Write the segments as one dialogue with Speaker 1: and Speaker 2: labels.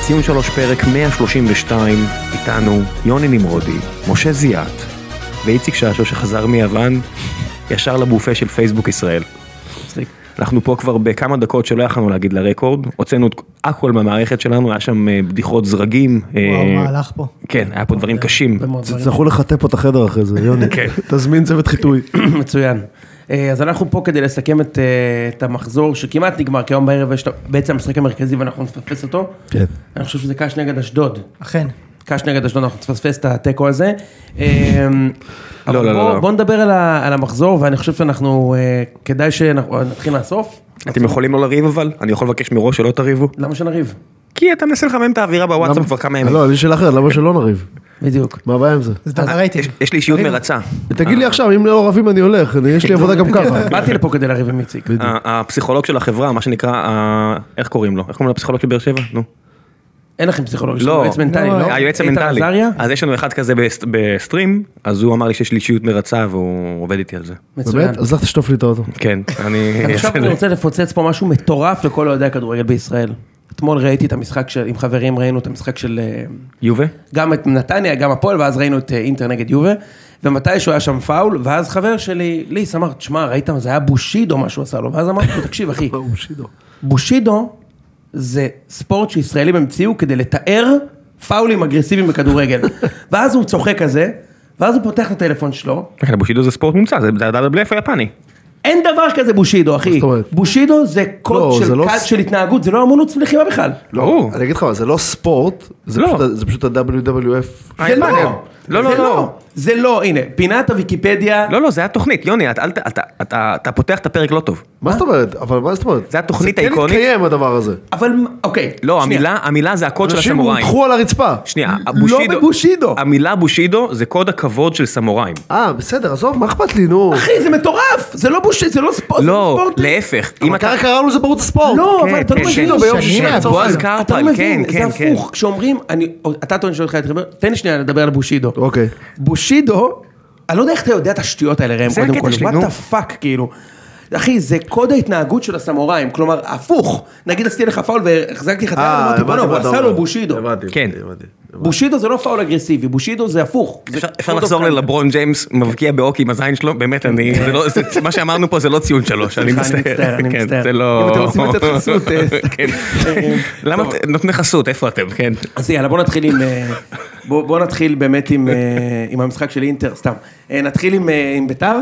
Speaker 1: ציון שלוש פרק 132, איתנו יוני נמרודי, משה זיאת ואיציק שעשוע שחזר מיוון ישר לבופה של פייסבוק ישראל.
Speaker 2: מצחיק.
Speaker 1: אנחנו פה כבר בכמה דקות שלא יכולנו להגיד לרקורד, הוצאנו את הכל מהמערכת שלנו, היה שם אה, בדיחות זרגים.
Speaker 2: וואו,
Speaker 1: אה,
Speaker 2: מהלך פה.
Speaker 1: כן, היה פה דברים קשים.
Speaker 2: הרבה מאוד דברים.
Speaker 3: תצטרכו לחטא פה את החדר אחרי זה, יוני.
Speaker 1: כן.
Speaker 3: תזמין צוות חיטוי.
Speaker 4: מצוין. אה, אז אנחנו פה כדי לסכם את, אה, את המחזור שכמעט נגמר, כי היום בערב יש את- בעצם המשחק המרכזי ואנחנו נפספס אותו.
Speaker 3: כן.
Speaker 4: אני חושב שזה קאש נגד אשדוד.
Speaker 2: אכן.
Speaker 4: קאש נגד אשדוד, אנחנו נפספס את התיקו הזה. אה, אבל
Speaker 1: לא, לא,
Speaker 4: בוא-
Speaker 1: לא.
Speaker 4: בוא נדבר על ה- על המחזור, ואני חושב שאנחנו, אה, כדאי שאנחנו נתחיל מהסוף.
Speaker 1: אתם יכולים לא לריב אבל? אני יכול לבקש מראש שלא תריבו?
Speaker 4: למה שנריב?
Speaker 1: כי אתה מנסה לחמם את האווירה בוואטסאפ כבר כמה ימים. אה.
Speaker 3: לא, אני שאלה אחרת, למה שלא נריב?
Speaker 4: בדיוק.
Speaker 3: מה הבעיה עם זה?
Speaker 2: זה דבר רייטינג.
Speaker 1: יש- יש לי אישיות מרצה.
Speaker 3: תגיד לי עכשיו, אם לא רבים אני הולך, אני- יש לי עבודה גם ככה.
Speaker 4: באתי לפה כדי לריב עם איציק.
Speaker 1: ה- הפסיכולוג של החברה, מה שנקרא, ה- איך קוראים לו? איך קוראים לפסיכולוג של באר שבע? נו.
Speaker 4: אין לכם פסיכולוג, יש לכם
Speaker 1: לא,
Speaker 4: יועץ מנטלי, לא?
Speaker 1: היועץ
Speaker 4: איתן
Speaker 1: המנטלי.
Speaker 4: עזריה?
Speaker 1: אז יש לנו אחד כזה בס- בסטרים, אז הוא אמר לי שיש לי אישיות מרצה והוא עובד איתי על זה.
Speaker 4: מצוין.
Speaker 3: באמת? אז לך תשטוף לי את האוטו.
Speaker 1: כן, אני...
Speaker 4: עכשיו אני רוצה לפוצץ פה משהו מטורף לכל אוהדי הכדורגל בישראל. אתמול ראיתי את המשחק של, עם חברים ראינו את המשחק של אה,
Speaker 1: יובה?
Speaker 4: גם את נתניה, גם הפועל, ואז ראינו את אה, אינטר נגד יובה, ומתישהו היה שם פאול, ואז חבר שלי, ליס, אמר, תשמע, ראית מה זה היה בושידו מה שהוא עשה לו, ואז אמרתי לו, תקשיב אחי,
Speaker 1: לא.
Speaker 4: בושידו זה ספורט שישראלים המציאו כדי לתאר פאולים אגרסיביים בכדורגל. ואז הוא צוחק כזה, ואז הוא פותח את הטלפון שלו,
Speaker 1: כן, בושידו זה ספורט מומצא, זה זה הדאבל בלף היפני.
Speaker 4: אין דבר כזה בושידו, אחי.
Speaker 3: זאת אומרת?
Speaker 4: בושידו זה
Speaker 3: לא,
Speaker 4: קוד
Speaker 3: זה
Speaker 4: של
Speaker 3: לא
Speaker 4: קד
Speaker 3: ס-
Speaker 4: של התנהגות, זה לא אמנות לחימה בכלל.
Speaker 1: אה, ברור.
Speaker 3: אני אגיד לך מה, זה לא ספורט, זה
Speaker 1: לא.
Speaker 3: פשוט- זה פשוט ה-WWF.
Speaker 1: אה, יפני. לא,
Speaker 4: זה
Speaker 1: לא, לא.
Speaker 4: זה לא, הנה, פינת הוויקיפדיה,
Speaker 1: לא, לא, זה היה תוכנית, יוני, אתה- אל ת- אתה- אתה אתה פותח את הפרק לא טוב.
Speaker 3: מה זאת אומרת? אבל מה זאת אומרת?
Speaker 1: זה התוכנית
Speaker 3: זה
Speaker 1: האיקונית?
Speaker 3: כן התקיים הדבר הזה.
Speaker 4: אבל מ- אוקיי.
Speaker 1: לא,
Speaker 4: שנייה.
Speaker 1: המילה, המילה זה הקוד של
Speaker 3: אנשים
Speaker 1: הסמוראים.
Speaker 3: הוטחו על הרצפה.
Speaker 1: שנייה,
Speaker 4: לא בבושידו.
Speaker 1: המילה בושידו זה קוד הכבוד של סמוראים.
Speaker 3: אה, בסדר, עזוב, מה אכפת לי, נו.
Speaker 4: אחי, זה מטורף, זה לא בושידו, זה לא ספורט, זה
Speaker 1: לא,
Speaker 4: ספורט.
Speaker 1: להפך. אם
Speaker 3: אבל
Speaker 1: אתה...
Speaker 3: ככה קראנו לזה בערוץ הספורט.
Speaker 4: לא, אבל
Speaker 1: כן,
Speaker 4: אתה לא
Speaker 1: כן,
Speaker 4: מבין,
Speaker 1: כן.
Speaker 3: ביום שישי,
Speaker 1: שנייה,
Speaker 3: לצורך
Speaker 1: בועז
Speaker 3: העניין.
Speaker 4: אתה
Speaker 1: קרפל,
Speaker 4: לא
Speaker 1: כן,
Speaker 4: מבין, זה
Speaker 1: כן, כן.
Speaker 4: הפוך, כשאומרים, אני- אתה טוען שאני שואל אותך, לדבר- תן לי שנייה לדבר על בושידו.
Speaker 3: אוקיי.
Speaker 4: בושידו, אני לא יודע איך אתה יודע את השטויות האלה, ראם,
Speaker 1: זה
Speaker 4: קודם
Speaker 1: הקטע
Speaker 4: כל,
Speaker 1: שלי,
Speaker 4: what
Speaker 1: נו.
Speaker 4: the fuck, כאילו. אחי, זה קוד ההתנהגות של הסמוראים, כלומר, הפוך. נגיד עשיתי לך פאול והחזקתי לך את היד,
Speaker 3: אה,
Speaker 4: אמרתי,
Speaker 3: הבנתי
Speaker 4: בואנה, הוא
Speaker 3: מה אתה
Speaker 4: עשה
Speaker 3: אומר.
Speaker 4: לו בושידו.
Speaker 3: הבנתי,
Speaker 1: כן.
Speaker 3: הבנתי.
Speaker 4: בושידו זה לא פאול אגרסיבי, בושידו זה הפוך. זה
Speaker 1: אפשר- אפשר
Speaker 4: קוד
Speaker 1: לחזור
Speaker 4: אופקן.
Speaker 1: ללברון ג'יימס מבקיע באוקי עם הזין שלו, באמת, אני, זה לא, זה- מה שאמרנו פה זה לא ציון שלוש, אני
Speaker 4: כן. סליחה,
Speaker 1: מצטער,
Speaker 4: אני מצטער, אני
Speaker 1: כן,
Speaker 4: מצטער.
Speaker 1: זה לא,
Speaker 4: אם אתם רוצים לתת חסות, אה,
Speaker 1: כן. למה
Speaker 4: טוב.
Speaker 1: את- נותני חסות, איפה אתם, כן,
Speaker 4: אז יאללה, בוא נתחיל עם... אה, בוא בוא נתחיל באמת עם, אה, עם המשחק של אינטר, סתם. אה, נתחיל עם, אה, עם ביתר?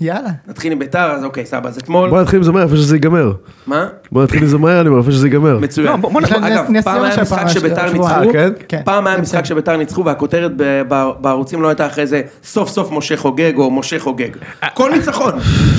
Speaker 2: יאללה.
Speaker 4: נתחיל עם ביתר, אז אוקיי, סבא, אז
Speaker 1: כן.
Speaker 4: אתמול...
Speaker 3: בוא נתחיל עם זה מהר, איפה שזה ייגמר.
Speaker 4: מה?
Speaker 3: בוא נתחיל עם זה מהר, אני אומר, איפה שזה ייגמר.
Speaker 1: לא,
Speaker 4: מצוין.
Speaker 1: בוא- בוא נ-
Speaker 2: יש לנו
Speaker 4: אגב,
Speaker 2: נס- נס
Speaker 4: פעם
Speaker 2: ציונה
Speaker 4: היה
Speaker 2: של
Speaker 4: משחק
Speaker 2: פעם,
Speaker 4: שביתר
Speaker 2: שבוע.
Speaker 4: ניצחו,
Speaker 3: אה, כן?
Speaker 2: כן.
Speaker 4: פעם היה משחק שביתר ניצחו והכותרת ב- ב- בערוצים לא הייתה אחרי זה סוף סוף משה חוגג או משה חוגג. כל ניצחון,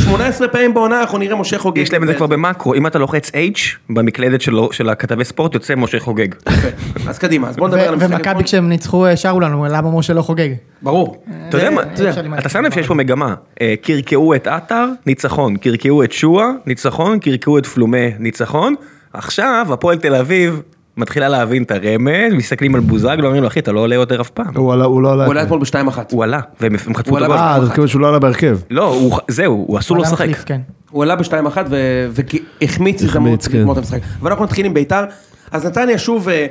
Speaker 4: 18 פעמים בעונה אנחנו נראה משה חוגג.
Speaker 1: יש להם את זה כבר במקרו, אם אתה לוחץ H במקלדת שלו- של הכתבי ספורט יוצא משה חוגג,
Speaker 4: יפה. אז קדימה, אז בוא נדבר על
Speaker 2: ו-
Speaker 4: המשחק.
Speaker 2: ומכבי
Speaker 4: אתמול.
Speaker 2: כשהם ניצחו אה, שרו לנו, למה משה לא חוגג?
Speaker 4: ברור.
Speaker 1: אתה יודע מה,
Speaker 2: אה, אי אפשר למעט
Speaker 1: אתה שם לב
Speaker 2: הדבר
Speaker 1: שיש פה מגמה, אה, קרקעו את עטר, ניצחון, קרקעו את שועה, ניצחון, קרקעו את פלומה, ניצחון, עכשיו הפועל תל אביב מתחילה להבין את הרמז, מסתכלים על בוזגלו, אומרים לו אחי אתה לא עולה יותר אף פעם,
Speaker 3: הוא עלה, הוא לא עלה.
Speaker 4: הוא עלה אתמול בשתיים אחת.
Speaker 1: הוא עלה, והם הם חטפו
Speaker 4: הוא
Speaker 1: את
Speaker 4: עלה
Speaker 1: הגול,
Speaker 3: אה, אתה מתכוון שהוא לא עלה בהרכב.
Speaker 1: לא, הוא- זהו, הוא אסור לו
Speaker 2: הוא היה
Speaker 1: לשחק,
Speaker 2: מחליף, כן.
Speaker 4: הוא עלה בשתיים אחת ו- והחמיץ הזדמנות
Speaker 3: החמיץ, כן.
Speaker 4: לגמור את המשחק. אבל אנחנו נתחיל עם ביתר, אז נתניה שוב אה,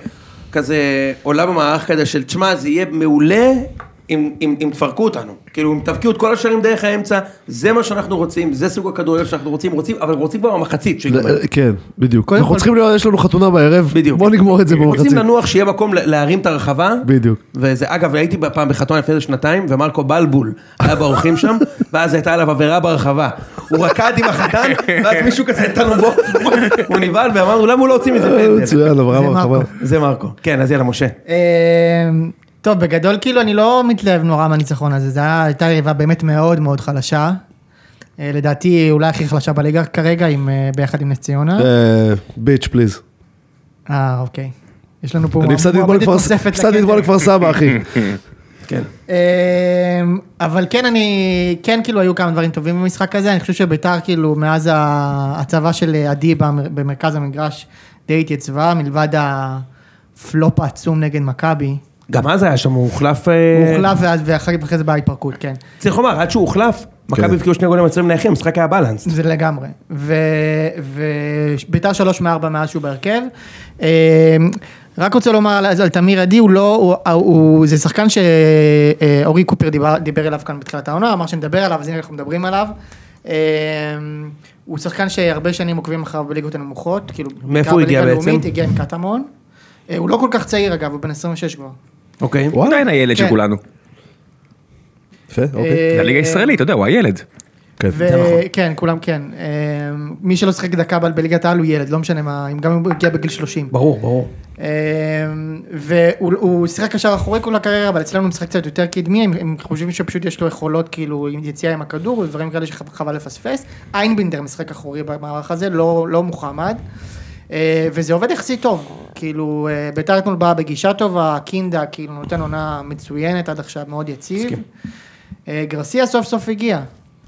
Speaker 4: כזה עולה במערך כזה של תשמע זה יהיה מעולה אם, אם, אם תפרקו אותנו. כאילו אם תבקיעו את כל השערים דרך האמצע, זה מה שאנחנו רוצים, זה סוג הכדורגל שאנחנו רוצים, רוצים, אבל רוצים כבר במחצית. שיגמר.
Speaker 3: אה, כן, בדיוק.
Speaker 2: קודם
Speaker 3: אנחנו
Speaker 2: כל-
Speaker 3: צריכים להיות, יש לנו חתונה בערב,
Speaker 4: בדיוק.
Speaker 3: בוא נגמור את זה במחצית.
Speaker 4: רוצים לנוח שיהיה מקום ל- להרים את הרחבה.
Speaker 3: בדיוק.
Speaker 4: וזה, אגב, הייתי פעם בחתונה לפני איזה שנתיים, ומרקו בלבול היה באורחים שם, ואז הייתה עליו עבירה ברחבה. הוא רקד עם החתן, ואז מישהו כזה נתן לו בו, הוא נבהל, ואמרנו, למה הוא לא הוציא מזה
Speaker 3: אה,
Speaker 4: פנדל?
Speaker 3: מצוין, אברהם
Speaker 2: זה
Speaker 3: הרחבה.
Speaker 2: מרקו.
Speaker 4: זה מרקו. כן, אז יאללה, משה.
Speaker 2: אה, טוב, בגדול כאילו אני לא מתלהב נורא מהניצחון הזה, זו הייתה יריבה באמת מאוד מאוד חלשה. אה, לדעתי אולי הכי חלשה בליגה כרגע, עם, אה, ביחד עם נס ציונה.
Speaker 3: אה, ביץ' פליז.
Speaker 2: אה, אוקיי. יש לנו פה
Speaker 3: אני הפסדתי אתמול
Speaker 2: מועמדת
Speaker 3: לכפר-
Speaker 2: נוספת
Speaker 3: הפסדתי
Speaker 2: לקטע.
Speaker 3: אתמול לכפר סבא, אחי.
Speaker 4: כן.
Speaker 2: אמ, אבל כן, אני, כן, כאילו, היו כמה דברים טובים במשחק הזה. אני חושב שביתר, כאילו, מאז ההצבה של עדי במר- במרכז המגרש, די התייצבה, מלבד הפלופ העצום נגד מכבי.
Speaker 4: גם אז היה שם, הוא הוחלף... אה,
Speaker 2: הוא הוחלף ואז- ואחר כך- אחרי זה באה ההתפרקות, כן.
Speaker 4: צריך לומר, עד שהוא הוחלף, מכבי הבקיעו שני גולים מצרים נייחים, המשחק היה בלנס.
Speaker 2: זה לגמרי. וביתר שלוש מארבע מאז שהוא בהרכב. אמ, רק רוצה לומר על, על תמיר עדי, הוא לא, הוא, הוא, זה שחקן שאורי קופר דיבר, דיבר אליו כאן בתחילת העונה, אמר שנדבר עליו, אז הנה אנחנו מדברים עליו. אה, הוא שחקן שהרבה שנים עוקבים אחריו בליגות הנמוכות, כאילו,
Speaker 4: מאיפה
Speaker 2: בעיקר
Speaker 4: הוא הגיע
Speaker 2: בליגה
Speaker 4: בעצם?
Speaker 2: הלאומית, הגיע עם קטמון. אה, הוא לא כל כך צעיר אגב, הוא בן 26 כבר.
Speaker 4: אוקיי.
Speaker 5: הוא עדיין הילד של
Speaker 2: כן.
Speaker 5: כולנו.
Speaker 3: יפה, אוקיי.
Speaker 2: אה,
Speaker 5: זה הליגה הישראלית, אתה יודע, הוא הילד.
Speaker 3: כן.
Speaker 2: ו-
Speaker 4: זה נכון.
Speaker 2: כן, כולם כן. אה, מי שלא שיחק דקה ב- בליגת העל הוא ילד, לא משנה מה, אם גם הוא הגיע בגיל 30.
Speaker 4: ברור, ברור.
Speaker 2: אה, והוא הוא שיחק קשר אחורי כל הקריירה, אבל אצלנו הוא משחק קצת יותר קדמי, הם, הם חושבים שפשוט יש לו יכולות כאילו עם יציאה עם הכדור ודברים כאלה שחבל לפספס. איינבינדר משחק אחורי במערך הזה, לא, לא מוחמד. אה, וזה עובד יחסית טוב, כאילו אה, ביתר אתמול באה בגישה טובה, קינדה כאילו נותן עונה מצוינת עד עכשיו, מאוד יציב.
Speaker 4: מסכים.
Speaker 2: אה, גרסיה סוף סוף הגיע,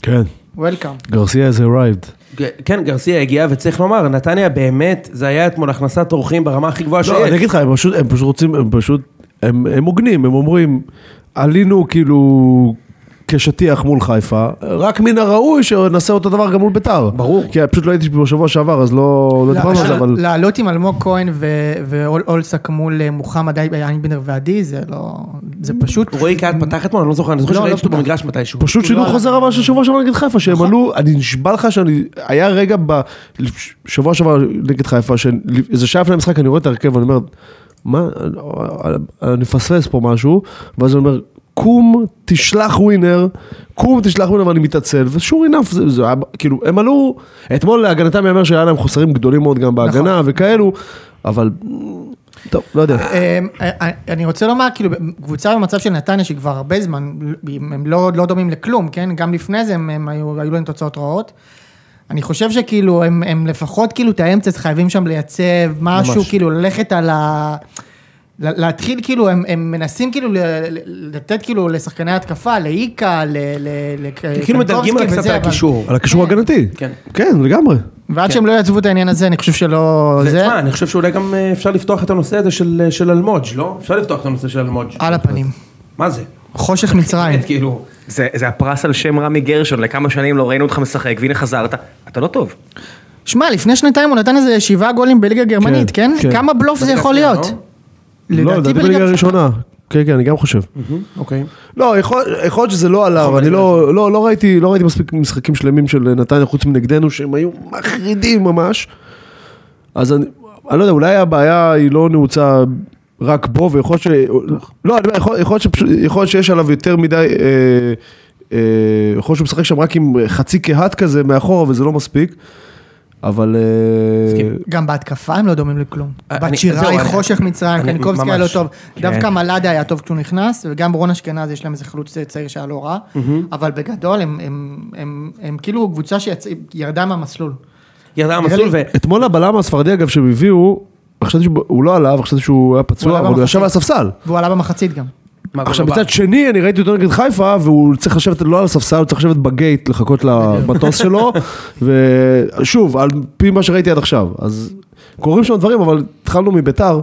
Speaker 3: כן,
Speaker 2: וולקאם.
Speaker 3: גרסיה is arrived.
Speaker 4: ג- כן, גרסיה הגיע, וצריך לומר, נתניה באמת, זה היה אתמול הכנסת אורחים ברמה הכי גבוהה
Speaker 3: לא, אני
Speaker 4: שיש.
Speaker 3: אגיד לך, הם פשוט, הם פשוט רוצים, הם פשוט, הם, הם הוגנים, הם אומרים, עלינו כאילו כשטיח מול חיפה, רק מן הראוי שנעשה אותו דבר גם מול ביתר.
Speaker 4: ברור.
Speaker 3: כי פשוט לא הייתי בשבוע שעבר, אז לא, לא דיברנו על זה, אבל...
Speaker 2: לעלות עם אלמוג כהן ו- ואולסק מול אה, מוחמד איינבינדר ועדי, זה לא... זה פשוט...
Speaker 4: רועי קהת פתח אתמול, אני לא זוכר, אני זוכר
Speaker 2: לא, לא
Speaker 4: שראיתי אותו
Speaker 2: פתח.
Speaker 4: במגרש מתישהו.
Speaker 3: פשוט שידור
Speaker 2: לא
Speaker 3: חוזר
Speaker 2: עלה.
Speaker 3: אבל של שבוע שעבר נגד חיפה, שהם עלו, אני נשבע לך שאני, היה רגע בשבוע שעבר נגד חיפה, שזה שעה לפני המשחק, אני רואה את ההרכב, אני אומר, מה, אני מפספס פה משהו, ואז אני אומר, קום, תשלח ווינר, קום, תשלח ווינר, ואני מתעצל, ושור אינף, זה זה היה, כאילו, הם עלו, אתמול להגנתם יאמר שהיה להם חוסרים גדולים מאוד גם בהגנה וכאלו, אבל, טוב, לא יודע.
Speaker 2: אמ, אה, אני רוצה לומר, כאילו, קבוצה במצב של נתניה, שכבר הרבה זמן, הם לא, לא דומים לכלום, כן? גם לפני זה הם, הם היו, היו להם תוצאות רעות. אני חושב שכאילו, הם, הם לפחות, כאילו, את האמצע חייבים שם לייצב משהו,
Speaker 3: ממש.
Speaker 2: כאילו, ללכת על ה... ל- להתחיל כאילו, הם, הם מנסים כאילו ל- ל- לתת כאילו לשחקני התקפה, לאיקה, ל... ל- ל-
Speaker 4: כאילו מדלגים עליו
Speaker 2: קנטובסקי
Speaker 4: קצת
Speaker 2: וזה,
Speaker 4: על
Speaker 2: אבל-
Speaker 4: הקישור.
Speaker 3: על הקישור ההגנתי.
Speaker 4: כן.
Speaker 3: אה, כן, לגמרי.
Speaker 2: ועד
Speaker 4: כן.
Speaker 2: שהם לא יעזבו את העניין הזה, אני חושב שלא... זה
Speaker 4: ותשמע, אני חושב שאולי גם אה, אפשר לפתוח את הנושא הזה של אה, של אלמוג', לא? אפשר לפתוח את הנושא של אלמוג'.
Speaker 3: אה.
Speaker 2: על הפנים.
Speaker 4: מה זה?
Speaker 2: חושך מצרים.
Speaker 4: באמת, כאילו,
Speaker 5: זה זה הפרס על שם רמי גרשון, לכמה שנים לא ראינו אותך משחק, והנה חזרת, אתה לא טוב.
Speaker 2: שמע, לפני שנתיים הוא נתן איזה שבעה גולים בליגה הגרמנית, כן?
Speaker 3: כן.
Speaker 2: כמה בלוף זה
Speaker 4: בליגה
Speaker 2: יכול
Speaker 4: השנייה,
Speaker 2: להיות?
Speaker 4: לא?
Speaker 3: לא, לדעתי בליגה הראשונה. כן, כן, אני גם חושב.
Speaker 4: אוקיי.
Speaker 3: לא, יכול יכול להיות שזה לא עליו, אני לא, לא, לא ראיתי, לא ראיתי מספיק משחקים שלמים של נתניה חוץ מנגדנו שהם היו מחרידים ממש. אז אני, אני לא יודע, אולי הבעיה היא לא נעוצה רק בו, ויכול להיות ש... לא, אני אומר, יכול, יכול, להיות שפשוט, יכול להיות שיש עליו יותר מדי, אה, אה, יכול להיות שהוא משחק שם רק עם חצי קהת כזה מאחורה, וזה לא מספיק, אבל... אה,
Speaker 4: מסכים.
Speaker 2: גם בהתקפה הם לא דומים לכלום.
Speaker 4: אני-
Speaker 2: בת שירה
Speaker 4: זהו,
Speaker 2: היא
Speaker 4: אני-
Speaker 2: חושך מצרים,
Speaker 4: אני-
Speaker 2: קניקובסקי היה לא
Speaker 4: ממש.
Speaker 2: טוב.
Speaker 5: כן.
Speaker 2: דווקא מלאדה היה טוב כשהוא נכנס, וגם רון אשכנז יש להם איזה חלוץ צעיר שהיה לא רע, אבל בגדול הם- הם- הם- הם כאילו קבוצה שירדה מהמסלול.
Speaker 4: ירדה המסלול ו...
Speaker 3: אתמול הבלם הספרדי אגב שהם הביאו, חשבתי שהוא לא עליו, חשבתי שהוא היה
Speaker 2: הוא
Speaker 3: פצוע,
Speaker 2: עלה
Speaker 3: אבל הוא
Speaker 2: במחצית.
Speaker 3: ישב על הספסל.
Speaker 2: והוא עלה במחצית גם.
Speaker 4: מה, לא,
Speaker 3: עכשיו
Speaker 4: גולדברג?
Speaker 3: מצד שני אני ראיתי אותו נגד חיפה והוא צריך לשבת לא על הספסל, הוא צריך לשבת בגייט לחכות למטוס שלו ושוב על פי מה שראיתי עד עכשיו אז קורים שם דברים אבל התחלנו מביתר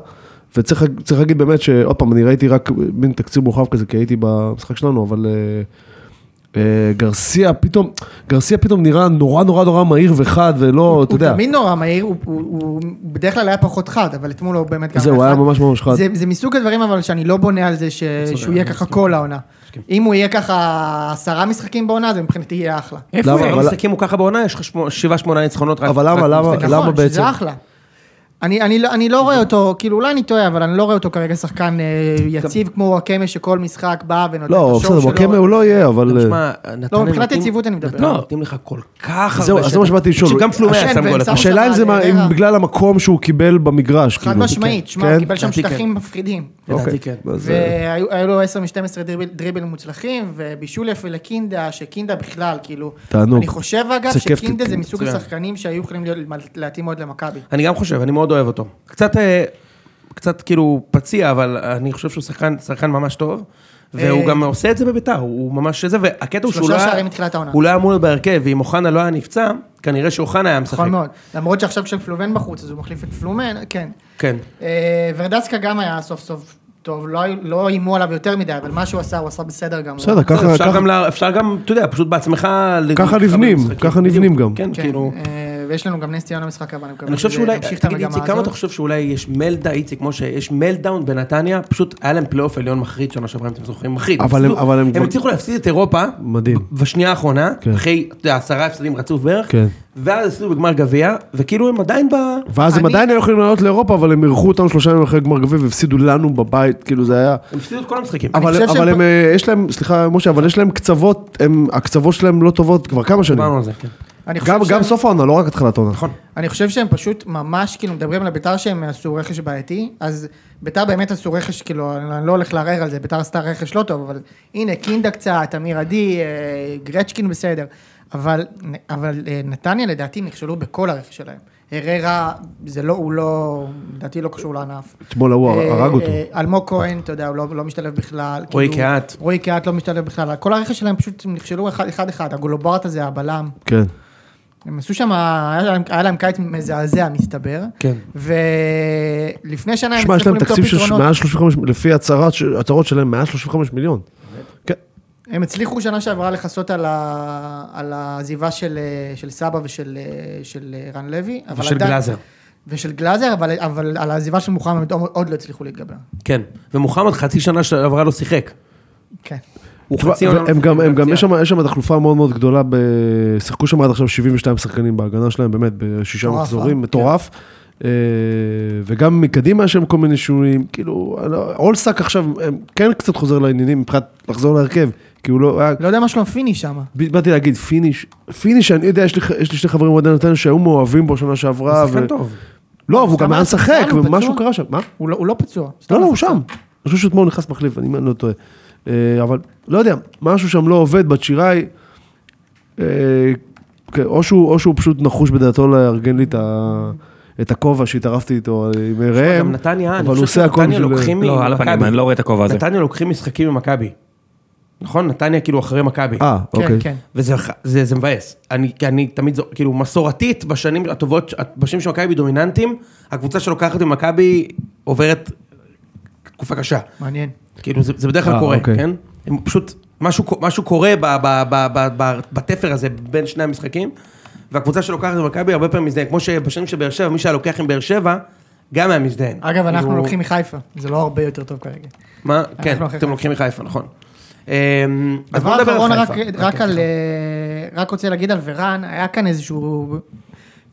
Speaker 3: וצריך צריך להגיד באמת שעוד פעם אני ראיתי רק מין תקציר מורחב כזה כי הייתי במשחק שלנו אבל אה, אה, גרסיה פתאום גרסיה פתאום נראה נורא נורא נורא מהיר וחד ולא אתה
Speaker 2: הוא
Speaker 3: יודע
Speaker 2: תמיד נורא מהיר, הוא- הוא הוא בדרך כלל היה פחות חד, אבל אתמול הוא באמת גם...
Speaker 3: זהו, הוא היה
Speaker 2: חד.
Speaker 3: ממש ממש חד.
Speaker 2: זה, זה מסוג הדברים אבל שאני לא בונה על זה ש... שהוא יהיה ככה כל העונה. אם הוא יהיה ככה עשרה משחקים בעונה, זה מבחינתי יהיה אחלה.
Speaker 4: איפה
Speaker 3: למה?
Speaker 4: הוא?
Speaker 3: אבל-
Speaker 4: אם משחקים הוא לא, ככה בעונה, יש לך שמו- שבעה, שמונה ניצחונות רק...
Speaker 3: אבל למה,
Speaker 4: רק
Speaker 3: למה?
Speaker 4: משחק.
Speaker 2: נכון,
Speaker 3: בעצם?
Speaker 2: שזה אחלה. אני, אני, לא- אני לא רואה אותו, כאילו אולי אני טועה, אבל אני לא רואה אותו כרגע שחקן אה, יציב כמו וואקמה שכל משחק בא ונותן את
Speaker 3: לא
Speaker 2: השואו שלו.
Speaker 3: בסדר וואקמה הוא לא יהיה אבל אה,
Speaker 4: תשמע, נתניה
Speaker 2: לא, מבחינת
Speaker 4: נותנים-
Speaker 2: יציבות אני מדבר.
Speaker 4: נתניה
Speaker 2: לא.
Speaker 4: נותנים לך כל כך הרבה...
Speaker 3: זהו, אז זה מה
Speaker 4: שטח.
Speaker 3: שבאתי לשאול.
Speaker 4: שגם פלומי
Speaker 2: כן,
Speaker 4: היה שם
Speaker 2: והם
Speaker 4: גול.
Speaker 2: שמו
Speaker 4: אתמול.
Speaker 3: השאלה אם זה
Speaker 2: אבל,
Speaker 3: מה-
Speaker 2: אה,
Speaker 3: אם בגלל המקום שהוא קיבל במגרש
Speaker 2: חד
Speaker 3: כאילו.
Speaker 2: משמעית, שמע,
Speaker 3: כן?
Speaker 2: הוא קיבל שם
Speaker 4: לדעתי כן.
Speaker 2: שטחים מפחידים.
Speaker 4: לדעתי
Speaker 3: אוקיי.
Speaker 4: כן.
Speaker 3: אז, אה,
Speaker 2: והיו לו 10 מ-12 דריבלים מוצלחים, ובישול יפה לקינדה, שקינדה בכלל, כאילו...
Speaker 3: תענוג.
Speaker 2: אני חושב אגב
Speaker 3: זה כיף,
Speaker 2: שקינדה זה
Speaker 3: כן,
Speaker 2: מסוג
Speaker 4: מצוין.
Speaker 2: השחקנים שהיו יכולים להיות- להתאים מאוד למכבי.
Speaker 4: אני גם חושב, אני מאוד אוהב אותו. קצת, אה, קצת כאילו פציע, אבל אני חושב שהוא שחקן, שחקן ממש טוב. והוא
Speaker 2: אה,
Speaker 4: גם עושה את זה בביתר, הוא ממש זה, והקטע הוא שהוא
Speaker 2: שלושה
Speaker 4: לא היה-
Speaker 2: שערים מתחילת העונה.
Speaker 4: הוא לא היה אמור להיות בהרכב, ואם אוחנה לא היה נפצע, כנראה שאוחנה היה משחק.
Speaker 2: נכון מאוד. למרות שעכשיו כשפלומן בחוץ, אז הוא מחליף את פלומן, כן.
Speaker 4: כן.
Speaker 2: אה, ורדסקה גם היה סוף סוף טוב, לא היו- לא איימו עליו יותר מדי, אבל מה שהוא עשה, הוא עשה בסדר גם.
Speaker 3: בסדר, ככה-
Speaker 4: אפשר
Speaker 3: ככה-
Speaker 4: גם, לה- אפשר גם, אתה יודע, פשוט בעצמך...
Speaker 3: ככה
Speaker 4: להתחבר
Speaker 3: נבנים,
Speaker 4: למשחקים.
Speaker 3: ככה נבנים
Speaker 4: בדיוק,
Speaker 3: גם.
Speaker 4: כן,
Speaker 2: כן,
Speaker 4: כאילו...
Speaker 2: אה, ויש לנו גם נס ציונה משחק הבא, אני מקווה.
Speaker 4: אני חושב
Speaker 2: שזה
Speaker 4: שאולי,
Speaker 2: ימשיך את
Speaker 4: תגיד
Speaker 2: המגמה
Speaker 4: איציק, כמה
Speaker 2: הזאת.
Speaker 4: אתה חושב שאולי יש מלדה, איציק, כמו שיש מלדאון בנתניה, פשוט היה להם פלייאוף עליון מחריד שנה שעברה, אם אתם זוכרים, מחריד.
Speaker 3: אבל הם-
Speaker 4: הפסידו-
Speaker 3: אבל הם כבר-
Speaker 4: הם הצליחו להפסיד את אירופה,
Speaker 3: מדהים.
Speaker 4: ב- בשנייה האחרונה,
Speaker 3: כן.
Speaker 4: אחרי, אתה יודע, עשרה הפסדים רצוף בערך,
Speaker 3: כן.
Speaker 4: ואז הפסידו בגמר גביע, וכאילו הם עדיין ב...
Speaker 3: ואז הם
Speaker 2: אני-
Speaker 3: עדיין היו יכולים לעלות לאירופה, אבל הם אירחו אותנו שלושה ימים אחרי גמר גביע והפסידו לנו בבית, כאילו זה היה...
Speaker 4: הם הפסידו את כל המשחקים.
Speaker 3: אבל,
Speaker 2: חושב
Speaker 3: אבל
Speaker 2: שהם
Speaker 3: הם,
Speaker 2: פ-
Speaker 3: אה, יש להם, סליחה משה, אבל יש להם קצוות, הם, הקצוות שלהם לא טובות כבר כמה שנים.
Speaker 4: דיברנו על זה, כן.
Speaker 2: אני חושב
Speaker 3: גם,
Speaker 2: שהם-
Speaker 3: גם סוף העונה, לא רק התחלת העונה.
Speaker 4: נכון.
Speaker 2: אני חושב שהם פשוט ממש כאילו מדברים על ביתר שהם עשו רכש בעייתי, אז ביתר באמת עשו רכש, כאילו, אני אני לא הולך לערער על זה, ביתר עשתה רכש לא טוב, אבל הנה קינדה קצת, אמיר עדי, אה, גרצ'קין בסדר, אבל, אבל אה, נתניה לדעתי נכשלו בכל הרכש שלהם. הררה, זה לא, הוא לא, לדעתי לא קשור לענף.
Speaker 3: אתמול ההוא
Speaker 2: אה,
Speaker 3: הרג אותו.
Speaker 2: אה, אלמוג כהן, אתה יודע, הוא לא, לא משתלב בכלל.
Speaker 4: רועי
Speaker 2: כאילו,
Speaker 4: קהת.
Speaker 2: רועי קהת לא משתלב בכלל. כל הרכש שלהם פשוט נכשלו אחד- אחד-אחד. הגולוברט הזה, הבלם.
Speaker 3: כן.
Speaker 2: אה, הם עשו שם, היה להם- היה להם קיץ מזעזע מסתבר.
Speaker 4: כן.
Speaker 2: ולפני שנה הם
Speaker 3: שמע, יש
Speaker 2: הצליחו
Speaker 3: להם
Speaker 2: למצוא
Speaker 3: תקציב של
Speaker 2: פתרונות.
Speaker 3: מעל 35, לפי הצהרת ש- הצהרות שלהם, מעל 35 מיליון. כן.
Speaker 2: הם הצליחו שנה שעברה לכסות על ה- על העזיבה של אה, של סבא ושל אה, של אה, רן לוי. אבל
Speaker 4: ושל
Speaker 2: עדיין-
Speaker 4: גלאזר.
Speaker 2: ושל גלאזר, אבל- אבל על העזיבה של מוחמד עוד- עוד לא הצליחו להתגבר.
Speaker 4: כן. ומוחמד חצי שנה שעברה לא שיחק.
Speaker 2: כן.
Speaker 4: הוא
Speaker 3: תשמע,
Speaker 4: חצי עונה לא
Speaker 3: הם
Speaker 4: שיחק
Speaker 3: גם, הם גם,
Speaker 4: בפציעה.
Speaker 3: יש שם- יש שם תחלופה מאוד מאוד גדולה, ב... שיחקו שם עד עכשיו 72 שחקנים בהגנה שלהם, באמת, בשישה
Speaker 2: מטורף, אה?
Speaker 4: כן.
Speaker 3: מחזורים, מטורף. אה, וגם מקדימה יש שם כל מיני שינויים, כאילו, אולסק עכשיו הם, כן קצת חוזר לעניינים מבחינת לחזור להרכב, כי הוא לא היה
Speaker 2: לא יודע מה שלום פיני שם.
Speaker 3: ב- באתי להגיד פיניש, פיניש, אני יודע, יש לי, ח- יש לי שני חברים אוהדי נתניה שהיו מאוהבים בו שנה שעברה.
Speaker 4: הוא שחקן טוב.
Speaker 3: לא, והוא גם
Speaker 2: למה?
Speaker 3: היה משחק,
Speaker 2: למה? הוא
Speaker 3: ומשהו
Speaker 2: פצוע?
Speaker 3: קרה שם. מה?
Speaker 2: הוא לא- הוא לא פצוע. סתם
Speaker 3: לא, לא, הוא
Speaker 2: פצוע.
Speaker 3: שם. אני חושב שאתמול נכנס מחליף, אני אני לא טועה. אה, אבל לא יודע, משהו שם לא עובד, בת שיראי, אה, כן, או שהוא או שהוא פשוט נחוש בדעתו לארגן לי את ה- את הכובע שהתערפתי איתו אה, עם
Speaker 4: גם
Speaker 3: ראם,
Speaker 4: נתניה, אני
Speaker 3: אבל הוא
Speaker 4: חושב
Speaker 3: עושה הכל
Speaker 4: שנתניה
Speaker 3: בשביל...
Speaker 4: לוקחים-
Speaker 5: לא, על הפנים,
Speaker 4: מכבי.
Speaker 5: אני לא רואה את הכובע הזה.
Speaker 4: נתניה לוקחים משחקים עם מכבי. נכון? נתניה כאילו אחרי מכבי.
Speaker 3: אה,
Speaker 2: כן,
Speaker 3: אוקיי.
Speaker 2: כן.
Speaker 4: וזה זה, זה מבאס. אני, כי אני תמיד, זו- כאילו, מסורתית, בשנים הטובות, בשנים שמכבי דומיננטים, הקבוצה שלוקחת עם מכבי עוברת תקופה קשה.
Speaker 2: מעניין.
Speaker 4: כאילו, זה, זה בדרך כלל
Speaker 3: אה,
Speaker 4: קורה,
Speaker 3: אוקיי.
Speaker 4: כן? הם פשוט, משהו, קו- משהו קורה ב, ב, ב, ב, ב, בתפר הזה בין שני המשחקים, והקבוצה שלוקחת עם מכבי הרבה פעמים מזדהן, כמו שבשנים של באר שבע, מי שהיה לוקח עם באר שבע, גם היה מזדהן.
Speaker 2: אגב, אנחנו
Speaker 4: כאילו-
Speaker 2: לוקחים מחיפה, זה לא הרבה יותר טוב כרגע.
Speaker 4: מה?
Speaker 2: אחרי
Speaker 4: כן, אתם
Speaker 2: חיפה.
Speaker 4: לוקחים מחיפה, נכון. אמ, אז
Speaker 2: דבר
Speaker 4: בוא נדבר
Speaker 2: אחרון,
Speaker 4: על
Speaker 2: רק-
Speaker 4: חיפה.
Speaker 2: רק
Speaker 4: אוקיי,
Speaker 2: על...
Speaker 4: סליחה.
Speaker 2: אה, רק רוצה להגיד על ורן, היה כאן איזשהו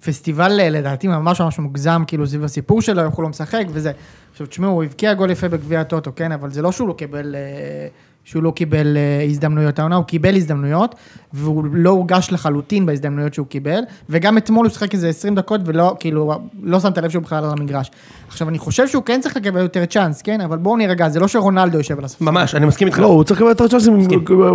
Speaker 2: פסטיבל, אה, לדעתי, ממש ממש מוגזם, כאילו, סביב הסיפור שלו, איך הוא לא משחק וזה. עכשיו, תשמעו, הוא הבקיע גול יפה בגביע הטוטו, כן? אבל זה לא שהוא לא קיבל... אה, שהוא לא קיבל אה, הזדמנויות העונה, הוא קיבל הזדמנויות, והוא לא הורגש לחלוטין בהזדמנויות שהוא קיבל, וגם אתמול הוא שיחק איזה 20 דקות ולא, כאילו, לא שמת לב שהוא בכלל על המגרש. עכשיו, אני חושב שהוא כן צריך לקבל יותר צ'אנס, כן? אבל בואו נירגע, זה לא שרונלדו יושב על הספסל.
Speaker 4: ממש, אני מסכים איתך.
Speaker 3: לא, הוא צריך לקבל יותר צ'אנסים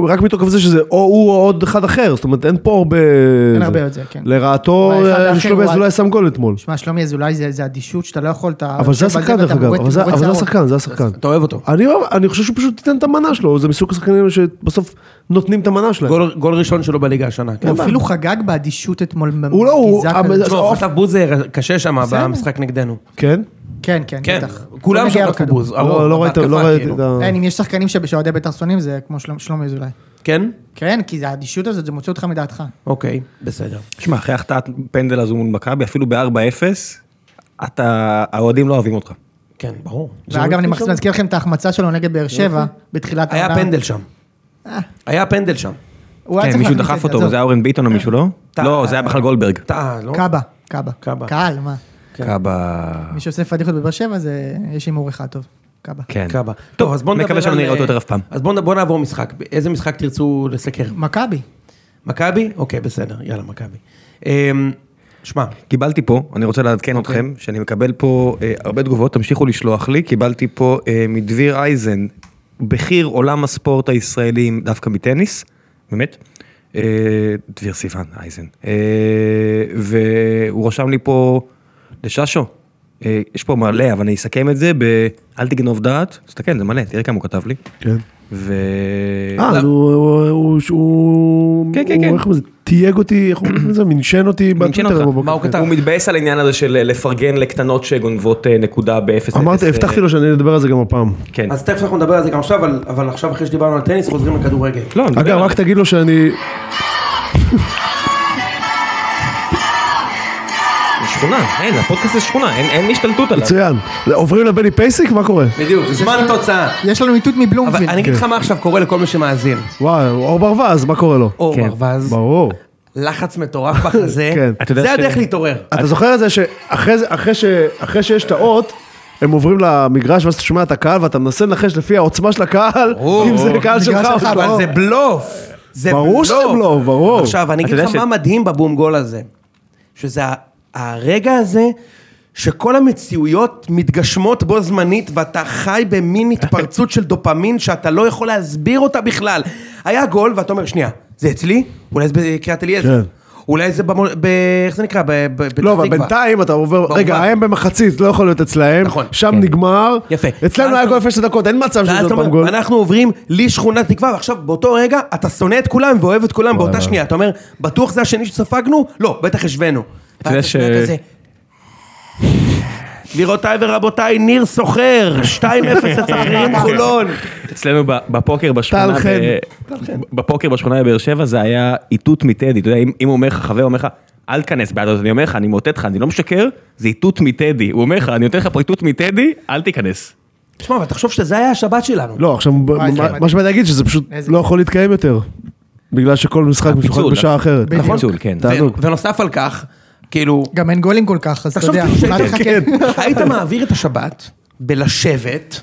Speaker 3: רק מתוקף זה שזה או הוא או עוד אחד אחר, זאת אומרת אין פה הרבה...
Speaker 2: אין
Speaker 3: זה.
Speaker 2: הרבה יותר, כן.
Speaker 3: לרעתו,
Speaker 2: אבל אחד האחר
Speaker 3: שלומי
Speaker 2: הוא-
Speaker 3: אזולאי שם גול אתמול.
Speaker 2: שמע, שלומי אזולאי זה, זה אדישות שאתה לא יכול, אתה...
Speaker 3: אבל זה
Speaker 2: יושב
Speaker 3: השחקן
Speaker 2: בזה
Speaker 3: דרך
Speaker 2: ואתה
Speaker 3: אגב,
Speaker 2: מורט-
Speaker 3: אבל זה-
Speaker 2: מורט
Speaker 3: אבל זה
Speaker 2: שערות.
Speaker 3: השחקן, זה השחקן.
Speaker 4: אתה אוהב אותו.
Speaker 3: אני אוהב- אני חושב שהוא פשוט ייתן את המנה שלו, זה מסוג השחקנים האלה שבסוף נותנים את המנה שלהם.
Speaker 4: גול- גול ראשון שלו בליגה השנה. כן.
Speaker 2: הוא אפילו חגג באדישות אתמול.
Speaker 3: הוא לא, הוא-
Speaker 2: גזעק
Speaker 3: אבל-
Speaker 2: כזה.
Speaker 4: תשמע, הוא חטף בוזר קשה שם
Speaker 2: בסדר.
Speaker 4: במשחק נגדנו.
Speaker 3: כן?
Speaker 2: כן, כן,
Speaker 4: כן,
Speaker 2: בטח.
Speaker 4: כולם
Speaker 2: הוא נגיע
Speaker 4: שחטפו
Speaker 2: בכדור.
Speaker 4: בוז. הרוב,
Speaker 3: לא לא ראית
Speaker 4: בהתקפה,
Speaker 3: לא ראיתי
Speaker 4: כאילו.
Speaker 3: את ה...
Speaker 2: אין, אם יש שחקנים שבשאוהדי בית"ר שונאים זה כמו שלומ- שלומי אזולאי.
Speaker 4: כן?
Speaker 2: כן, כי זה האדישות הזאת, זה מוציא אותך מדעתך.
Speaker 4: אוקיי, בסדר.
Speaker 5: שמע, אחרי החטאת פנדל הזו מול מכבי, אפילו ב-4-0, אתה, האוהדים לא אוהבים אותך.
Speaker 4: כן, ברור.
Speaker 5: לא
Speaker 2: ואגב, אני מחזיר- מזכיר לכם את ההחמצה שלו נגד באר שבע, בתחילת העונה.
Speaker 4: היה פנדל שם.
Speaker 2: אה.
Speaker 4: היה פנדל שם.
Speaker 2: הוא היה
Speaker 5: כן,
Speaker 2: צריך
Speaker 5: מישהו
Speaker 2: להחמיץ את
Speaker 5: דחף
Speaker 2: זה,
Speaker 5: אותו,
Speaker 2: עזוב. כן.
Speaker 5: זה היה אורן ביטון או מישהו, לא?
Speaker 4: טה-
Speaker 5: לא, זה היה בכלל גולדברג.
Speaker 4: אתה, לא?
Speaker 2: קאבה, קאבה.
Speaker 4: קאבה.
Speaker 2: קהל, מה?
Speaker 5: קאבה...
Speaker 2: מי שעושה פדיחות בבאר שבע, זה... יש הימור אחד טוב. קאבה.
Speaker 5: כן.
Speaker 4: קאבה. טוב, אז בוא נדבר על... אה,
Speaker 5: מקווה שלא נראה אותו יותר אף פעם.
Speaker 4: אז בוא נ- בוא נעבור משחק. איזה משחק תרצו לסקר?
Speaker 2: מכבי.
Speaker 4: מכבי? אוקיי, בסדר, יאללה, מכבי. אמ, שמע,
Speaker 5: קיבלתי פה, אני רוצה לעדכן
Speaker 4: אוקיי.
Speaker 5: אתכם, שאני מקבל פה אה, הרבה תגובות, תמשיכו לשלוח לי, קיבלתי פה אה, מדביר אייזן, בכיר עולם הספורט הישראלי, דווקא מטניס, באמת, אה, דביר סיוון אייזן, אה, והוא רשם לי פה לששו, אה, יש פה מלא, אבל אני אסכם את זה ב... אל תגנוב דעת, תסתכל, זה מלא, תראה כמה הוא כתב לי,
Speaker 3: כן.
Speaker 5: ו...
Speaker 3: אה, נו, הוא- הוא... הוא-
Speaker 5: כן, כן,
Speaker 3: הוא-
Speaker 5: כן.
Speaker 3: איך זה? תייג אותי, איך אומרים לזה? מנשן אותי
Speaker 5: מנשן
Speaker 3: בטוויטר
Speaker 5: אותך.
Speaker 3: בבוקר. כן.
Speaker 4: מה הוא כתב?
Speaker 5: הוא מתבאס על העניין הזה של אה, לפרגן לקטנות שגונבות אה, נקודה באפס.
Speaker 3: אמרתי,
Speaker 5: אפס, אה,
Speaker 3: הבטחתי לו שאני אדבר על זה גם הפעם.
Speaker 1: אה,
Speaker 5: כן.
Speaker 4: אז תכף אנחנו נדבר על זה גם עכשיו, אבל- אבל עכשיו אחרי שדיברנו על טניס חוזרים לכדורגל.
Speaker 5: לא, אני
Speaker 1: אה,
Speaker 5: מדבר
Speaker 3: אגב,
Speaker 5: על
Speaker 3: רק תגיד לו שאני...
Speaker 1: שכונה, אין, הפודקאסט זה שכונה, אין- אין השתלטות עליו.
Speaker 3: מצוין. עוברים לבני פייסיק? מה קורה?
Speaker 4: בדיוק, זמן
Speaker 2: לא.
Speaker 4: תוצאה.
Speaker 2: יש לנו איתות מבלומפילד.
Speaker 4: אבל אני
Speaker 5: כן.
Speaker 4: אגיד לך מה עכשיו קורה לכל מי שמאזין.
Speaker 3: וואי, אור ברווז, מה קורה לו?
Speaker 4: אור
Speaker 1: כן.
Speaker 4: ברווז,
Speaker 3: ברור.
Speaker 4: לחץ מטורף בחזה,
Speaker 3: כן.
Speaker 1: אתה יודע ש-
Speaker 4: זה הדרך להתעורר.
Speaker 3: אתה זוכר את זה שאחרי זה- אחרי ש- אחרי שיש את האות, הם עוברים למגרש ואז אתה שומע את הקהל ואתה מנסה לנחש לפי העוצמה של הקהל,
Speaker 4: ברור.
Speaker 3: אם זה קהל
Speaker 2: מגרש
Speaker 3: שלך או
Speaker 2: שלך,
Speaker 3: לא.
Speaker 4: אבל זה בלוף. זה
Speaker 3: ברור שזה בלוף, ברור.
Speaker 4: עכשיו, אני
Speaker 1: אתה
Speaker 4: אגיד
Speaker 1: יודע
Speaker 4: לך
Speaker 1: ש-
Speaker 4: מה מדהים בבום גול הזה. שזה ה- הרגע הזה, שכל המציאויות מתגשמות בו זמנית, ואתה חי במין התפרצות של דופמין שאתה לא יכול להסביר אותה בכלל. היה גול, ואתה אומר, שנייה, זה אצלי? אולי זה בקריית אליעזר?
Speaker 3: כן.
Speaker 4: אולי זה במו... ב... איך זה נקרא? ב... ב... בפתח
Speaker 3: לא, אבל
Speaker 4: תקווה.
Speaker 3: בינתיים אתה עובר,
Speaker 4: ברור,
Speaker 3: רגע,
Speaker 4: מה?
Speaker 3: הם במחצית, לא יכול להיות אצלהם,
Speaker 4: נכון.
Speaker 3: שם
Speaker 1: כן.
Speaker 3: נגמר,
Speaker 4: יפה.
Speaker 3: אצלנו
Speaker 4: ואז
Speaker 3: היה
Speaker 4: אתה-
Speaker 3: גול לפני שתי דקות, אין מצב שזה
Speaker 4: ואז
Speaker 3: עוד
Speaker 4: אתה
Speaker 3: פעם
Speaker 4: אומר,
Speaker 3: גול.
Speaker 4: אנחנו עוברים לשכונת תקווה, ועכשיו באותו רגע אתה שונא את כולם ואוהב את כולם באותה
Speaker 3: וואי.
Speaker 4: שנייה. אתה אומר, בטוח זה השני שספגנו? לא, בטח השווינו.
Speaker 1: אתה יודע
Speaker 4: ואז שומע
Speaker 1: ש-
Speaker 4: כזה, גבירותיי ורבותיי, ניר סוחר, 2-0 לסחררים חולון.
Speaker 1: אצלנו ב- בפוקר בשכונה,
Speaker 3: טל חן.
Speaker 1: ב- בפוקר בשכונה בבאר שבע זה היה איתות מטדי, אתה יודע, אם- אם הוא אומר לך, חבר אומר לך, אל תיכנס בעד הזאת, אני אומר לך, אני מאותת לך, אני לא משקר, זה איתות מטדי, הוא אומר לך, אני נותן לך פה איתות מטדי, אל תיכנס.
Speaker 4: תשמע, אבל תחשוב שזה היה השבת שלנו.
Speaker 3: לא, עכשיו, ב-
Speaker 2: וואי,
Speaker 3: מה-
Speaker 2: זה-
Speaker 3: מה שבאתי להגיד שזה פשוט
Speaker 2: איזה-
Speaker 3: לא יכול להתקיים יותר. בגלל שכל משחק משוחק
Speaker 1: הפיצול,
Speaker 4: אה?
Speaker 3: בשעה אחרת.
Speaker 2: בדיוק.
Speaker 1: פיצול, כן.
Speaker 3: אתה- תענוג.
Speaker 4: ו- ונוסף על כך, כאילו,
Speaker 2: גם אין גולים כל כך, אז אתה
Speaker 4: תחשוב
Speaker 2: יודע,
Speaker 4: כאילו
Speaker 2: מה
Speaker 4: שהיית-
Speaker 2: תחכה?
Speaker 4: כן. היית מעביר את השבת בלשבת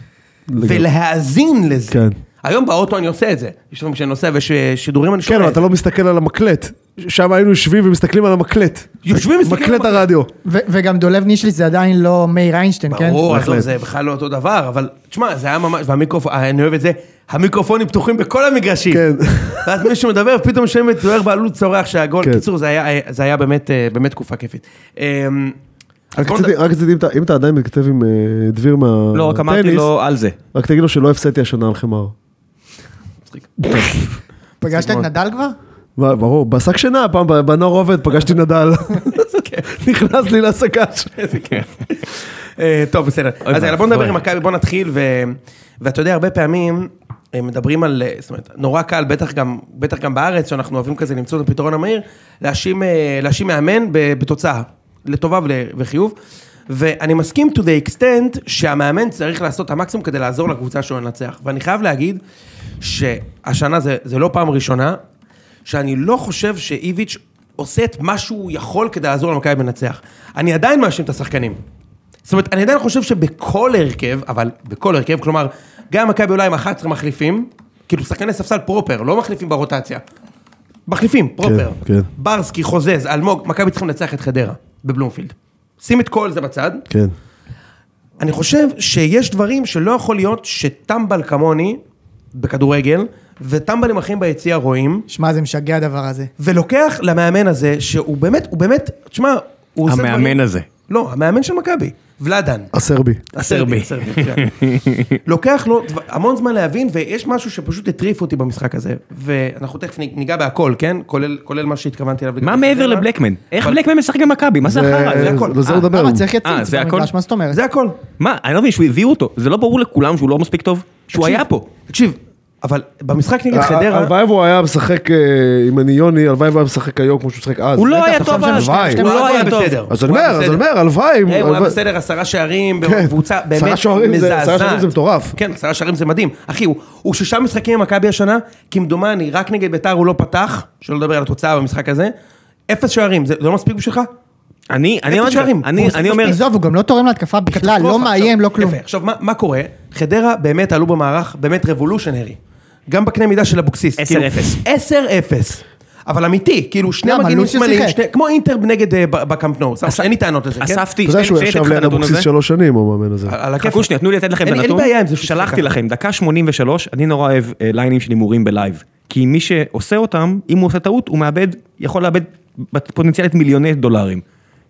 Speaker 4: ולהאזין לזה.
Speaker 3: כן.
Speaker 4: היום באוטו אני עושה את זה. יש פעמים כשאני נוסע ויש אה, שידורים אני
Speaker 3: כן,
Speaker 4: שומע.
Speaker 3: אבל
Speaker 4: את
Speaker 3: אתה
Speaker 4: זה.
Speaker 3: לא מסתכל על המקלט. שם היינו יושבים ומסתכלים על המקלט.
Speaker 4: יושבים מסתכלים על
Speaker 3: מקלט
Speaker 4: המקלט.
Speaker 3: הרדיו.
Speaker 2: ו- וגם דולב נישלי זה עדיין לא מאיר איינשטיין, כן?
Speaker 4: ברור, אז
Speaker 3: בהחלט.
Speaker 4: לא, זה בכלל לא אותו דבר, אבל תשמע, זה היה ממש, והמיקרופון, אה, אני אוהב את זה, המיקרופונים פתוחים בכל המגרשים.
Speaker 3: כן.
Speaker 4: ואז מישהו מדבר, פתאום שם את זוהר בהלול צורח שהגול,
Speaker 3: כן.
Speaker 4: קיצור, זה היה- זה היה באמת אה, באמת תקופה כיפית. אה, אז
Speaker 3: רק
Speaker 4: בוא
Speaker 3: רציתי,
Speaker 4: נד-
Speaker 3: רק רציתי, אם אתה- אם אתה עדיין מתכתב עם אה, דביר מהטניס,
Speaker 1: לא, רק אמרתי לו, על זה.
Speaker 3: רק תגיד לו שלא הפסדתי השנה על חמר.
Speaker 2: פגשת את נדל כבר?
Speaker 3: ב- ברור, בשק שינה, פעם ב- בנוער עובד, פגשתי נדל. נכנס לי להסקה. ש-
Speaker 4: איזה כיף. אה, טוב, בסדר. אז יאללה, בוא נדבר עם מכבי, בוא נתחיל, ו- ואתה יודע, הרבה פעמים אה, מדברים על, אה, זאת אומרת, נורא קל, בטח גם, בטח גם בארץ, שאנחנו אוהבים כזה למצוא את הפתרון המהיר, להאשים אה, להאשים מאמן ב- בתוצאה, לטובה ול- וחיוב. ואני מסכים to the extent שהמאמן צריך לעשות את המקסימום כדי לעזור לקבוצה שלו לנצח. ואני חייב להגיד שהשנה זה, זה לא פעם ראשונה, שאני לא חושב שאיביץ' עושה את מה שהוא יכול כדי לעזור למכבי לנצח. אני עדיין מאשים את השחקנים. זאת אומרת, אני עדיין חושב שבכל הרכב, אבל בכל הרכב, כלומר, גם מכבי אולי עם 11 מחליפים, כאילו שחקני ספסל פרופר, לא מחליפים ברוטציה. מחליפים, פרופר.
Speaker 3: כן.
Speaker 4: ברסקי, חוזז, אלמוג, מכבי צריכים לנצח את חדרה בבלומפילד. שים את כל זה בצד.
Speaker 3: כן.
Speaker 4: אני חושב שיש דברים שלא יכול להיות שטמבל כמוני בכדורגל, וטמבלים אחרים ביציע רואים,
Speaker 2: שמע, זה משגע הדבר הזה.
Speaker 4: ולוקח למאמן הזה, שהוא באמת, הוא באמת, תשמע, הוא עושה דברים...
Speaker 1: המאמן הזה.
Speaker 4: לא, המאמן של מכבי, ולאדן.
Speaker 3: הסרבי.
Speaker 1: הסרבי.
Speaker 4: הסרבי, כן. לוקח לו דבר- המון זמן להבין, ויש משהו שפשוט הטריף אותי במשחק הזה, ואנחנו תכף ניגע בהכל, כן? כולל- כולל מה שהתכוונתי אליו.
Speaker 1: מה
Speaker 4: לגבי
Speaker 1: מעבר
Speaker 4: חדרה.
Speaker 1: לבלקמן? איך בלקמן משחק עם מכבי? מה זה החרא? הזה?
Speaker 4: זה הכל.
Speaker 3: לא, זה
Speaker 4: אה,
Speaker 3: הוא מדבר.
Speaker 2: למה צריך
Speaker 1: אה,
Speaker 2: יציץ
Speaker 1: זה הכל?
Speaker 2: במגרש, מה זאת אומרת?
Speaker 4: זה הכל.
Speaker 1: מה, אני לא מבין, שהוא הביאו אותו, זה לא ברור לכולם שהוא לא מספיק טוב? שהוא
Speaker 4: תקשיב,
Speaker 1: היה פה.
Speaker 4: תקשיב, אבל במשחק נגד
Speaker 3: ה-
Speaker 4: חדרה...
Speaker 3: הלוואי והוא היה משחק, אה, אם אני יוני, הלוואי והוא היה משחק היום כמו שהוא משחק אז.
Speaker 1: הוא לא
Speaker 4: בטח,
Speaker 1: היה
Speaker 4: עכשיו
Speaker 1: טוב,
Speaker 4: זה
Speaker 1: אז,
Speaker 3: הלוואי.
Speaker 1: הוא לא היה טוב.
Speaker 4: בסדר.
Speaker 3: אז אני
Speaker 4: הוא היה
Speaker 3: אומר, אז
Speaker 4: בסדר.
Speaker 3: אני אומר, הלוואי.
Speaker 4: אה, הוא היה
Speaker 3: הלוואי.
Speaker 4: בסדר, עשרה שערים,
Speaker 3: כן.
Speaker 4: קבוצה
Speaker 3: עשרה
Speaker 4: באמת
Speaker 3: שערים זה- עשרה שערים
Speaker 4: מזעזעת.
Speaker 3: זה מטורף.
Speaker 4: כן, עשרה שערים זה מדהים. אחי, הוא- הוא שישה משחקים עם מכבי השנה, כמדומני, רק נגד ביתר הוא לא פתח, שלא לדבר על התוצאה במשחק הזה. אפס שערים, זה זה לא מספיק בשבילך?
Speaker 1: אני אני
Speaker 4: אפס
Speaker 1: אמרתי לך,
Speaker 4: שערים.
Speaker 1: אני-
Speaker 4: הוא
Speaker 1: אני אומר,
Speaker 2: עזוב, הוא גם לא תורם להתקפה בכלל, לא
Speaker 4: קטסטרופה.
Speaker 2: מאיים, לא
Speaker 4: עכשיו,
Speaker 2: כלום.
Speaker 4: יפה, עכשיו, מה- מה קורה? חדרה באמת עלו במערך, באמת רבולושנרי. גם בקנה מידה של אבוקסיס.
Speaker 1: 10-0.
Speaker 4: כאילו, 10-0. אבל אמיתי, כאילו שני
Speaker 2: למה?
Speaker 4: מגנים
Speaker 2: לוסיו
Speaker 4: שמאליים,
Speaker 2: שיחק.
Speaker 4: שני- כמו אינטר נגד אה, ב- בקאמפ נו, סבבה, אין לי טענות לזה, כן?
Speaker 1: אספתי,
Speaker 3: אתה יודע שהוא
Speaker 1: שנייה,
Speaker 3: ישב
Speaker 1: אתן לך את
Speaker 3: ליד
Speaker 1: הנתון
Speaker 3: אבוקסיס
Speaker 1: הזה. אה,
Speaker 3: שלוש שנים, המאמן הזה.
Speaker 4: על הכיף.
Speaker 1: חכו שנייה, תנו לי לתת לכם את
Speaker 4: אין-
Speaker 1: הנתון.
Speaker 4: אין לי בעיה עם זה שהוא
Speaker 1: שלחתי
Speaker 4: שיחק.
Speaker 1: לכם, דקה 83, אני נורא אוהב אה, ליינים שנמורים בלייב. כי מי שעושה אותם, אם הוא עושה טעות, הוא מאבד, יכול לאבד פוטנציאלית מיליוני דולרים.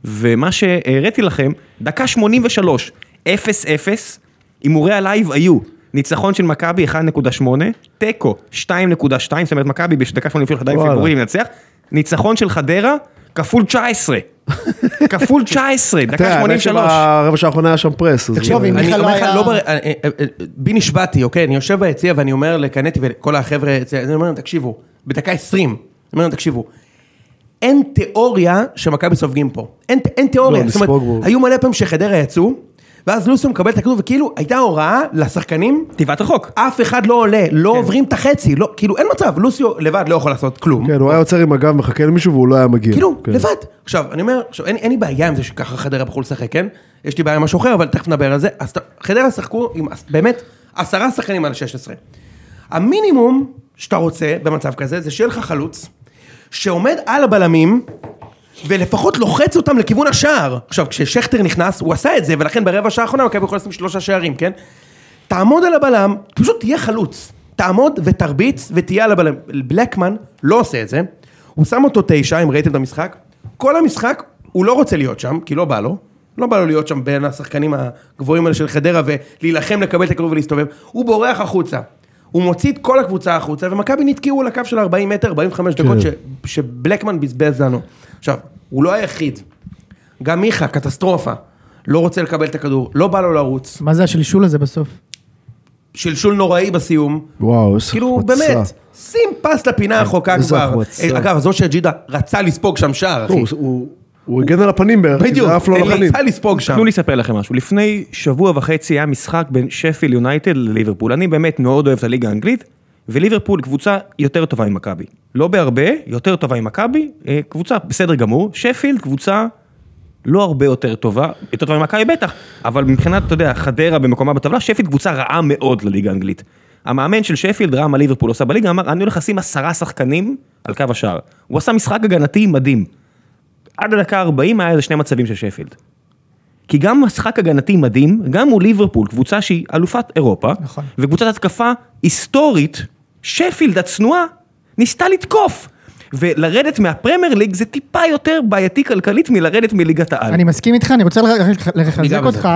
Speaker 1: ומה שהראיתי לכם, דקה 83, 0-0, הימורי הלייב היו ניצחון של מכבי 1.8, תיקו 2.2, זאת אומרת מכבי בדקה 83 עדיין
Speaker 3: וואלה.
Speaker 1: פיגורים לנצח, ניצחון של חדרה כפול 19, כפול 19, דקה 83.
Speaker 3: הרבע שעה האחרונה היה שם פרס. אז-
Speaker 2: תקשיב, אם-
Speaker 4: אני
Speaker 2: מיכה לא
Speaker 4: אומר לך,
Speaker 2: היה-
Speaker 4: לא בר... אה, אה, אה, בי נשבעתי, אוקיי? אני יושב ביציע ואני אומר לקנטי ולכל החבר'ה, אצל- אני אומר להם, תקשיבו, בדקה 20, אני אומר להם, תקשיבו, אין תיאוריה שמכבי סופגים פה. אין, אין תיאוריה.
Speaker 3: לא,
Speaker 4: זאת אומרת,
Speaker 3: לספוג בו.
Speaker 4: היו מלא פעמים שחדרה יצאו, ואז לוסו מקבל את הכדור, וכאילו הייתה הוראה לשחקנים,
Speaker 1: טבעת החוק.
Speaker 4: אף אחד לא עולה, לא עוברים את החצי, לא, כאילו אין מצב, לוסיו לבד לא יכול לעשות כלום.
Speaker 3: כן, הוא היה עוצר עם הגב, מחכה למישהו והוא לא היה מגיע.
Speaker 4: כאילו,
Speaker 3: כן.
Speaker 4: לבד. עכשיו, אני אומר, עכשיו, אין, אין לי בעיה עם זה שככה חדרה בחו"ל לשחק, כן? יש לי בעיה עם משהו אחר, אבל תכף נדבר על זה. אז ת- חדרה שחקו עם עש- באמת עשרה שחקנים על 16. המינימום שאתה רוצה במצב כזה, זה שיהיה לך חלוץ, שעומד על הבלמים, ולפחות לוחץ אותם לכיוון השער. עכשיו, כששכטר נכנס, הוא עשה את זה, ולכן ברבע שעה האחרונה מכבי יכולה לשים שלושה שערים, כן? תעמוד על הבלם, פשוט תהיה חלוץ. תעמוד ותרביץ ותהיה על הבלם. בלקמן לא עושה את זה, הוא שם אותו תשע, אם ראיתם את המשחק. כל המשחק, הוא לא רוצה להיות שם, כי לא בא לו. לא בא לו להיות שם בין השחקנים הגבוהים האלה של חדרה ולהילחם, לקבל את הכדור ולהסתובב. הוא בורח החוצה. הוא מוציא את כל הקבוצה החוצה, ומכבי נתקעו על הקו של 40 מטר, 45 דקות, ש, שבלקמן בזבז לנו. עכשיו, הוא לא היחיד. גם מיכה, קטסטרופה. לא רוצה לקבל את הכדור, לא בא לו לרוץ.
Speaker 2: מה זה השלשול הזה בסוף?
Speaker 4: שלשול נוראי בסיום.
Speaker 3: וואו, איזה
Speaker 4: כאילו,
Speaker 3: החמצה.
Speaker 4: באמת, שים פס לפינה החוקה
Speaker 3: איזה
Speaker 4: כבר.
Speaker 3: החמצה.
Speaker 4: אה, אגב, זו שג'ידה רצה לספוג שם שער, אחי.
Speaker 3: הוא- הוא- הוא הגן על הפנים בערך, כי
Speaker 4: בדיוק,
Speaker 3: זה לא עף לו על הפנים.
Speaker 4: רצה לספוג שם.
Speaker 1: תנו לי לספר לכם משהו, לפני שבוע וחצי היה משחק בין שפיל יונייטד לליברפול, אני באמת מאוד אוהב את הליגה האנגלית, וליברפול קבוצה יותר טובה ממכבי. לא בהרבה, יותר טובה ממכבי, אה, קבוצה בסדר גמור, שפילד קבוצה לא הרבה יותר טובה, יותר טובה ממכבי בטח, אבל מבחינת, אתה יודע, חדרה במקומה בטבלה, שפילד קבוצה רעה מאוד לליגה האנגלית. המאמן של שפילד ראה מה ליברפול עושה בליגה, אמר, אני הולך לשים עשרה שחקנים על קו השער. הוא עשה משחק הגנתי מדהים. עד הדקה ה-40 היה איזה שני מצבים של שפילד. כי גם משחק הגנתי מדהים, גם מול ליברפול, קבוצה שהיא אלופת אירופה,
Speaker 2: נכון.
Speaker 1: וקבוצת התקפה היסטורית, שפילד הצנועה, ניסתה לתקוף. ולרדת מהפרמייר ליג זה טיפה יותר בעייתי כלכלית מלרדת מליגת העל.
Speaker 2: אני מסכים איתך, אני רוצה לח-
Speaker 4: ניגע
Speaker 2: לחזק
Speaker 4: בזה.
Speaker 2: אותך.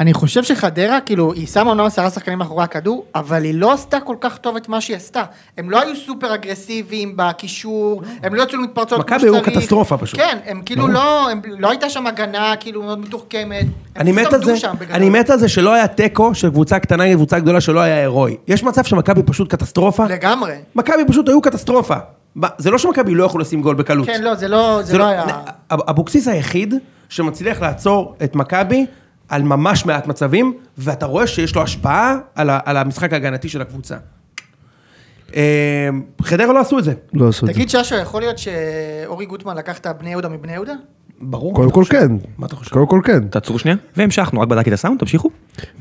Speaker 2: אני חושב שחדרה, כאילו, היא שמה אומנם עשרה שחקנים מאחורי הכדור, אבל היא לא עשתה כל כך טוב את מה שהיא עשתה. הם לא היו סופר אגרסיביים בקישור, הם לא יצאו למתפרצות כמו
Speaker 4: מכבי
Speaker 2: שצריך.
Speaker 4: היו קטסטרופה פשוט.
Speaker 2: כן, הם כאילו לא, הם- לא הייתה שם הגנה, כאילו, מאוד מתוחכמת. הם
Speaker 4: אני
Speaker 2: פשוט
Speaker 4: מת על
Speaker 2: עמדו
Speaker 4: זה,
Speaker 2: שם בגדול.
Speaker 4: אני מת על זה שלא היה תיקו של קבוצה קטנה נגד קבוצה גדולה שלא היה הירואי. יש מצב שמכבי פשוט קטסטרופה?
Speaker 2: לגמרי.
Speaker 4: מכבי פשוט היו קטסטרופה. מה, זה לא שמכבי לא יכלו לשים גול בקלות.
Speaker 2: כן, לא, זה לא, זה לא היה...
Speaker 4: אב- אבוקסיס היחיד שמצליח לעצור את מכבי על ממש מעט מצבים, ואתה רואה שיש לו השפעה על, ה, על המשחק ההגנתי של הקבוצה. אה, חדרה לא עשו את זה.
Speaker 3: לא עשו את זה.
Speaker 2: תגיד, ששו, יכול להיות שאורי גוטמן לקח את הבני יהודה מבני יהודה?
Speaker 4: ברור.
Speaker 3: קודם כל כן.
Speaker 4: מה אתה חושב?
Speaker 3: קודם כל כן.
Speaker 1: תעצרו שנייה, והמשכנו, רק בדקתי את הסאונד, תמשיכו.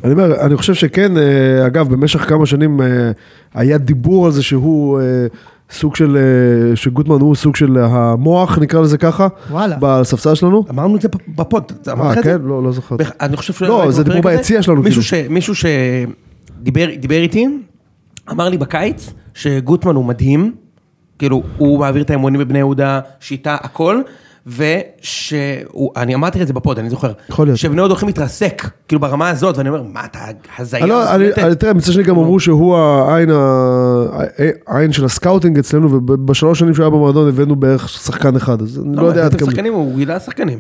Speaker 3: אני אומר, אני חושב שכן, אה, אגב, במשך כמה שנים אה, היה דיבור על זה שהוא אה, סוג של, אה, שגוטמן הוא סוג של המוח, נקרא לזה ככה,
Speaker 2: וואלה.
Speaker 3: בספסל שלנו.
Speaker 4: אמרנו את זה בפ- בפוד. אתה אמרת
Speaker 3: אה,
Speaker 4: את זה?
Speaker 3: כן? לא, לא זוכר.
Speaker 4: בח- אני חושב ש...
Speaker 3: לא, זה דיבור ביציע שלנו,
Speaker 4: מישהו ש...
Speaker 3: כאילו.
Speaker 4: מישהו שדיבר דיבר איתי, אמר לי בקיץ שגוטמן הוא מדהים, כאילו, הוא מעביר את האימונים בבני יהודה, שיטה, הכל, ושהוא... אני אמרתי את זה בפוד, אני זוכר.
Speaker 3: יכול להיות.
Speaker 4: שבני יהודה הולכים להתרסק, כאילו, ברמה הזאת, ואני אומר, מה אתה הזיה?
Speaker 3: אני לא, אני-
Speaker 4: מוחלטת."
Speaker 3: אני- תראה, מצד שני גם
Speaker 4: לא.
Speaker 3: אמרו שהוא העין ה- העין של הסקאוטינג אצלנו, ובשלוש שנים שהוא היה במועדון הבאנו בערך שחקן אחד, אז אני לא יודע עד
Speaker 4: הבאתם
Speaker 3: כמה,
Speaker 4: שחקנים, הוא גילה שחקנים.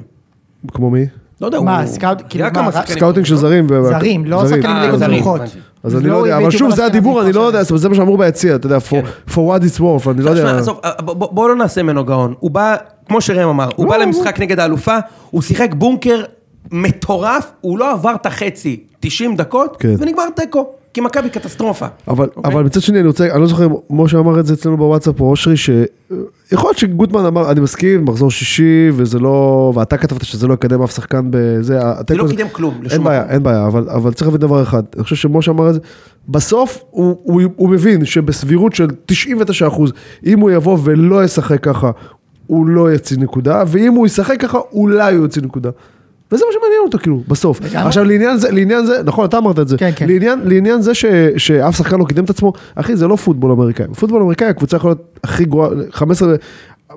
Speaker 3: כמו מי?
Speaker 4: לא יודע, הוא...
Speaker 2: מה, סקאוט-
Speaker 4: גילה
Speaker 2: כאילו, מה,
Speaker 4: כמה
Speaker 2: רק
Speaker 4: שחקנים.
Speaker 3: סקאוטינג של זרים. ו-
Speaker 2: זרים, לא
Speaker 3: זרים.
Speaker 2: שחקנים
Speaker 4: אה,
Speaker 2: ליגות
Speaker 4: זרים,
Speaker 2: זרות.
Speaker 4: הבנתי.
Speaker 3: אז אני לא יודע,
Speaker 2: הביא
Speaker 3: אבל
Speaker 2: את
Speaker 3: שוב,
Speaker 2: יובל
Speaker 3: זה
Speaker 2: אשכנזי
Speaker 3: הדיבור, אני לא
Speaker 2: כבר
Speaker 3: יודע,
Speaker 2: שנה.
Speaker 3: זאת אומרת, זה מה שאמרו ביציע, אתה יודע, for for what it's worth, אני לא
Speaker 4: שמע,
Speaker 3: יודע.
Speaker 4: עזוב, בוא- בוא לא נעשה ממנו גאון. הוא בא, כמו שראם אמר, הוא
Speaker 3: לא,
Speaker 4: בא למשחק נגד האלופה, הוא שיחק בונקר מטורף, הוא לא עבר את החצי 90 דקות,
Speaker 3: כן.
Speaker 4: ונגמר תיקו, כי מכבי קטסטרופה.
Speaker 3: אבל, okay.
Speaker 4: אוקיי?
Speaker 3: אבל מצד שני, אני רוצה, אני לא זוכר אם משה אמר את זה אצלנו בוואטסאפ או אושרי, שיכול להיות שגוטמן אמר, אני מסכים, מחזור שישי, וזה לא, ואתה כתבת שזה לא יקדם אף שחקן בזה, התיקו
Speaker 4: לא
Speaker 3: הזה-
Speaker 4: קידם כלום,
Speaker 3: אין
Speaker 4: לשום
Speaker 3: בעיה,
Speaker 4: מקום.
Speaker 3: אין בעיה, אבל, אבל צריך להבין דבר אחד, אני חושב שמשה אמר את זה, בסוף הוא, הוא, הוא מבין שבסבירות של 99 אחוז, אם הוא יבוא ולא ישחק ככה, הוא לא יוציא נקודה, ואם הוא ישחק ככה, אולי הוא יוציא נקודה. וזה מה שמעניין אותו כאילו, בסוף. עכשיו לעניין זה, לעניין זה, נכון, אתה אמרת את זה.
Speaker 2: כן, כן.
Speaker 3: לעניין, לעניין זה ש, שאף שחקן לא קידם את עצמו, אחי, זה לא פוטבול אמריקאי. פוטבול אמריקאי, הקבוצה יכולה להיות הכי גרועה, 15,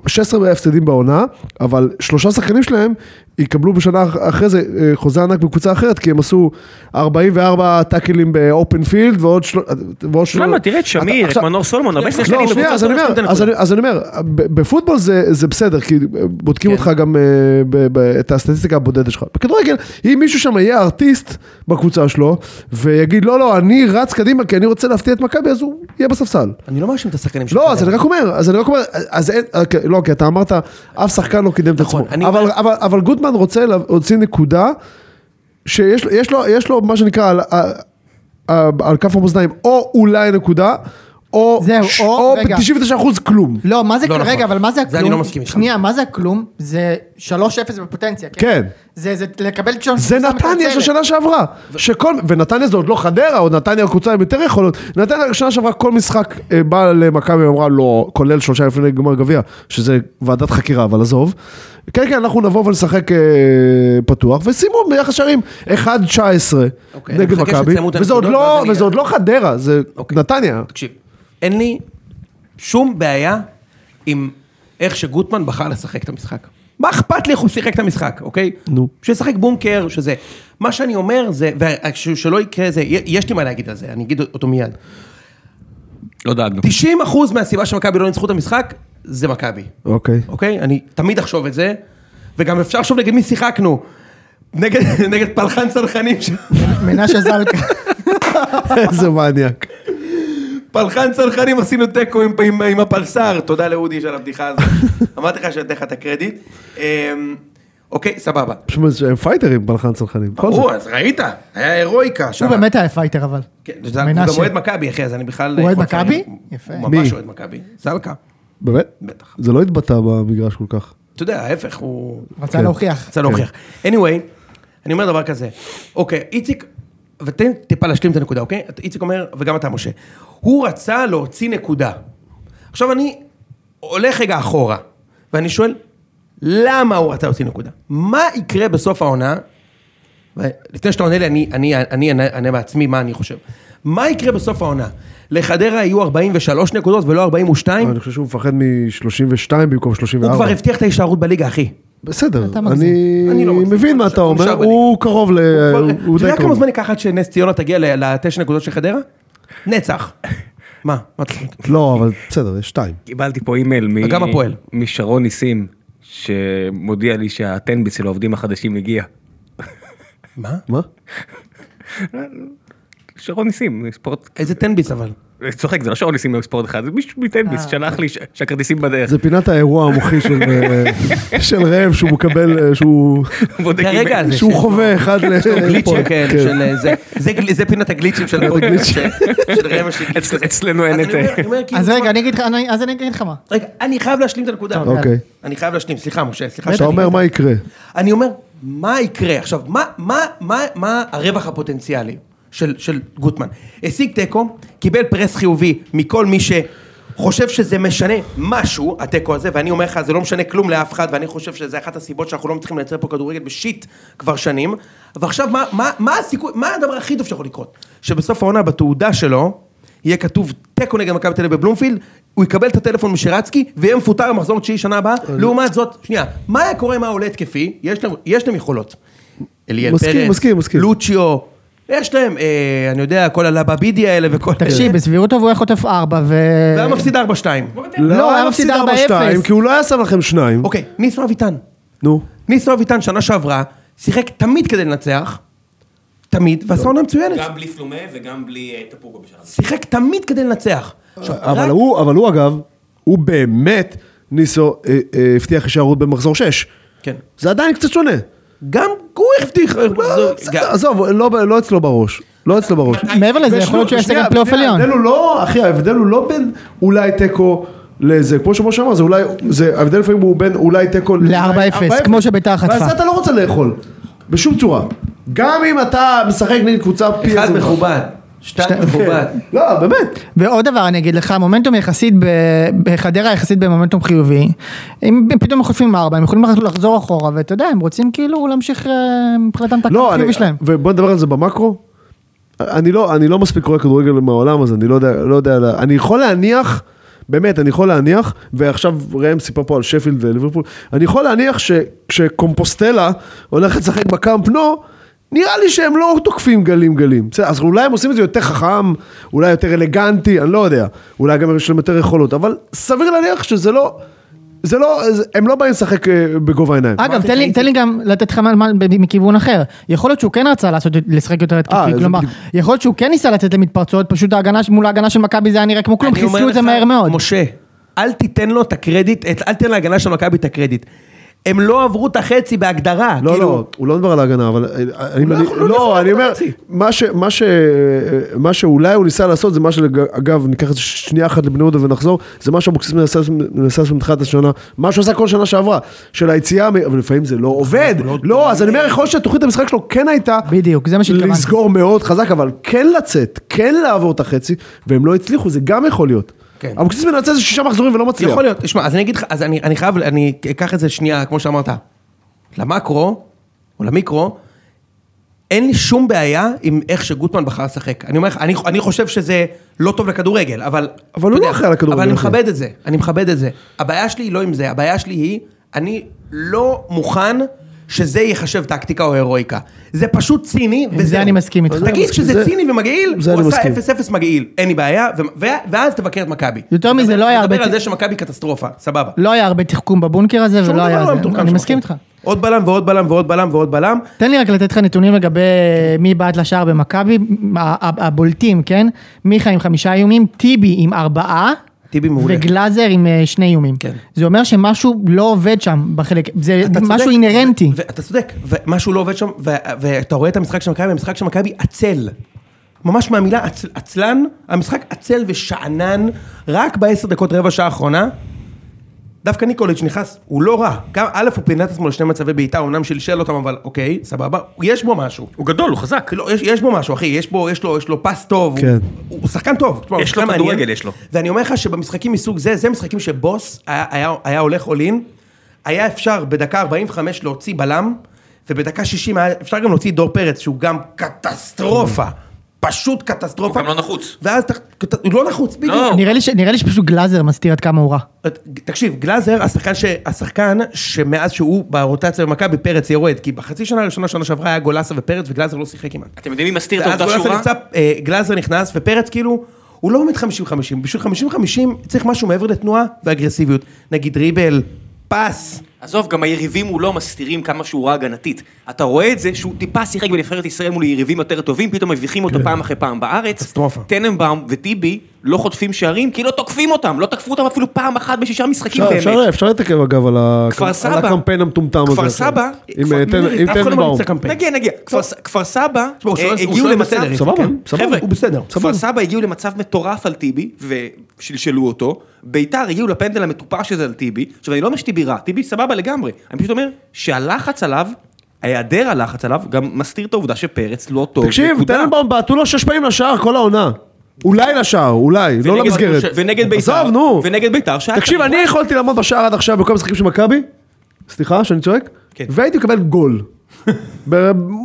Speaker 3: 16 הפסדים בעונה, אבל שלושה שחקנים שלהם יקבלו בשנה אח- אחרי זה אה, חוזה ענק בקבוצה אחרת, כי הם עשו 44 טאקלים באופן פילד ועוד של- ועוד של...
Speaker 5: למה? תראה את שמיר, את מנור סולומון, הרבה
Speaker 3: לא,
Speaker 5: שחקנים
Speaker 3: שנייה, אז אני אומר,
Speaker 5: נותן
Speaker 3: אז
Speaker 5: נקודה.
Speaker 3: אני- אז אני אומר, ב- בפוטבול זה זה בסדר, כי בודקים
Speaker 4: כן.
Speaker 3: אותך גם אה, ב- ב- את הסטטיסטיקה הבודדת שלך. בכדורגל, אם מישהו שם יהיה ארטיסט בקבוצה שלו, ויגיד, לא, לא, אני רץ קדימה כי אני רוצה להפתיע את מכבי, אז הוא יהיה בספסל.
Speaker 4: אני לא מאשים את השחקנים של
Speaker 3: לא,
Speaker 4: מכבי.
Speaker 3: אז אני רק אומר, אז אני רק אומר, אז אין, אוקיי, לא, כי אתה אמרת, אף שחקן לא קידם את
Speaker 4: נכון,
Speaker 3: עצמו.
Speaker 4: אני
Speaker 3: אבל-
Speaker 4: אומר-
Speaker 3: אבל- אבל גוטמן רוצה להוציא נקודה, שיש לו- יש לו- יש לו מה שנקרא על- על- על- על כף המאזניים, או אולי נקודה, או
Speaker 2: זהו,
Speaker 3: ש-
Speaker 2: או-
Speaker 3: או
Speaker 2: רגע.
Speaker 3: ב-99% כלום.
Speaker 2: לא, מה זה,
Speaker 4: לא
Speaker 2: לא רגע,
Speaker 4: נכון.
Speaker 2: אבל מה זה
Speaker 4: זה
Speaker 2: הכלום?
Speaker 4: אני לא מסכים איתך.
Speaker 2: שנייה, מה זה הכלום? זה 3-0 בפוטנציה, כן?
Speaker 3: כן.
Speaker 2: זה, זה לקבל צ'אנס.
Speaker 3: זה נתניה של שנה שעברה, שכל, ונתניה זה עוד לא חדרה, עוד נתניה קבוצה עם יותר יכולות, נתניה שנה שעברה כל משחק אה, באה למכבי ואמרה לא, כולל שלושה לפני גמר גביע, שזה ועדת חקירה, אבל עזוב. כן כן, אנחנו נבוא ונשחק אה, פתוח, ושימו ביחס שערים 1-19
Speaker 4: אוקיי, אני
Speaker 3: נגד
Speaker 4: מחכה
Speaker 3: מכבי,
Speaker 4: שתסיימו את
Speaker 3: וזה עוד
Speaker 4: הנקודות,
Speaker 3: לא-
Speaker 4: ואז אני- אוקיי.
Speaker 3: וזה עוד לא חדרה, זה נתניה.
Speaker 4: תקשיב, אין לי שום בעיה עם איך שגוטמן בחר לשחק את המשחק. מה אכפת לי איך הוא שיחק את המשחק, אוקיי?
Speaker 3: נו.
Speaker 4: שישחק בונקר, שזה... מה שאני אומר זה, ושלא יקרה זה, יש לי מה להגיד על זה, אני אגיד אותו מיד.
Speaker 5: לא דאגנו.
Speaker 4: 90 אחוז מהסיבה שמכבי לא ניצחו את המשחק, זה מכבי.
Speaker 3: אוקיי.
Speaker 4: אוקיי? אני תמיד אחשוב את זה, וגם אפשר לחשוב נגד מי שיחקנו. נגד, נגד פלחן צנחנים, ש-
Speaker 2: מנשה זלקה.
Speaker 3: איזה מניאק.
Speaker 4: פלחן צנחנים עשינו תיקו עם, עם, עם הפלסר, תודה לאודי על הבדיחה הזאת. אמרתי לך שאני אתן לך את הקרדיט. אמ, אוקיי, סבבה.
Speaker 3: שמע, הם פייטרים בלחן צנחנים. בכל זאת.
Speaker 4: ברור, אז ראית, היה הירואיקה שם.
Speaker 2: הוא באמת היה פייטר אבל.
Speaker 4: כן, זה- הוא גם
Speaker 2: מנשה.
Speaker 4: אוהד מכבי, אחי, אז אני בכלל...
Speaker 2: הוא אוהד
Speaker 4: יכול
Speaker 2: מכבי?
Speaker 4: לפרגן.
Speaker 2: יפה.
Speaker 4: הוא ממש
Speaker 3: מי?
Speaker 4: אוהד מכבי, זלקה,
Speaker 3: באמת?
Speaker 4: בטח.
Speaker 3: זה לא התבטא במגרש כל כך.
Speaker 4: אתה יודע, ההפך, הוא...
Speaker 2: רצה
Speaker 3: כן.
Speaker 2: להוכיח.
Speaker 4: רצה להוכיח. לא anyway, אני אומר דבר כזה, אוקיי, איציק, ותן טיפה להשלים את הנקודה, אוקיי? איציק אומר, וגם אתה, משה, הוא רצה להוציא נקודה. עכשיו אני הולך רגע אחורה, ואני שואל, למה הוא רצה להוציא נקודה? מה יקרה בסוף העונה? לפני שאתה עונה לי, אני, אני, אני, אני אענה בעצמי מה אני חושב. מה יקרה בסוף העונה? לחדרה יהיו 43 נקודות ולא 42?
Speaker 3: אני חושב שהוא מפחד מ-32 במקום 34.
Speaker 4: הוא כבר הבטיח את ההישארות בליגה, אחי.
Speaker 3: בסדר,
Speaker 2: אתה
Speaker 3: אני,
Speaker 4: אני לא מגזים.
Speaker 3: מבין מה
Speaker 4: הוא
Speaker 3: אתה
Speaker 4: נשאר
Speaker 3: אומר,
Speaker 4: בליגה.
Speaker 3: הוא קרוב ל...
Speaker 4: כבר-
Speaker 3: אה, הוא
Speaker 4: אתה
Speaker 3: די
Speaker 4: יודע כמה
Speaker 3: קרוב.
Speaker 4: זמן ייקח עד שנס ציונה תגיע ל- לתשע נקודות של חדרה? נצח. מה? מה אתה חושב?
Speaker 3: לא, אבל בסדר, יש שתיים.
Speaker 5: קיבלתי פה אימייל מ-
Speaker 4: גם הפועל.
Speaker 5: משרון ניסים, שמודיע לי שהטנביס של העובדים החדשים הגיע.
Speaker 4: מה?
Speaker 3: מה?
Speaker 4: כן.
Speaker 5: שרון ניסים, ספורט,
Speaker 4: איזה תנביס אבל.
Speaker 5: צוחק, זה לא שרון ניסים ספורט אחד, זה מישהו מטנביס
Speaker 4: אה.
Speaker 5: שלח לי ש- שהכרטיסים בדרך.
Speaker 3: זה פינת האירוע המוחי של, אה, של ראם שהוא מקבל, אה, שהוא,
Speaker 5: בודק
Speaker 4: אה, זה
Speaker 5: אם-
Speaker 4: הרגע הזה.
Speaker 3: שהוא
Speaker 4: שיש
Speaker 3: חווה אחד ל...
Speaker 4: לו גליצ'ים
Speaker 3: כן.
Speaker 4: כאלה של אה, זה. זה גל- זה פינת הגליצ'ים של הפודקאסט. אה, של רמש של גליץ'
Speaker 5: אצל-
Speaker 4: כזה.
Speaker 5: אצלנו אין
Speaker 4: אז
Speaker 5: את
Speaker 4: אני אומר-
Speaker 5: זה.
Speaker 4: אני אומר, כאילו,
Speaker 2: אז רגע, אני אגיד לך, אני- אז אני אגיד לך מה.
Speaker 4: רגע, אני חייב להשלים את הנקודה.
Speaker 3: אוקיי.
Speaker 4: אני חייב להשלים, סליחה משה, סליחה.
Speaker 3: אתה
Speaker 4: שאני-
Speaker 3: אומר מה יקרה.
Speaker 4: אני אומר, מה יקרה? עכשיו, מה, מה, מה, מה הרווח הפוטנציאלי של, של גוטמן? השיג תיקו, קיבל פרס חיובי מכל מי שחושב שזה משנה משהו, התיקו הזה, ואני אומר לך, זה לא משנה כלום לאף אחד, ואני חושב שזה אחת הסיבות שאנחנו לא מצליחים לייצר פה כדורגל בשיט כבר שנים. ועכשיו, מה, מה, מה הסיכוי, מה הדבר הכי טוב שיכול לקרות? שבסוף העונה, בתעודה שלו, יהיה כתוב תיקו נגד מכבי תל אביב בבלומפילד, הוא יקבל את הטלפון משרצקי, ויהיה מפוטר במחזור תשיעי שנה הבאה.
Speaker 3: אה, לא.
Speaker 4: לעומת זאת, שנייה, מה היה קורה עם העולה התקפי? יש להם- יש להם יכולות. אליאל
Speaker 3: מסכים,
Speaker 4: פרץ,
Speaker 3: מסכים, מסכים.
Speaker 4: לוציו, יש להם, אה, אני יודע, כל הלבבידי האלה וכל...
Speaker 2: תקשיב, בסבירות טוב הוא היה חוטף 4 ו...
Speaker 4: והיה כן. מפסיד 4-2.
Speaker 2: לא, היה מפסיד 4-0.
Speaker 3: כי הוא לא היה שם לכם שניים.
Speaker 4: אוקיי, ניסו אביטן.
Speaker 3: נו.
Speaker 4: ניסו אביטן שנה שעברה, שיחק תמיד כדי לנצח, תמיד, ועשה
Speaker 3: לא.
Speaker 4: עונה מצוינת.
Speaker 1: גם בלי פלומה וגם בלי אה, טפוגו בשלב הזה.
Speaker 4: שיחק תמיד כדי לנצח. עכשיו,
Speaker 3: אה, אבל
Speaker 4: רק-
Speaker 3: הוא, אבל הוא אגב, הוא באמת, ניסו, אה, אה, הבטיח הישארות במחזור 6.
Speaker 4: כן.
Speaker 3: זה עדיין קצת שונה.
Speaker 4: גם הוא הבטיח...
Speaker 3: לא, בסדר, עזוב, לא ב- לא אצלו בראש. לא אצלו בראש.
Speaker 2: מעבר לזה, יכול להיות שהוא יעשה
Speaker 3: שנייה,
Speaker 2: גם פלייאוף
Speaker 3: שנייה,
Speaker 2: עליון.
Speaker 3: ההבדל הוא לא, אחי, ההבדל הוא לא בין אולי תיקו לאיזה, כמו שמשה אמר, זה אולי, זה, ההבדל לפעמים הוא בין אולי תיקו ל-
Speaker 2: ל- 4-0,
Speaker 3: 4-0.
Speaker 2: כמו שביתר חטפה.
Speaker 3: ואז אתה לא רוצה לאכול, בשום צורה. גם אם אתה משחק נגד קבוצה פי
Speaker 4: אחד
Speaker 3: עשר.
Speaker 4: מכובד, שתיים
Speaker 2: כן.
Speaker 4: מכובד.
Speaker 3: לא, באמת.
Speaker 2: ועוד דבר אני אגיד לך, מומנטום יחסית, ב- בחדרה יחסית במומנטום חיובי, אם פתאום הם חוטפים ארבע, הם יכולים לחזור אחורה, ואתה יודע, הם רוצים כאילו להמשיך אה, מבחינתם את
Speaker 3: לא,
Speaker 2: הקו
Speaker 3: אני-
Speaker 2: החיובי שלהם.
Speaker 3: ובוא נדבר על זה במקרו. אני לא, אני לא מספיק רואה כדורגל מהעולם, אז אני לא יודע, לא יודע, אני יכול להניח באמת, אני יכול להניח, ועכשיו ראם סיפר פה על שפילד וליברפול, אני יכול להניח שכשקומפוסטלה הולך לשחק בקאמפ נו, נראה לי שהם לא תוקפים גלים גלים. בסדר, אז אולי הם עושים את זה יותר חכם, אולי יותר אלגנטי, אני לא יודע. אולי גם יש להם יותר יכולות, אבל סביר להניח שזה לא... זה לא, הם לא באים לשחק אה, בגובה העיניים.
Speaker 2: אגב, תן לי- תן לי גם לתת לך מה- מה- ב- מכיוון אחר. יכול להיות שהוא כן רצה לעשות, לשחק יותר התקפי,
Speaker 4: אה,
Speaker 3: זה
Speaker 2: כלומר,
Speaker 3: בדיוק.
Speaker 2: יכול להיות שהוא כן ניסה לצאת למתפרצות, פשוט ההגנה ש- מול ההגנה של מכבי זה היה נראה כמו כלום,
Speaker 4: אני אומר
Speaker 2: חיסלו את זה
Speaker 4: לך,
Speaker 2: מהר מאוד.
Speaker 4: משה, אל תיתן לו את הקרדיט, את- אל תיתן להגנה של מכבי את הקרדיט. הם לא עברו את החצי בהגדרה,
Speaker 3: לא,
Speaker 4: כאילו,
Speaker 3: לא, הוא לא מדבר על ההגנה, אבל... אה, אני-
Speaker 4: לא
Speaker 3: אני-
Speaker 4: יכלו
Speaker 3: לא,
Speaker 4: לפרק
Speaker 3: אני
Speaker 4: את
Speaker 3: אומר,
Speaker 4: החצי.
Speaker 3: מה ש- מה ש- מה שאולי הוא ניסה לעשות, זה מה של... אגב, ניקח את זה שנייה אחת לבני יהודה ונחזור, זה מה שאבוקסיס מנסה לעשות- מנסה לעשות מתחילת השנה, מה שהוא עשה כל שנה שעברה, של היציאה, מ- אבל לפעמים זה לא עובד. לא, אז אני אומר, יכול להיות שתוכנית המשחק שלו כן הייתה...
Speaker 2: בדיוק, זה מה שהתכוונתי.
Speaker 3: לסגור מאוד חזק, אבל כן לצאת, כן לעבור את החצי, והם לא הצליחו, זה גם יכול להיות.
Speaker 4: כן.
Speaker 3: אבוקסיס מנצל איזה שישה מחזורים ולא מצליח.
Speaker 4: יכול להיות, שמע, אז אני אגיד לך, אז אני, אני חייב, אני אקח את זה שנייה, כמו שאמרת, למקרו, או למיקרו, אין לי שום בעיה עם איך שגוטמן בחר לשחק. אני אומר לך, אני, אני חושב שזה לא טוב לכדורגל, אבל...
Speaker 3: אבל הוא
Speaker 4: אתה
Speaker 3: לא
Speaker 4: יודע,
Speaker 3: אחראי על
Speaker 4: אבל
Speaker 3: הכדורגל
Speaker 4: אני
Speaker 3: הזה.
Speaker 4: מכבד את זה, אני מכבד את זה. הבעיה שלי היא לא עם זה, הבעיה שלי היא, אני לא מוכן... שזה ייחשב טקטיקה או הירואיקה. זה פשוט ציני, וזהו.
Speaker 2: אני מסכים איתך.
Speaker 3: זה אני
Speaker 4: תגיד
Speaker 3: מסכים,
Speaker 4: שזה
Speaker 3: זה-
Speaker 4: ציני ומגעיל,
Speaker 3: זה
Speaker 4: הוא
Speaker 3: אני
Speaker 4: עשה
Speaker 3: מסכים.
Speaker 4: 0-0 מגעיל, אין לי בעיה, ו- ו- ואז תבקר את מכבי.
Speaker 2: יותר מזה, לא היה הרבה-
Speaker 4: תדבר על זה שמכבי קטסטרופה, סבבה.
Speaker 2: לא היה הרבה תחכום בבונקר הזה,
Speaker 4: שום
Speaker 2: ולא
Speaker 4: דבר
Speaker 2: היה זה.
Speaker 4: מתוחכם
Speaker 2: אני
Speaker 4: שם.
Speaker 2: מסכים איתך.
Speaker 4: עוד בלם ועוד בלם ועוד בלם ועוד בלם.
Speaker 2: תן לי רק לתת לך נתונים לגבי מי בעט לשער במכבי, ה- ה- הבולטים, כן? מיכה עם חמישה איומים, טיבי עם ארבעה.
Speaker 4: טיבי מעולה.
Speaker 2: וגלאזר עם אה, שני איומים.
Speaker 4: כן.
Speaker 2: זה אומר שמשהו לא עובד שם בחלק, זה
Speaker 4: אתה צודק.
Speaker 2: משהו אינהרנטי.
Speaker 4: ו- אתה צודק, ומשהו לא עובד שם, ו- ואתה רואה את המשחק של מכבי, המשחק של מכבי עצל. ממש מהמילה עצ- עצלן, המשחק עצל ושאנן, רק בעשר דקות רבע שעה האחרונה. דווקא ניקוליץ' נכנס, הוא לא רע. גם א', הוא פינת עצמו לשני מצבי בעיטה, אמנם שלשל אותם, אבל אוקיי, סבבה, יש בו משהו.
Speaker 5: הוא גדול, הוא חזק.
Speaker 4: לא, יש, יש בו משהו, אחי, יש בו, יש לו, יש לו פס טוב,
Speaker 3: כן.
Speaker 4: הוא, הוא שחקן טוב. תשמע, הוא
Speaker 5: יש לו
Speaker 4: שחקן מעניין.
Speaker 5: כדורגל, יש לו.
Speaker 4: ואני אומר לך שבמשחקים מסוג זה, זה משחקים שבוס היה, היה, היה הולך אולין, היה אפשר בדקה 45 להוציא בלם, ובדקה 60 היה אפשר גם להוציא דור פרץ, שהוא גם קטסטרופה, פשוט קטסטרופה.
Speaker 1: הוא גם לא נחוץ.
Speaker 4: ואז, ת- קט- הוא לא נחוץ, בדיוק.
Speaker 1: לא.
Speaker 2: נראה לי ש- נראה לי שפשוט גלאזר מסתיר עד כמה הוא רע.
Speaker 4: תקשיב, גלאזר, השחקן, ש... השחקן שמאז שהוא ברוטציה במכבי, פרץ יורד, כי בחצי שנה הראשונה שנה שעברה היה גולסה ופרץ, וגלאזר לא שיחק כמעט.
Speaker 1: אתם יודעים מי מסתיר את
Speaker 4: ואז
Speaker 1: העובדה שהוא
Speaker 4: גולסה
Speaker 1: רע?
Speaker 4: נפצע, אה, גלאזר נכנס, ופרץ כאילו, הוא לא עומד 50-50, בשביל 50-50 צריך משהו מעבר לתנועה ואגרסיביות. נגיד ריבל, פס.
Speaker 1: עזוב, גם היריבים מולו מסתירים כמה שהוא רע הגנתית. אתה רואה את זה שהוא טיפה שיחק בנבחרת ישראל מול יריבים יותר טובים, פתאום מביכים אותו פעם אחרי פעם בארץ.
Speaker 4: כן. קטסטרופה.
Speaker 1: טננבאום וטיבי לא חוטפים שערים, כי לא תוקפים אותם, לא תקפו אותם אפילו פעם אחת בשישה משחקים
Speaker 3: אפשר-
Speaker 1: באמת.
Speaker 3: לא, אפשר- אפשר להתעכב אגב על ה-
Speaker 1: כפר
Speaker 3: על
Speaker 1: סבא.
Speaker 3: הקמפיין המטומטם הזה.
Speaker 1: כפר סבא.
Speaker 3: עם
Speaker 1: כפר-
Speaker 3: אה, טן- עם
Speaker 4: אף אחד לא
Speaker 3: טננבאום.
Speaker 4: מריץ את הקמפיין.
Speaker 1: נגיע, נגיע. כפר ס- כפר סבא
Speaker 4: תשמע, הוא
Speaker 1: אה,
Speaker 4: שוער- הוא
Speaker 1: הגיעו
Speaker 4: שוער
Speaker 1: למצב...
Speaker 4: בסדר,
Speaker 3: סבבה,
Speaker 4: כן?
Speaker 3: סבבה.
Speaker 1: חבר'ה,
Speaker 4: הוא בסדר,
Speaker 1: כפר סבא הגיעו למצב מטורף על טיבי, ושלשלו אותו. ביתר הגיעו לפנדל המטופש הזה על טיבי. עכשיו, אני לא אומר שטיבי רע, טיבי סבבה לגמרי. אני פשוט אומר שהלחץ עליו, היעדר הלחץ עליו, גם מסתיר את העובדה שפרץ לא טוב.
Speaker 3: תקשיב,
Speaker 1: נקודה.
Speaker 3: טננבאום בעטו לו שש פעמים לשער כל העונה. אולי לשער, אולי, לא
Speaker 1: ונגד-
Speaker 3: למסגרת.
Speaker 1: ונגד ביתר.
Speaker 3: עזוב, נו.
Speaker 1: ונגד ביתר. שהיה
Speaker 3: תקשיב,
Speaker 1: כדור-
Speaker 3: אני יכולתי לעמוד בשער עד עכשיו בכל המשחקים של מכבי, סליחה שאני צועק,
Speaker 1: כן.
Speaker 3: והייתי מקבל גול.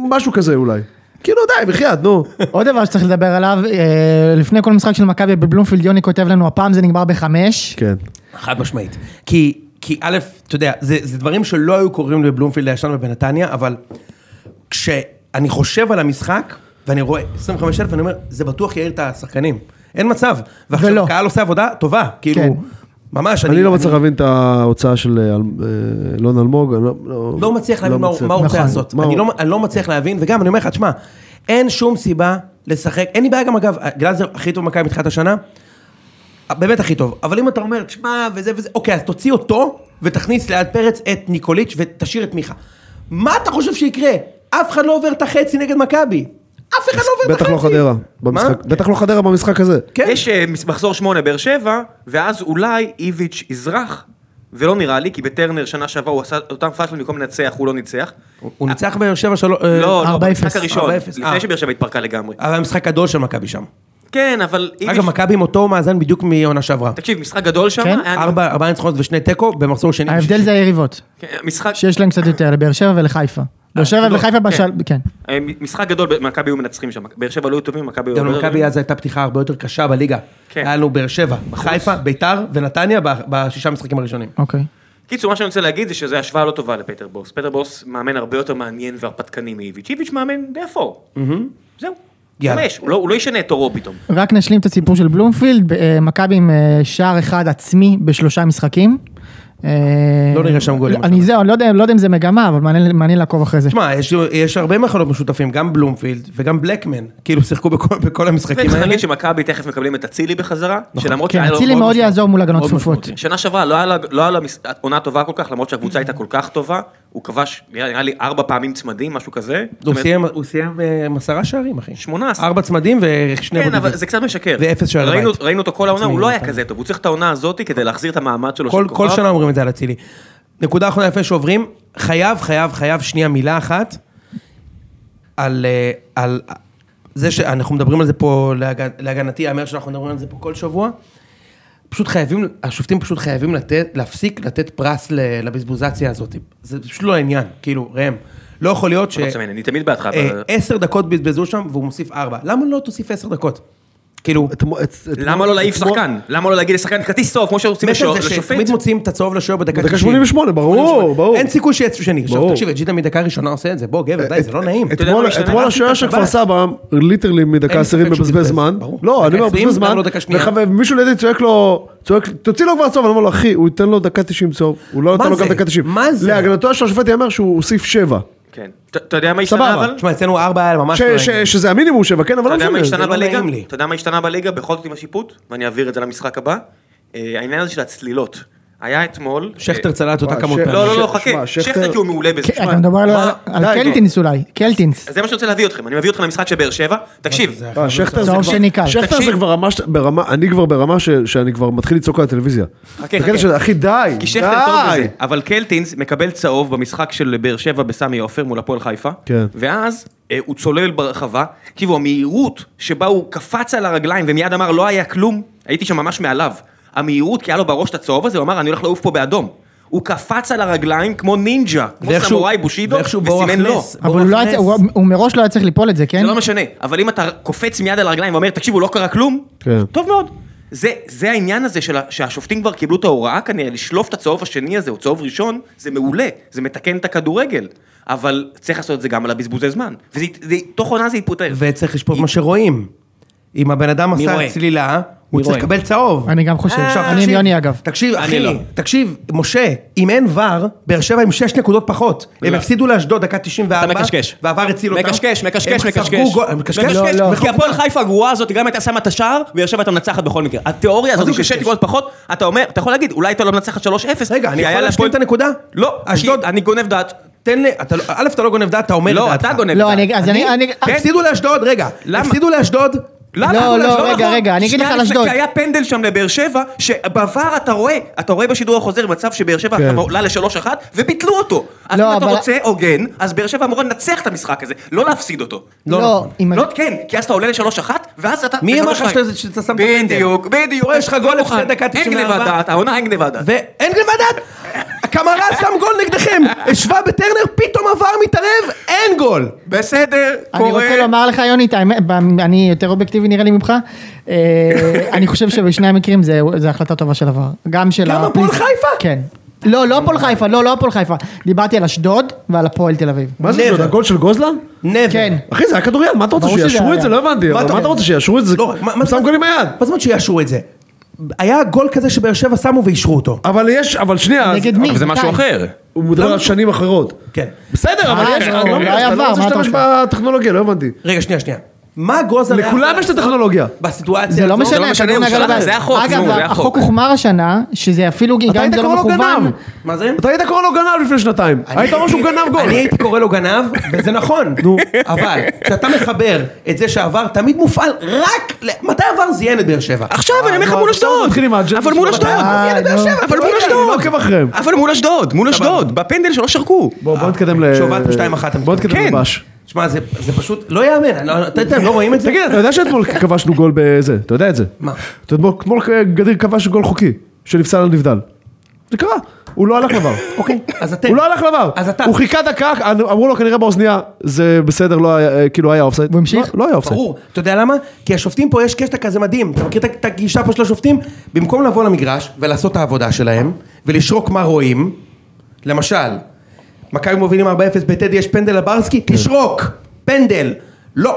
Speaker 3: משהו כזה אולי. כאילו די, בחייאת, נו.
Speaker 2: עוד דבר שצריך לדבר עליו, אה, לפני כל משחק של מכבי בבלומפילד יוני כותב לנו, הפעם זה נגמר בחמש.
Speaker 3: כן.
Speaker 4: חד משמעית. כי, כי א', אתה יודע, זה, זה דברים שלא היו קורים בבלומפילד הישן ובנתניה, אבל כשאני חושב על המשחק, ואני רואה 25 אלף, אני אומר, זה בטוח יעיר את השחקנים. אין מצב. ועכשיו
Speaker 2: ולא.
Speaker 4: הקהל עושה עבודה טובה, כאילו,
Speaker 2: כן.
Speaker 4: ממש.
Speaker 3: אני לא מצליח להבין את ההוצאה של אה, אה, אלון אלמוג. אני
Speaker 4: לא מצליח להבין מה הוא-
Speaker 3: מצליח.
Speaker 4: מה הוא רוצה
Speaker 2: נכון.
Speaker 4: לעשות.
Speaker 3: מה
Speaker 4: אני
Speaker 3: הוא-
Speaker 4: לא- אני לא מצליח להבין, וגם אני אומר לך, תשמע, אין שום סיבה לשחק, אין לי בעיה גם אגב, גלאזר הכי טוב במכבי מתחילת השנה, באמת הכי טוב, אבל אם אתה אומר, תשמע, וזה וזה, אוקיי, אז תוציא אותו, ותכניס ליד פרץ את ניקוליץ' ותשאיר את מיכה. מה אתה חושב שיקרה? אף אחד לא עובר את החצי נגד מכבי. אף אחד לא עובר את
Speaker 3: בטח
Speaker 4: החצי.
Speaker 3: לא חדרה
Speaker 4: מה?
Speaker 3: במשחק, בטח לא חדרה במשחק הזה.
Speaker 4: כן.
Speaker 5: יש אה, מס- מחזור שמונה באר שבע, ואז אולי איביץ' יזרח, ולא נראה לי, כי בטרנר שנה שעברה הוא עשה אותם פאשלים במקום לנצח, הוא לא ניצח.
Speaker 4: הוא ניצח באר שבע שלוש... אה,
Speaker 5: לא, לא,
Speaker 2: 4-0.
Speaker 5: במשחק הראשון,
Speaker 4: 4-0, אה.
Speaker 5: לפני שבאר שבע התפרקה לגמרי.
Speaker 4: אבל היה משחק גדול של מכבי שם.
Speaker 1: כן, אבל אם...
Speaker 4: אגב,
Speaker 1: יש-
Speaker 4: מכבי עם אותו מאזן בדיוק מעונה שעברה.
Speaker 1: תקשיב, משחק גדול שם.
Speaker 2: כן?
Speaker 1: היה-
Speaker 4: ארבע ארבעה ניצחונות ושני תיקו במחזור שני.
Speaker 2: ההבדל זה היריבות,
Speaker 1: כן, משחק...
Speaker 2: שיש להם קצת יותר, לבאר שבע ולחיפה. באר שבע
Speaker 1: לא,
Speaker 2: וחיפה
Speaker 1: כן.
Speaker 2: בשל... כן.
Speaker 1: אה, משחק גדול, מכבי היו מנצחים שם. באר שבע לא היו טובים, מכבי היו...
Speaker 4: גם
Speaker 1: הרבה
Speaker 4: למכבי
Speaker 1: יותר
Speaker 4: אז הייתה פתיחה הרבה יותר קשה בליגה.
Speaker 1: כן.
Speaker 4: היה לנו באר שבע, חיפה, ביתר ונתניה ב- בשישה המשחקים הראשונים.
Speaker 2: אוקיי.
Speaker 1: קיצור, מה שאני רוצה להגיד זה שזו השוואה לא טובה לפטר בוס. פטר בוס מאמן הרבה יותר מעניין והרפתקני מאיביץ'. איביץ' מאמן די אפור. זהו.
Speaker 4: יאללה.
Speaker 1: חמש, הוא לא- הוא לא ישנה את עורו פתאום.
Speaker 2: רק נשלים את הסיפור של בלומפילד, אה, מכבי עם אה, שער אחד עצמי בשלושה משחקים. אה,
Speaker 4: לא נראה שם גולים.
Speaker 2: אני זהו, אני לא יודע- לא יודע אם זה מגמה, אבל מעניין- מעניין לעקוב אחרי זה.
Speaker 4: תשמע, יש- יש הרבה מחלות משותפים, גם בלומפילד וגם בלקמן, כאילו שיחקו בכל- בכל המשחקים
Speaker 1: וצריך
Speaker 4: האלה.
Speaker 1: להגיד שמכבי תכף מקבלים את אצילי בחזרה, שלמרות
Speaker 2: כן,
Speaker 1: שהיה לו
Speaker 2: אצילי
Speaker 1: מאוד
Speaker 2: מאוד
Speaker 1: משמעות.
Speaker 2: יעזור מול הגנות
Speaker 4: מאוד
Speaker 2: צפופות.
Speaker 4: משמעותי.
Speaker 1: שנה שעברה לא היה לה- לא היה לה מס- עונה טובה כל כך, למרות שהקבוצה הייתה כל כך טובה, הוא כבש, נראה נראה לי, ארבע פעמים צמדים, משהו כזה. זאת
Speaker 4: הוא
Speaker 1: אומרת,
Speaker 4: סיים- הוא סיים אה, עם עשרה שערים, אחי.
Speaker 1: שמונה עשרה.
Speaker 4: ארבע צמדים ושני
Speaker 1: כן,
Speaker 4: בודדים.
Speaker 1: אבל זה קצת משקר.
Speaker 4: ואפס שערי
Speaker 1: ראינו-
Speaker 4: בית.
Speaker 1: ראינו אותו כל העונה, הוא
Speaker 4: עצמי,
Speaker 1: לא היה
Speaker 4: נכון.
Speaker 1: כזה טוב, הוא צריך את העונה הזאת כדי להחזיר את המעמד שלו.
Speaker 4: כל,
Speaker 1: של
Speaker 4: כל
Speaker 1: כוכב.
Speaker 4: שנה אומרים את זה על אצילי. נקודה אחרונה לפני שעוברים, חייב, חייב, חייב, שנייה מילה אחת, על, אה, על זה שאנחנו מדברים על זה פה, להג, להגנתי, יאמר שאנחנו מדברים על זה פה כל שבוע. פשוט חייבים, השופטים פשוט חייבים לתת, להפסיק לתת פרס ל- לבזבוזציה הזאת. זה פשוט לא העניין, כאילו, ראם. לא יכול להיות ש...
Speaker 1: לא רוצה ממני, אני תמיד בעדך.
Speaker 4: אה,
Speaker 1: אבל-
Speaker 4: עשר דקות בזבזו שם והוא מוסיף ארבע. למה לא תוסיף עשר דקות? כאילו,
Speaker 3: אתמול- את- את-
Speaker 1: למה לא להעיף
Speaker 3: אתמול-
Speaker 1: שחקן? למה לא להגיד לשחקן כרטיס טוב, כמו שעושים
Speaker 4: מת על
Speaker 1: לשו-
Speaker 4: זה
Speaker 1: לשופט?
Speaker 4: שתמיד מוציאים את הצהוב לשוער בדקה
Speaker 3: בדקה
Speaker 4: 90.
Speaker 3: 88, ברור, ברור.
Speaker 4: אין סיכוי שיהיה שני. עכשיו
Speaker 3: ברור. אה,
Speaker 4: תקשיב, את ג'יטה מדקה ראשונה עושה את זה, בוא גבר, די, זה לא נעים.
Speaker 1: יודע מה
Speaker 3: אתמול-
Speaker 1: משתנה?
Speaker 3: אתמול
Speaker 4: רק
Speaker 3: השוער
Speaker 4: מתחת
Speaker 3: של
Speaker 4: לבית.
Speaker 3: כפר סבא, ליטרלי מדקה
Speaker 4: אין
Speaker 3: עשירית
Speaker 4: ספק שהוא
Speaker 3: מבזבז
Speaker 4: בזבז,
Speaker 3: זמן.
Speaker 4: ברור.
Speaker 3: לא, אני
Speaker 4: דקה
Speaker 3: אומר,
Speaker 4: עשרים,
Speaker 3: מבזבז זמן.
Speaker 4: נתן לו דקה שנייה.
Speaker 3: וחבר- ומישהו לידי צועק לו, צועק, תוציא לו כבר צהוב, אני אומר לו, אחי, הוא ייתן לו דקה 90 צהוב, הוא לא
Speaker 4: מה
Speaker 3: נתן לו גם
Speaker 4: זה?
Speaker 3: דקה 90.
Speaker 4: מה זה?
Speaker 3: להגנתו של השופט ייאמר שהוא הוסיף 7.
Speaker 1: כן. אתה- אתה יודע מה השתנה
Speaker 3: סבבה.
Speaker 1: אבל?
Speaker 4: תשמע, אצלנו ארבע היה ממש...
Speaker 3: ש-
Speaker 4: לא
Speaker 3: ש-
Speaker 4: נעים.
Speaker 3: שזה המינימום 7, כן, אבל
Speaker 1: אתה
Speaker 3: לא
Speaker 1: יודע מה
Speaker 3: משנה.
Speaker 1: השתנה
Speaker 4: זה לא
Speaker 1: בליגה?
Speaker 4: נעים לי.
Speaker 1: אתה יודע מה השתנה בליגה? בכל זאת עם השיפוט, ואני אעביר את זה למשחק הבא. אה, העניין הזה של הצלילות. היה אתמול...
Speaker 4: שכטר
Speaker 1: אה,
Speaker 4: צלט אותה
Speaker 3: וואי,
Speaker 4: כמות
Speaker 3: ש-
Speaker 1: לא,
Speaker 4: פעמים.
Speaker 1: לא, לא,
Speaker 3: ש- שמע,
Speaker 1: חכה. שכטר
Speaker 3: שכטר-
Speaker 1: כי הוא מעולה בזה.
Speaker 2: כן, אתה מדבר על-
Speaker 1: מה-
Speaker 2: על
Speaker 3: די,
Speaker 2: קלטינס אולי, קלטינס.
Speaker 1: אז זה מה שאני רוצה להביא אתכם. אני מביא אתכם למשחק של באר שבע. תקשיב,
Speaker 3: אה, שכטר זה
Speaker 2: צהוב שני קל.
Speaker 3: כבר, שכטר זה
Speaker 1: תקשיב.
Speaker 3: כבר רמה, ש- ברמה, אני כבר ברמה ש- שאני כבר מתחיל לצעוק על הטלוויזיה.
Speaker 1: חכה,
Speaker 3: בקטע
Speaker 1: חכה.
Speaker 3: של, אחי, די,
Speaker 1: כי שכטר טוב בזה,
Speaker 3: די.
Speaker 1: אבל קלטינס מקבל צהוב במשחק של באר שבע בסמי עופר מול הפועל חיפה,
Speaker 3: כן.
Speaker 1: ואז אה, הוא צולל ברחבה, תקשיבו, המהירות שבה הוא קפץ על הרגליים ומיד אמר לא היה כלום, הייתי שם ממש מעליו, המהירות כי היה לו בראש את הצהוב הזה, הוא אמר אני הולך לעוף פה באדום. הוא קפץ על הרגליים כמו נינג'ה, כמו
Speaker 4: ואיכשהו-
Speaker 1: סמוראי בושידו,
Speaker 4: ואיכשהו בורח
Speaker 1: וסימן לא.
Speaker 4: נס.
Speaker 2: אבל הוא לא היה צריך- הוא- הוא מראש לא היה צריך ליפול את זה, כן?
Speaker 1: זה לא משנה, אבל אם אתה קופץ מיד על הרגליים ואומר, תקשיבו, לא קרה כלום,
Speaker 3: כן.
Speaker 1: טוב מאוד. זה, זה העניין הזה של, ה- שהשופטים כבר קיבלו את ההוראה כנראה, לשלוף את הצהוב השני הזה, או צהוב ראשון, זה מעולה, זה מתקן את הכדורגל, אבל צריך לעשות את זה גם על הבזבוזי זמן, וזה, זה, תוך עונה זה יתפותר.
Speaker 4: וצריך לשפוט מה שרואים. אם הבן אדם
Speaker 1: מי
Speaker 4: עשה
Speaker 1: רואה?
Speaker 4: צלילה, הוא
Speaker 1: מי
Speaker 4: צריך
Speaker 1: רואה?
Speaker 4: לקבל צהוב.
Speaker 2: אני גם חושב.
Speaker 4: עכשיו,
Speaker 2: אני עם
Speaker 4: תקשיב,
Speaker 2: יוני, אגב.
Speaker 4: תקשיב,
Speaker 1: אני
Speaker 4: אחי,
Speaker 1: לא.
Speaker 4: תקשיב, משה, אם אין ור, באר שבע עם שש נקודות פחות. הם
Speaker 1: לא.
Speaker 4: הפסידו לאשדוד דקה 94,
Speaker 1: אתה מקשקש.
Speaker 4: והוור הציל אותם.
Speaker 1: מקשקש,
Speaker 4: כאילו, הם
Speaker 1: מקשקש,
Speaker 4: ספגו
Speaker 1: מקשקש.
Speaker 4: גול- מקשקש,
Speaker 2: לא,
Speaker 4: מקשקש.
Speaker 2: לא.
Speaker 4: מחוק-
Speaker 1: כי הפועל חיפה הגרועה הזאת, גם הייתה שמה את השער, באר שבע הייתה מנצחת בכל מקרה. התיאוריה הזאת
Speaker 4: הוא
Speaker 1: ששש
Speaker 4: קשקש?
Speaker 1: נקודות פחות, אתה אומר, אתה יכול להגיד, אולי הייתה לא מנצחת 3-0.
Speaker 4: רגע,
Speaker 1: כי
Speaker 4: אני
Speaker 1: היה
Speaker 4: יכול
Speaker 1: לה
Speaker 4: להשלים
Speaker 1: הפועל-
Speaker 4: את הנקודה?
Speaker 1: לא,
Speaker 4: אשדוד-
Speaker 1: אשדוד, אני גונב דעת.
Speaker 4: תן לי, אתה לא- א', אתה לא גונב דעת, אתה אומר את
Speaker 1: לא,
Speaker 4: דעתך.
Speaker 1: אתה גונב
Speaker 2: לא,
Speaker 1: דעת.
Speaker 2: אני... אז אני... אני-
Speaker 1: כן.
Speaker 4: הפסידו לאשדוד, רגע.
Speaker 1: למה?
Speaker 4: הפסידו לאשדוד.
Speaker 2: לא, לא, רגע,
Speaker 1: נכון.
Speaker 2: רגע, אני אגיד לך
Speaker 1: שנייה
Speaker 2: על
Speaker 1: לפני-
Speaker 2: אשדוד.
Speaker 1: כי היה פנדל שם לבאר שבע, שבעבר אתה רואה, אתה רואה בשידור החוזר מצב שבאר שבע
Speaker 3: כן.
Speaker 1: עכשיו עולה לשלוש אחת, וביטלו אותו. אז
Speaker 2: לא,
Speaker 1: אם אתה
Speaker 2: אבל-
Speaker 1: רוצה הוגן, אז באר שבע אמורה לנצח את המשחק הזה, לא להפסיד אותו.
Speaker 2: לא, אם-
Speaker 1: לא, כן, כי אז אתה עולה לשלוש אחת, ואז אתה...
Speaker 4: מי אמר לך
Speaker 1: לשלוש אחת.
Speaker 4: שאתה- שאתה שם את הפנדל?
Speaker 1: לא בדיוק, בדיוק.
Speaker 4: פה יש לך גול לפני דקה
Speaker 1: אין
Speaker 4: 94.
Speaker 1: גניבת דעת, העונה אין גניבת דעת.
Speaker 4: ואין גלבדד! הקמרה שם גול נגדכם! השווה בטרנר, פתאום עבר מתערב, אין גול!
Speaker 1: בסדר,
Speaker 2: אני
Speaker 1: קורה.
Speaker 2: רוצה לומר לך, יוני, את האמת, ב- אני יותר אובייקטיבי נראה לי ממך. אה, אני חושב שבשני המקרים זה זה החלטה טובה של עבר. גם של...
Speaker 4: גם
Speaker 2: ה-
Speaker 4: הפועל חיפה?
Speaker 2: כן. לא, לא הפועל חיפה, לא, לא הפועל חיפה. דיברתי על אשדוד ועל הפועל תל אביב.
Speaker 3: מה זה,
Speaker 4: never.
Speaker 3: זה הגול של גוזלן?
Speaker 4: נבר.
Speaker 2: כן.
Speaker 3: אחי, זה היה כדוריד, מה אתה רוצה,
Speaker 2: ברור שזה
Speaker 3: שיאשרו
Speaker 2: היה.
Speaker 3: את זה? לא הבנתי,
Speaker 4: מה
Speaker 3: אבל
Speaker 4: אתה
Speaker 3: מה אתה
Speaker 4: אומר?
Speaker 3: רוצה, שיאשרו את זה?
Speaker 4: לא, רק מה- מה
Speaker 3: הוא שם
Speaker 4: זה-
Speaker 3: גול עם היד.
Speaker 4: מה זאת אומרת שיאשרו את זה? היה גול כזה שבאר שבע שמו ואישרו אותו.
Speaker 3: אבל יש, אבל שנייה, אז-
Speaker 2: נגד מי?
Speaker 5: אבל זה משהו
Speaker 2: מתי?
Speaker 5: אחר.
Speaker 3: הוא מדבר על שנים אחרות.
Speaker 4: כן.
Speaker 3: בסדר, אבל
Speaker 2: אה,
Speaker 3: יש,
Speaker 2: לא,
Speaker 3: אני
Speaker 2: לא
Speaker 3: לא מבין,
Speaker 2: היה
Speaker 3: אתה
Speaker 2: עבר,
Speaker 3: לא רוצה
Speaker 2: מה אתה
Speaker 3: להשתמש
Speaker 2: רוצה?
Speaker 3: בטכנולוגיה, לא הבנתי.
Speaker 4: רגע, שנייה, שנייה. מה גוזל... היה
Speaker 3: לכולם
Speaker 4: יכול
Speaker 3: יש את
Speaker 4: לעשות
Speaker 3: הטכנולוגיה.
Speaker 4: בסיטואציה
Speaker 2: זה לא
Speaker 4: הזאת?
Speaker 2: משנה,
Speaker 1: משנה,
Speaker 2: הכדור נגע
Speaker 1: ירושלים,
Speaker 2: לבעל.
Speaker 1: זה החוק, נו,
Speaker 2: אגב,
Speaker 1: זה
Speaker 2: החוק
Speaker 1: החוק.
Speaker 2: הוחמר השנה, שזה אפילו,
Speaker 3: אתה
Speaker 2: גם אם
Speaker 3: היית
Speaker 2: זה לא
Speaker 3: קורא לו
Speaker 2: מכוון.
Speaker 3: גנב.
Speaker 4: מה זה?
Speaker 3: אתה היית קורא לו גנב לפני שנתיים.
Speaker 4: אני-
Speaker 3: היית אומר שהוא גנב גול.
Speaker 4: אני הייתי קורא לו גנב, וזה נכון, נו, אבל כשאתה מחבר את זה שעבר, תמיד מופעל רק... ל- מתי עבר זיין את באר שבע? אה,
Speaker 1: עכשיו, אני אומר לך
Speaker 3: לא,
Speaker 1: מול
Speaker 3: עכשיו
Speaker 1: אשדוד.
Speaker 3: מתחילים עם האג'נדה
Speaker 1: אבל מול
Speaker 3: שלו.
Speaker 1: אשדוד.
Speaker 2: אה,
Speaker 1: הנה, באר
Speaker 2: נו.
Speaker 1: שבע, אבל מול
Speaker 3: אני
Speaker 1: אשדוד.
Speaker 3: לא עוקב אחריהם.
Speaker 1: אבל מול אשדוד, מול אשדוד. בפנדל שלא שרקו.
Speaker 3: בוא, בוא נתקדם ל...
Speaker 4: שובל פה 2-1,
Speaker 3: בוא נתקדם
Speaker 1: כן.
Speaker 3: לבש.
Speaker 4: שמע, זה זה פשוט לא יאמן, אני לא- אתה יודע, לא רואים את זה?
Speaker 3: תגיד, אתה יודע שאתמול כבשנו גול בזה, אתה יודע את זה.
Speaker 4: מה?
Speaker 3: אתה יודע, אתמול גדיר כבש גול חוקי, שנפסל על נבדל. זה קרה, הוא לא הלך לבר.
Speaker 4: אוקיי, אז אתם...
Speaker 3: הוא לא הלך לבר.
Speaker 4: אז אתה...
Speaker 3: הוא חיכה דקה, אמרו לו כנראה באוזנייה, זה בסדר, לא היה, כאילו היה אופסייד.
Speaker 2: והוא המשיך?
Speaker 3: לא, לא היה אופסייד.
Speaker 4: ברור, אתה יודע למה? כי השופטים פה יש קטע כזה מדהים, אתה מכיר את- את הגישה פה של השופטים? במקום לבוא למגרש ולעשות את העבודה שלהם, ולשרוק מה רואים, למשל, מכבי מובילים 4-0 בטדי, יש פנדל לברסקי,
Speaker 2: כן.
Speaker 4: תשרוק, פנדל, לא.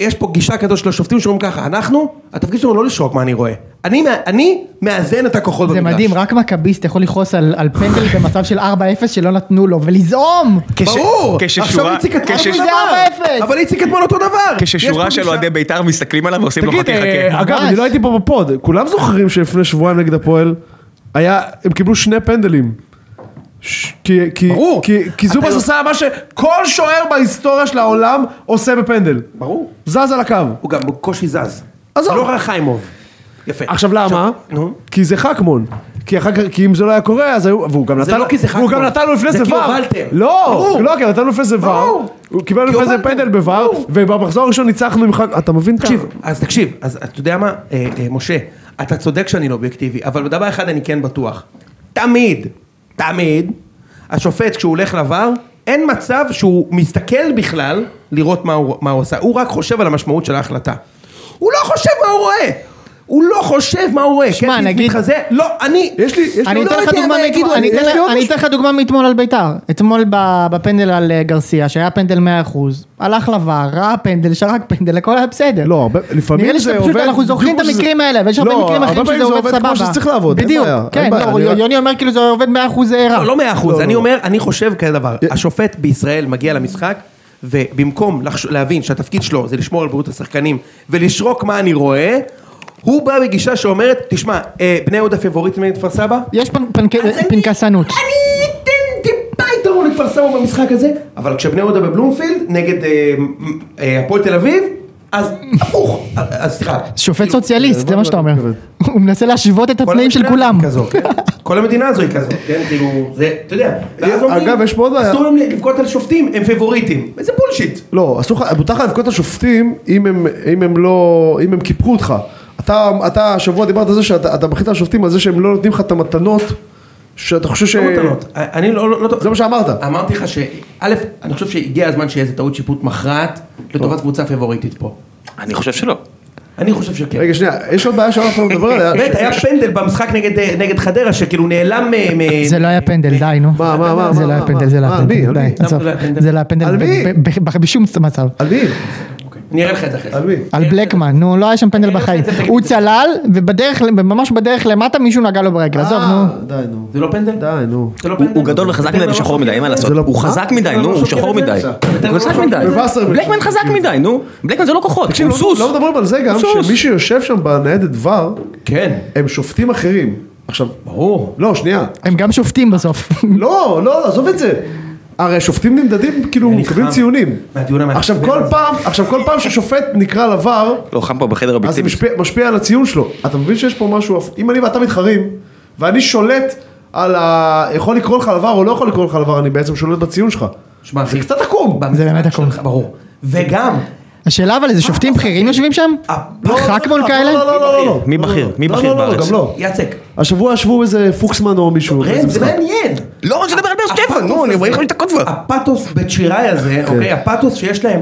Speaker 4: יש פה גישה כזאת של השופטים שאומרים ככה, אנחנו, התפקיד שלנו לא לשרוק מה אני רואה. אני, מה- אני מאזן את הכוחות
Speaker 2: זה
Speaker 4: במגרש.
Speaker 2: מדהים, רק מכביסט יכול לכעוס על על פנדל במצב של 4-0 שלא נתנו לו, ולזעום!
Speaker 3: כן,
Speaker 5: כש-
Speaker 4: ברור!
Speaker 5: כששורה-
Speaker 4: עכשיו איציק אתמול
Speaker 5: כש-
Speaker 4: אותו
Speaker 2: זה
Speaker 4: דבר!
Speaker 2: 4-0.
Speaker 4: אבל איציק אתמול אותו דבר! יש פה
Speaker 5: כששורה של
Speaker 4: גישה-
Speaker 5: אוהדי בית"ר מסתכלים עליו ועושים לו כן.
Speaker 3: תגיד,
Speaker 5: חכה
Speaker 3: אה,
Speaker 5: חכה.
Speaker 3: אגב,
Speaker 2: ממש.
Speaker 3: אני לא הייתי פה בפוד, כולם זוכרים שלפני שבועיים נגד הפועל, היה, הם קיבלו שני פנדלים. ש- כי- כי-
Speaker 4: ברור.
Speaker 3: כי- כי
Speaker 4: אתה
Speaker 3: זובס
Speaker 4: לא-
Speaker 3: עשה מה שכל שוער בהיסטוריה של העולם עושה בפנדל.
Speaker 4: ברור.
Speaker 3: זז על הקו.
Speaker 4: הוא גם בקושי זז.
Speaker 3: עזוב.
Speaker 4: לא ראה חיימוב. יפה.
Speaker 3: עכשיו למה?
Speaker 4: נו.
Speaker 3: כי זה חכמון. כי אחר כך, כי אם זה לא היה קורה, אז היו, והוא גם
Speaker 4: זה
Speaker 3: נתן,
Speaker 4: לא כי זה
Speaker 3: והוא
Speaker 4: חכמון.
Speaker 3: גם נתן לו לפני
Speaker 4: זה
Speaker 3: זה
Speaker 4: כי
Speaker 3: ור.
Speaker 4: הובלתם.
Speaker 3: לא,
Speaker 4: ברור.
Speaker 3: לא, כי נתן לו לפני זה ור.
Speaker 4: ברור.
Speaker 3: הוא קיבל
Speaker 4: כי
Speaker 3: לפני זה
Speaker 4: הובלתם.
Speaker 3: פנדל בוור,
Speaker 4: ברור.
Speaker 3: ובמחזור הראשון ניצחנו עם חג, אתה מבין?
Speaker 4: תקשיב,
Speaker 3: כמה?
Speaker 4: אז תקשיב, אז אתה יודע מה, אה, אה, משה, אתה צודק שאני לא אובייקטיבי, אבל בדבר אחד אני כן בטוח. תמיד, תמיד, השופט כשהוא הולך לבר, אין מצב שהוא מסתכל בכלל לראות מה הוא, מה הוא עשה, הוא רק חושב על המשמעות של ההחלטה. הוא לא חושב מה הוא רואה! הוא לא חושב מה הוא רואה,
Speaker 2: שמע,
Speaker 4: קלטינס
Speaker 2: נגיד-
Speaker 4: מתחזה, לא, אני,
Speaker 3: יש לי, לא יש
Speaker 2: אני
Speaker 3: לי,
Speaker 4: לא
Speaker 2: אתן לך
Speaker 4: יודע
Speaker 2: דוגמה
Speaker 4: מה יגידו,
Speaker 2: מאתמול- אני
Speaker 4: יש
Speaker 2: אתן
Speaker 4: לי
Speaker 2: לך-
Speaker 4: עוד
Speaker 2: אני אתן לך דוגמה מאתמול על ביתר. אתמול ב- בפנדל על אה, גרסיה, שהיה פנדל 100%, הלך לבר, ראה פנדל, שרק פנדל, הכל היה בסדר.
Speaker 3: לא, הרבה- לפעמים
Speaker 2: נראה לי
Speaker 3: זה
Speaker 2: שפשוט
Speaker 3: עובד
Speaker 2: אנחנו זוכרים
Speaker 3: בדיוק
Speaker 2: את
Speaker 3: כמו שזה-
Speaker 2: המקרים האלה, ויש הרבה
Speaker 3: לא,
Speaker 2: מקרים
Speaker 3: הרבה
Speaker 2: אחרים
Speaker 3: פעמים
Speaker 2: שזה
Speaker 3: זה
Speaker 2: עובד
Speaker 3: עובד
Speaker 2: סבבה.
Speaker 3: כמו שצריך לעבוד, אין
Speaker 2: בדיוק,
Speaker 3: בעיה, אין
Speaker 2: כן,
Speaker 3: בעיה,
Speaker 2: לא,
Speaker 3: אני רק-
Speaker 2: יוני אומר כאילו זה עובד 100% רע.
Speaker 4: לא, לא מאה אחוז,
Speaker 3: לא,
Speaker 4: אני
Speaker 3: לא.
Speaker 4: אומר, אני חושב כזה דבר, השופט בישראל מגיע למשחק, ובמקום לחש- להבין שהתפקיד שלו זה לשמור על בריאות השחקנים, ולשרוק מה אני רואה, הוא בא בגישה שאומרת, תשמע, אה, בני יהודה פיבוריט נגד כפר סבא?
Speaker 2: יש פנ- פנק-
Speaker 4: אז אני-
Speaker 2: פנקסנות.
Speaker 4: אני אתן טיפה יתרון לכפר סבא במשחק הזה, אבל כשבני יהודה בבלומפילד, נגד אה, מ- אה, הפועל תל אביב, אז הפוך, אה, אז סליחה.
Speaker 2: שופט סוציאליסט, זה מה
Speaker 3: מה
Speaker 2: שאתה
Speaker 3: אתה
Speaker 2: אומר. הוא מנסה להשוות את
Speaker 4: כל
Speaker 2: התנאים של
Speaker 4: המדינה
Speaker 2: כולם.
Speaker 4: היא כזאת, כן? כל המדינה הזו היא כזאת, כן? כאילו, זה, אתה יודע. ואז אומרים,
Speaker 3: אה, אגב, יש פה עוד בעיה.
Speaker 4: אסור להם לבכות על שופטים, הם פיבוריטים. וזה בולשיט.
Speaker 3: לא, אסור לך, מותר לך לבכות את השופטים אם הם, אם הם לא, אם הם קיפחו אותך. אתה, אתה השבוע דיברת על זה שאתה אתה מחליט על השופטים, על זה שהם לא נותנים לך את המתנות, שאתה חושב ש...
Speaker 4: לא מתנות. אני לא... לא- לא-
Speaker 3: זה מה שאמרת.
Speaker 4: אמרתי לך ש... א', אני חושב שהגיע הזמן שיהיה איזה טעות שיפוט מכרעת לטובת קבוצה פיבוריטית פה.
Speaker 1: אני חושב שלא.
Speaker 3: לא
Speaker 4: אני חושב שכן.
Speaker 3: רגע, שנייה, יש עוד בעיה שאנחנו לא מדברים עליה.
Speaker 4: באמת, היה פנדל במשחק נגד, אה, נגד חדרה, שכאילו נעלם מ... מ-
Speaker 2: זה לא היה פנדל, די, נו.
Speaker 3: מה, מה, מה,
Speaker 2: זה
Speaker 3: מה,
Speaker 2: לא היה
Speaker 3: מה,
Speaker 2: פנדל, זה לא
Speaker 3: מה,
Speaker 2: היה
Speaker 3: על מי,
Speaker 2: פנדל,
Speaker 3: על
Speaker 2: די,
Speaker 3: מי?
Speaker 4: למה
Speaker 2: עזוב.
Speaker 4: זה לא היה פנדל?
Speaker 2: זה לא היה פנדל
Speaker 3: על מי?
Speaker 2: ב- ב- ב- בשום מצב.
Speaker 3: על מי?
Speaker 4: אני אראה לך את זה אחרי זה.
Speaker 3: על מי?
Speaker 2: על בלקמן, נו, לא היה שם פנדל בחיים. הוא צלל, ובדרך, ממש בדרך למטה מישהו נגע לו ברגל, עזוב, נו.
Speaker 3: אה, די, נו.
Speaker 4: זה לא פנדל?
Speaker 3: די, נו.
Speaker 4: זה לא
Speaker 5: הוא-
Speaker 4: פנדל?
Speaker 5: הוא גדול וחזק מדי ושחור מדי, אין מה לעשות.
Speaker 3: זה לא-
Speaker 5: הוא חזק מדי, נו, הוא שחור מדי. הוא חזק מדי.
Speaker 3: וסרמן.
Speaker 5: בלקמן חזק מדי, נו. בלקמן זה לא כוחות, הוא
Speaker 3: לא-
Speaker 5: סוס.
Speaker 3: לא מדברים על זה גם,
Speaker 5: סוס.
Speaker 3: שמי שיושב שם בניידת ור,
Speaker 4: כן,
Speaker 3: הם שופטים אחרים. עכשיו,
Speaker 4: ברור.
Speaker 3: לא, שנייה.
Speaker 2: הם גם שופטים בסוף.
Speaker 3: לא, לא, עזוב את זה. הרי השופטים נמדדים, כאילו,
Speaker 4: אני
Speaker 3: מקבלים
Speaker 4: חם.
Speaker 3: ציונים.
Speaker 4: מהדיון המעצבן
Speaker 3: עכשיו כל
Speaker 4: הזה.
Speaker 3: פעם, עכשיו כל פעם ששופט נקרא לבר,
Speaker 5: לא, חם פה בחדר
Speaker 3: אז זה
Speaker 5: הביצים.
Speaker 3: משפיע, משפיע על הציון שלו. אתה מבין שיש פה משהו, הפ- אם אני ואתה מתחרים, ואני שולט על ה... יכול לקרוא לך לבר או לא יכול לקרוא לך לבר, אני בעצם שולט בציון שלך.
Speaker 4: שמע,
Speaker 3: זה
Speaker 4: אחי,
Speaker 3: קצת עקום.
Speaker 2: זה באמת
Speaker 4: במשחק
Speaker 2: עקום.
Speaker 4: שלך, ברור. וגם,
Speaker 2: השאלה אבל איזה שופטים
Speaker 3: אה,
Speaker 2: בכירים יושבים שם?
Speaker 4: לא,
Speaker 2: חכמון כאלה?
Speaker 3: לא, לא, לא, לא, לא.
Speaker 5: מי בכיר? מי
Speaker 3: לא,
Speaker 5: בכיר
Speaker 3: לא, לא,
Speaker 5: בארץ?
Speaker 3: גם לא.
Speaker 4: יצק,
Speaker 3: השבוע ישבו איזה פוקסמן או מישהו. באיזה
Speaker 4: ראם, זה
Speaker 3: משחק.
Speaker 4: מעניין.
Speaker 5: לא, אני רוצה לדבר על באר שבע,
Speaker 4: הפאתוס
Speaker 5: נו, אני
Speaker 4: הזה,
Speaker 5: רואה לך את כן. הכותבה.
Speaker 4: הפאתוס בית שיראי הזה, אוקיי, הפאתוס שיש להם,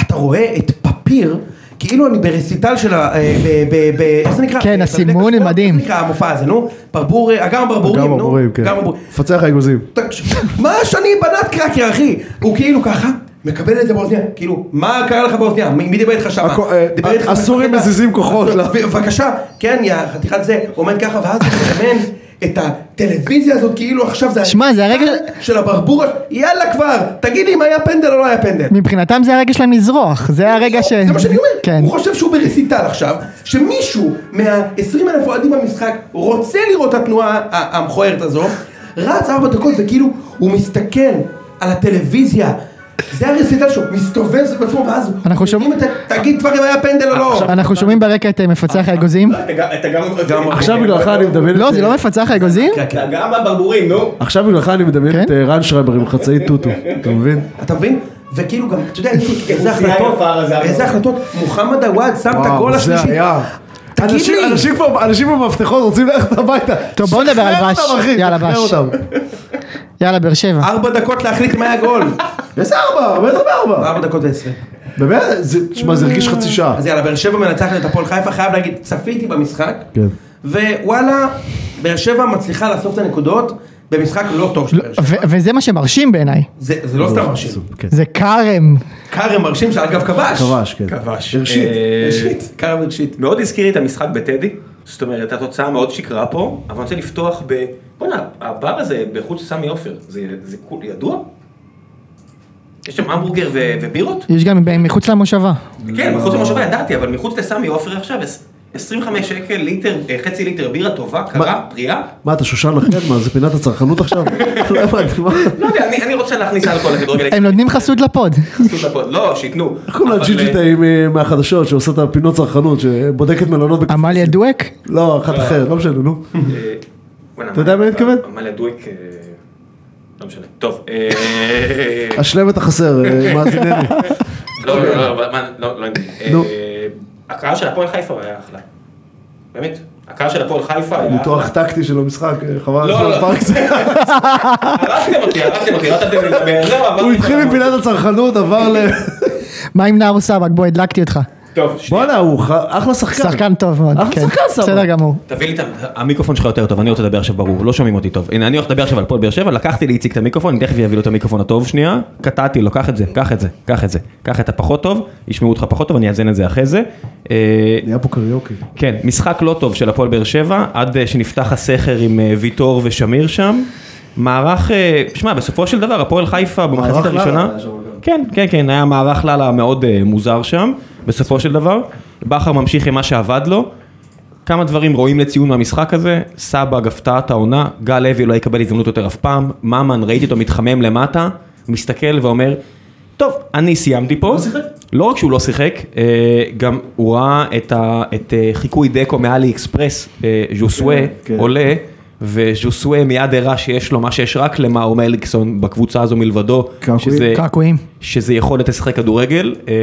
Speaker 4: אתה רואה את פפיר, כאילו אני ברסיטל של ה... אה, ב- ב- ב- איך זה נקרא?
Speaker 2: כן,
Speaker 4: אה,
Speaker 2: הסימון
Speaker 4: בבני-
Speaker 2: הם מדהים.
Speaker 4: איך זה נקרא המופע הזה, נו? ברבור, אה, גם ברבורים,
Speaker 3: גם
Speaker 4: נו.
Speaker 3: אמורים, כן.
Speaker 4: גם ברבורים.
Speaker 3: מפצח האגוזים.
Speaker 4: תקשיב, מה שאני בנת קרקר אחי, הוא כאילו ככה, מקבל את זה באוזניה, כאילו, מה קרה לך באוזניה, מי מי דיבר איתך שמה?
Speaker 3: הכ- אה,
Speaker 4: דיבר איתך
Speaker 3: הסורים
Speaker 4: בקטע-
Speaker 3: מזיזים כוחות,
Speaker 4: הסור-
Speaker 3: לא?
Speaker 4: בבקשה, כן, יא חתיכת זה, עומד ככה, ואז הוא מזמן את הטלוויזיה הזאת, כאילו עכשיו זה...
Speaker 2: שמע, זה הרגע-
Speaker 4: של הברבור, הש- יאללה כבר, תגיד לי אם היה פנדל או לא היה פנדל.
Speaker 2: מבחינתם זה הרגע שלהם לזרוח, זה הרגע ש...
Speaker 4: אה, זה מה שאני אומר,
Speaker 2: כן.
Speaker 4: הוא חושב שהוא ברסיטל עכשיו, שמישהו מה-20 אלף אוהדים במשחק רוצה לראות את התנועה ה- המכוערת הזו, רץ ארבע דקות וכאילו הוא מסתכל על הטלוויזיה, זה הרסיטל שלו, מסתובב סביב עצמו ואז הוא,
Speaker 2: אנחנו שומעים-
Speaker 4: אם אתה- תגיד כבר אם היה פנדל או לא,
Speaker 2: אנחנו שומעים ברקע את אה, מפצח האגוזים.
Speaker 3: עכשיו
Speaker 4: אוקיי.
Speaker 3: בגללך אני מדמיין
Speaker 2: לא,
Speaker 3: את-
Speaker 2: זה לא מפצח האגוזים?
Speaker 4: אה,
Speaker 1: גם הברבורים, נו.
Speaker 3: עכשיו בגללך אני מדמיין
Speaker 2: כן?
Speaker 3: את אה, רן שרייבר עם חצאי טוטו. אתה מבין?
Speaker 4: אתה מבין? וכאילו גם, אתה יודע, איזה
Speaker 2: סייע
Speaker 4: החלטות,
Speaker 2: עם הפער הזה,
Speaker 4: איזה
Speaker 2: אבל.
Speaker 4: החלטות, מוחמד עוואד שם את הגול
Speaker 3: וואו, זה
Speaker 4: השלישי.
Speaker 3: היה.
Speaker 4: תגיד
Speaker 3: אנשים-
Speaker 4: לי.
Speaker 3: אנשים כבר, אנשים במפתחות רוצים ללכת הביתה.
Speaker 2: טוב, בוא נדבר על
Speaker 3: שחרר
Speaker 2: בש.
Speaker 3: אותם, אחי,
Speaker 2: יאללה,
Speaker 3: שחרר
Speaker 2: בש.
Speaker 3: אותם.
Speaker 2: יאללה, באר שבע.
Speaker 4: ארבע דקות להחליט מה היה גול.
Speaker 3: איזה ארבע? בטח בארבע.
Speaker 4: ארבע דקות ועשרים.
Speaker 3: באמת? זה- תשמע, זה הרגיש חצי שעה.
Speaker 4: אז יאללה, באר שבע מנצחת את הפועל חיפה, חייב להגיד, צפיתי במשחק.
Speaker 3: כן.
Speaker 4: ווואלה, באר שבע מצליחה לאסוף את הנקודות במשחק לא טוב של באר שבע.
Speaker 2: ו- וזה מה שמרשים בעיניי.
Speaker 4: זה זה לא סתם מרשים.
Speaker 3: כן.
Speaker 2: זה כרם.
Speaker 4: כרם מרשים שאגב כבש.
Speaker 3: כבש, כן.
Speaker 4: כבש.
Speaker 3: הרשית.
Speaker 4: אה, הרשית. כרם הרשית.
Speaker 6: מאוד הזכיר לי את המשחק בטדי, זאת אומרת, התוצאה מאוד שיקרה פה, אבל אני רוצה לפתוח ב... בוא'נה, הבר הזה בחוץ סמי עופר, זה, זה כול- ידוע? יש שם המבורגר ו- ובירות?
Speaker 2: יש גם ב- מחוץ למושבה.
Speaker 3: לא.
Speaker 6: כן, מחוץ למושבה ידעתי, אבל מחוץ לסמי עופר עכשיו, עש- 25 שקל, ליטר, אה, חצי ליטר בירה טובה, קרה, פריאה.
Speaker 3: מה, אתה שושן אחר? מה, זה פינת הצרכנות עכשיו? לא הבנתי, מה?
Speaker 6: לא יודע, אני- אני רוצה להכניס אלכוהול לכדורגל.
Speaker 2: הם נותנים חסות לפוד.
Speaker 6: חסות לפוד. לא, שייתנו.
Speaker 3: לא- איך קוראים לה
Speaker 6: אבל,
Speaker 3: ג'יג'ית
Speaker 6: אה,
Speaker 3: ההיא מ- מהחדשות שעושה את הפינות צרכנות, שבודקת מלונות בק...
Speaker 2: עמליה דואק?
Speaker 3: לא, אחת אחרת, לא משנה, נו.
Speaker 6: אה, בוא'נה,
Speaker 3: אתה יודע מה אני מתכוון?
Speaker 6: עמליה דואק, אה, לא משנה. טוב. אה,
Speaker 3: השלם את החסר, אה, מאזיננו.
Speaker 6: לא, לא, לא, אבל מה, לא, לא, אה,
Speaker 3: נו.
Speaker 6: הקהל של הפועל חיפה היה אחלה. באמת. הקהל של הפועל חיפה היה אחלה.
Speaker 3: ניתוח טקטי של המשחק, אה, חבל
Speaker 6: לא,
Speaker 3: על
Speaker 6: לא.
Speaker 3: הפארק זה.
Speaker 6: הרסתם אותי, הרסתם אותי, לא נתתם לי לדבר. זהו, עברתי
Speaker 3: הוא
Speaker 6: את
Speaker 3: התחיל עם
Speaker 6: הרמות.
Speaker 3: פינת הצרכנות, עבר ל...
Speaker 2: מה עם נער סבק? בוא, הדלקתי אותך.
Speaker 6: טוב, שנייה.
Speaker 3: בואנה, הוא ח- אחלה שחקן.
Speaker 2: שחקן טוב מאוד.
Speaker 3: אחלה
Speaker 2: כן.
Speaker 3: שחקן, סבק.
Speaker 2: בסדר גמור.
Speaker 1: תביא לי את ה- המיקרופון שלך יותר טוב, אני רוצה לדבר עכשיו ברור, לא שומעים אותי טוב. הנה, אני הולך לדבר עכשיו על פועל באר שבע, לקחתי לאיציק את המיקרופון, אני תכף אביא לו את המיקרופון הטוב שנייה, קטעתי לו, קח את זה, קח את זה, קח את זה, קח את הפחות טוב, ישמעו אותך פחות טוב, אני אאזן את זה אחרי זה. אה,
Speaker 3: נהיה פה קריוקי.
Speaker 1: כן, משחק לא טוב של הפועל באר שבע, עד אה, שנפתח הסכר עם אה, ויטור ושמיר שם. מערך, אה, שמע, בסופו של דבר הפועל חיפה במחצית
Speaker 3: מערך לאללה
Speaker 1: הראשונה,
Speaker 3: היה שם גם.
Speaker 1: כן, כן, כן, היה מערך לאללה מאוד אה, מוזר שם, בסופו של דבר. בכר ממשיך עם מה שעבד לו. כמה דברים רואים לציון מהמשחק הזה, סבג הפתעת העונה, גל לוי לא יקבל הזדמנות יותר אף פעם, ממן, ראיתי אותו מתחמם למטה, מסתכל ואומר, טוב, אני סיימתי פה. לא שיחק? לא רק שהוא לא שיחק, אה, גם הוא ראה את, ה, את אה, חיקוי דקו מאלי אקספרס, אה, ז'וסווה
Speaker 3: כן.
Speaker 1: עולה, וז'וסווה מיד הראה שיש לו מה שיש רק למאור מליקסון בקבוצה הזו מלבדו,
Speaker 3: קעקועים.
Speaker 1: שזה,
Speaker 2: קעקועים.
Speaker 1: שזה יכולת לשחק כדורגל. אה,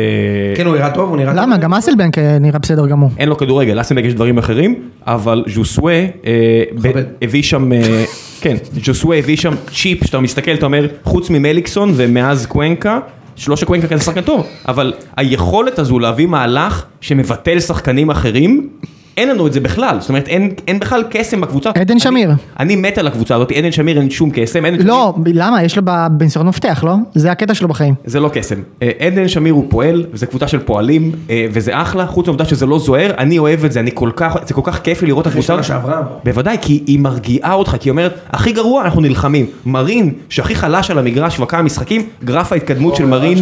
Speaker 4: כן, הוא נראה טוב, הוא נראה טוב.
Speaker 2: למה? גם אסלבנק אה, נראה בסדר גמור.
Speaker 1: אין לו כדורגל, אסנבק יש דברים אחרים, אבל ז'וסווה אה, ב-
Speaker 4: מכבד.
Speaker 1: הביא שם, אה, כן, ז'וסווה הביא שם צ'יפ, שאתה מסתכל, אתה אומר, חוץ ממליקסון ומאז קוונקה, שלא שקוונקה כזה שחקן טוב, אבל היכולת הזו להביא מהלך שמבטל שחקנים אחרים, אין לנו את זה בכלל, זאת אומרת, אין, אין בכלל קסם בקבוצה.
Speaker 2: עדן
Speaker 1: אני-
Speaker 2: שמיר.
Speaker 1: אני מת על הקבוצה הזאת, עדן שמיר אין שום קסם, עדן שמיר...
Speaker 2: לא, ב- למה? יש לו ב- בניסיון מפתח, לא? זה הקטע שלו בחיים.
Speaker 1: זה לא קסם. אה, עדן שמיר הוא פועל, וזו קבוצה של פועלים, אה, וזה אחלה, חוץ מהעובדה שזה לא זוהר, אני אוהב את זה, אני כל כך, זה כל כך כיף לי לראות את הקבוצה.
Speaker 4: שנה שעברה.
Speaker 1: בוודאי, כי היא מרגיעה אותך, כי היא אומרת, הכי גרוע, אנחנו נלחמים. מרין, שהכי חלש על המגרש בכמה משחקים, גרף ההתקדמות של מרין,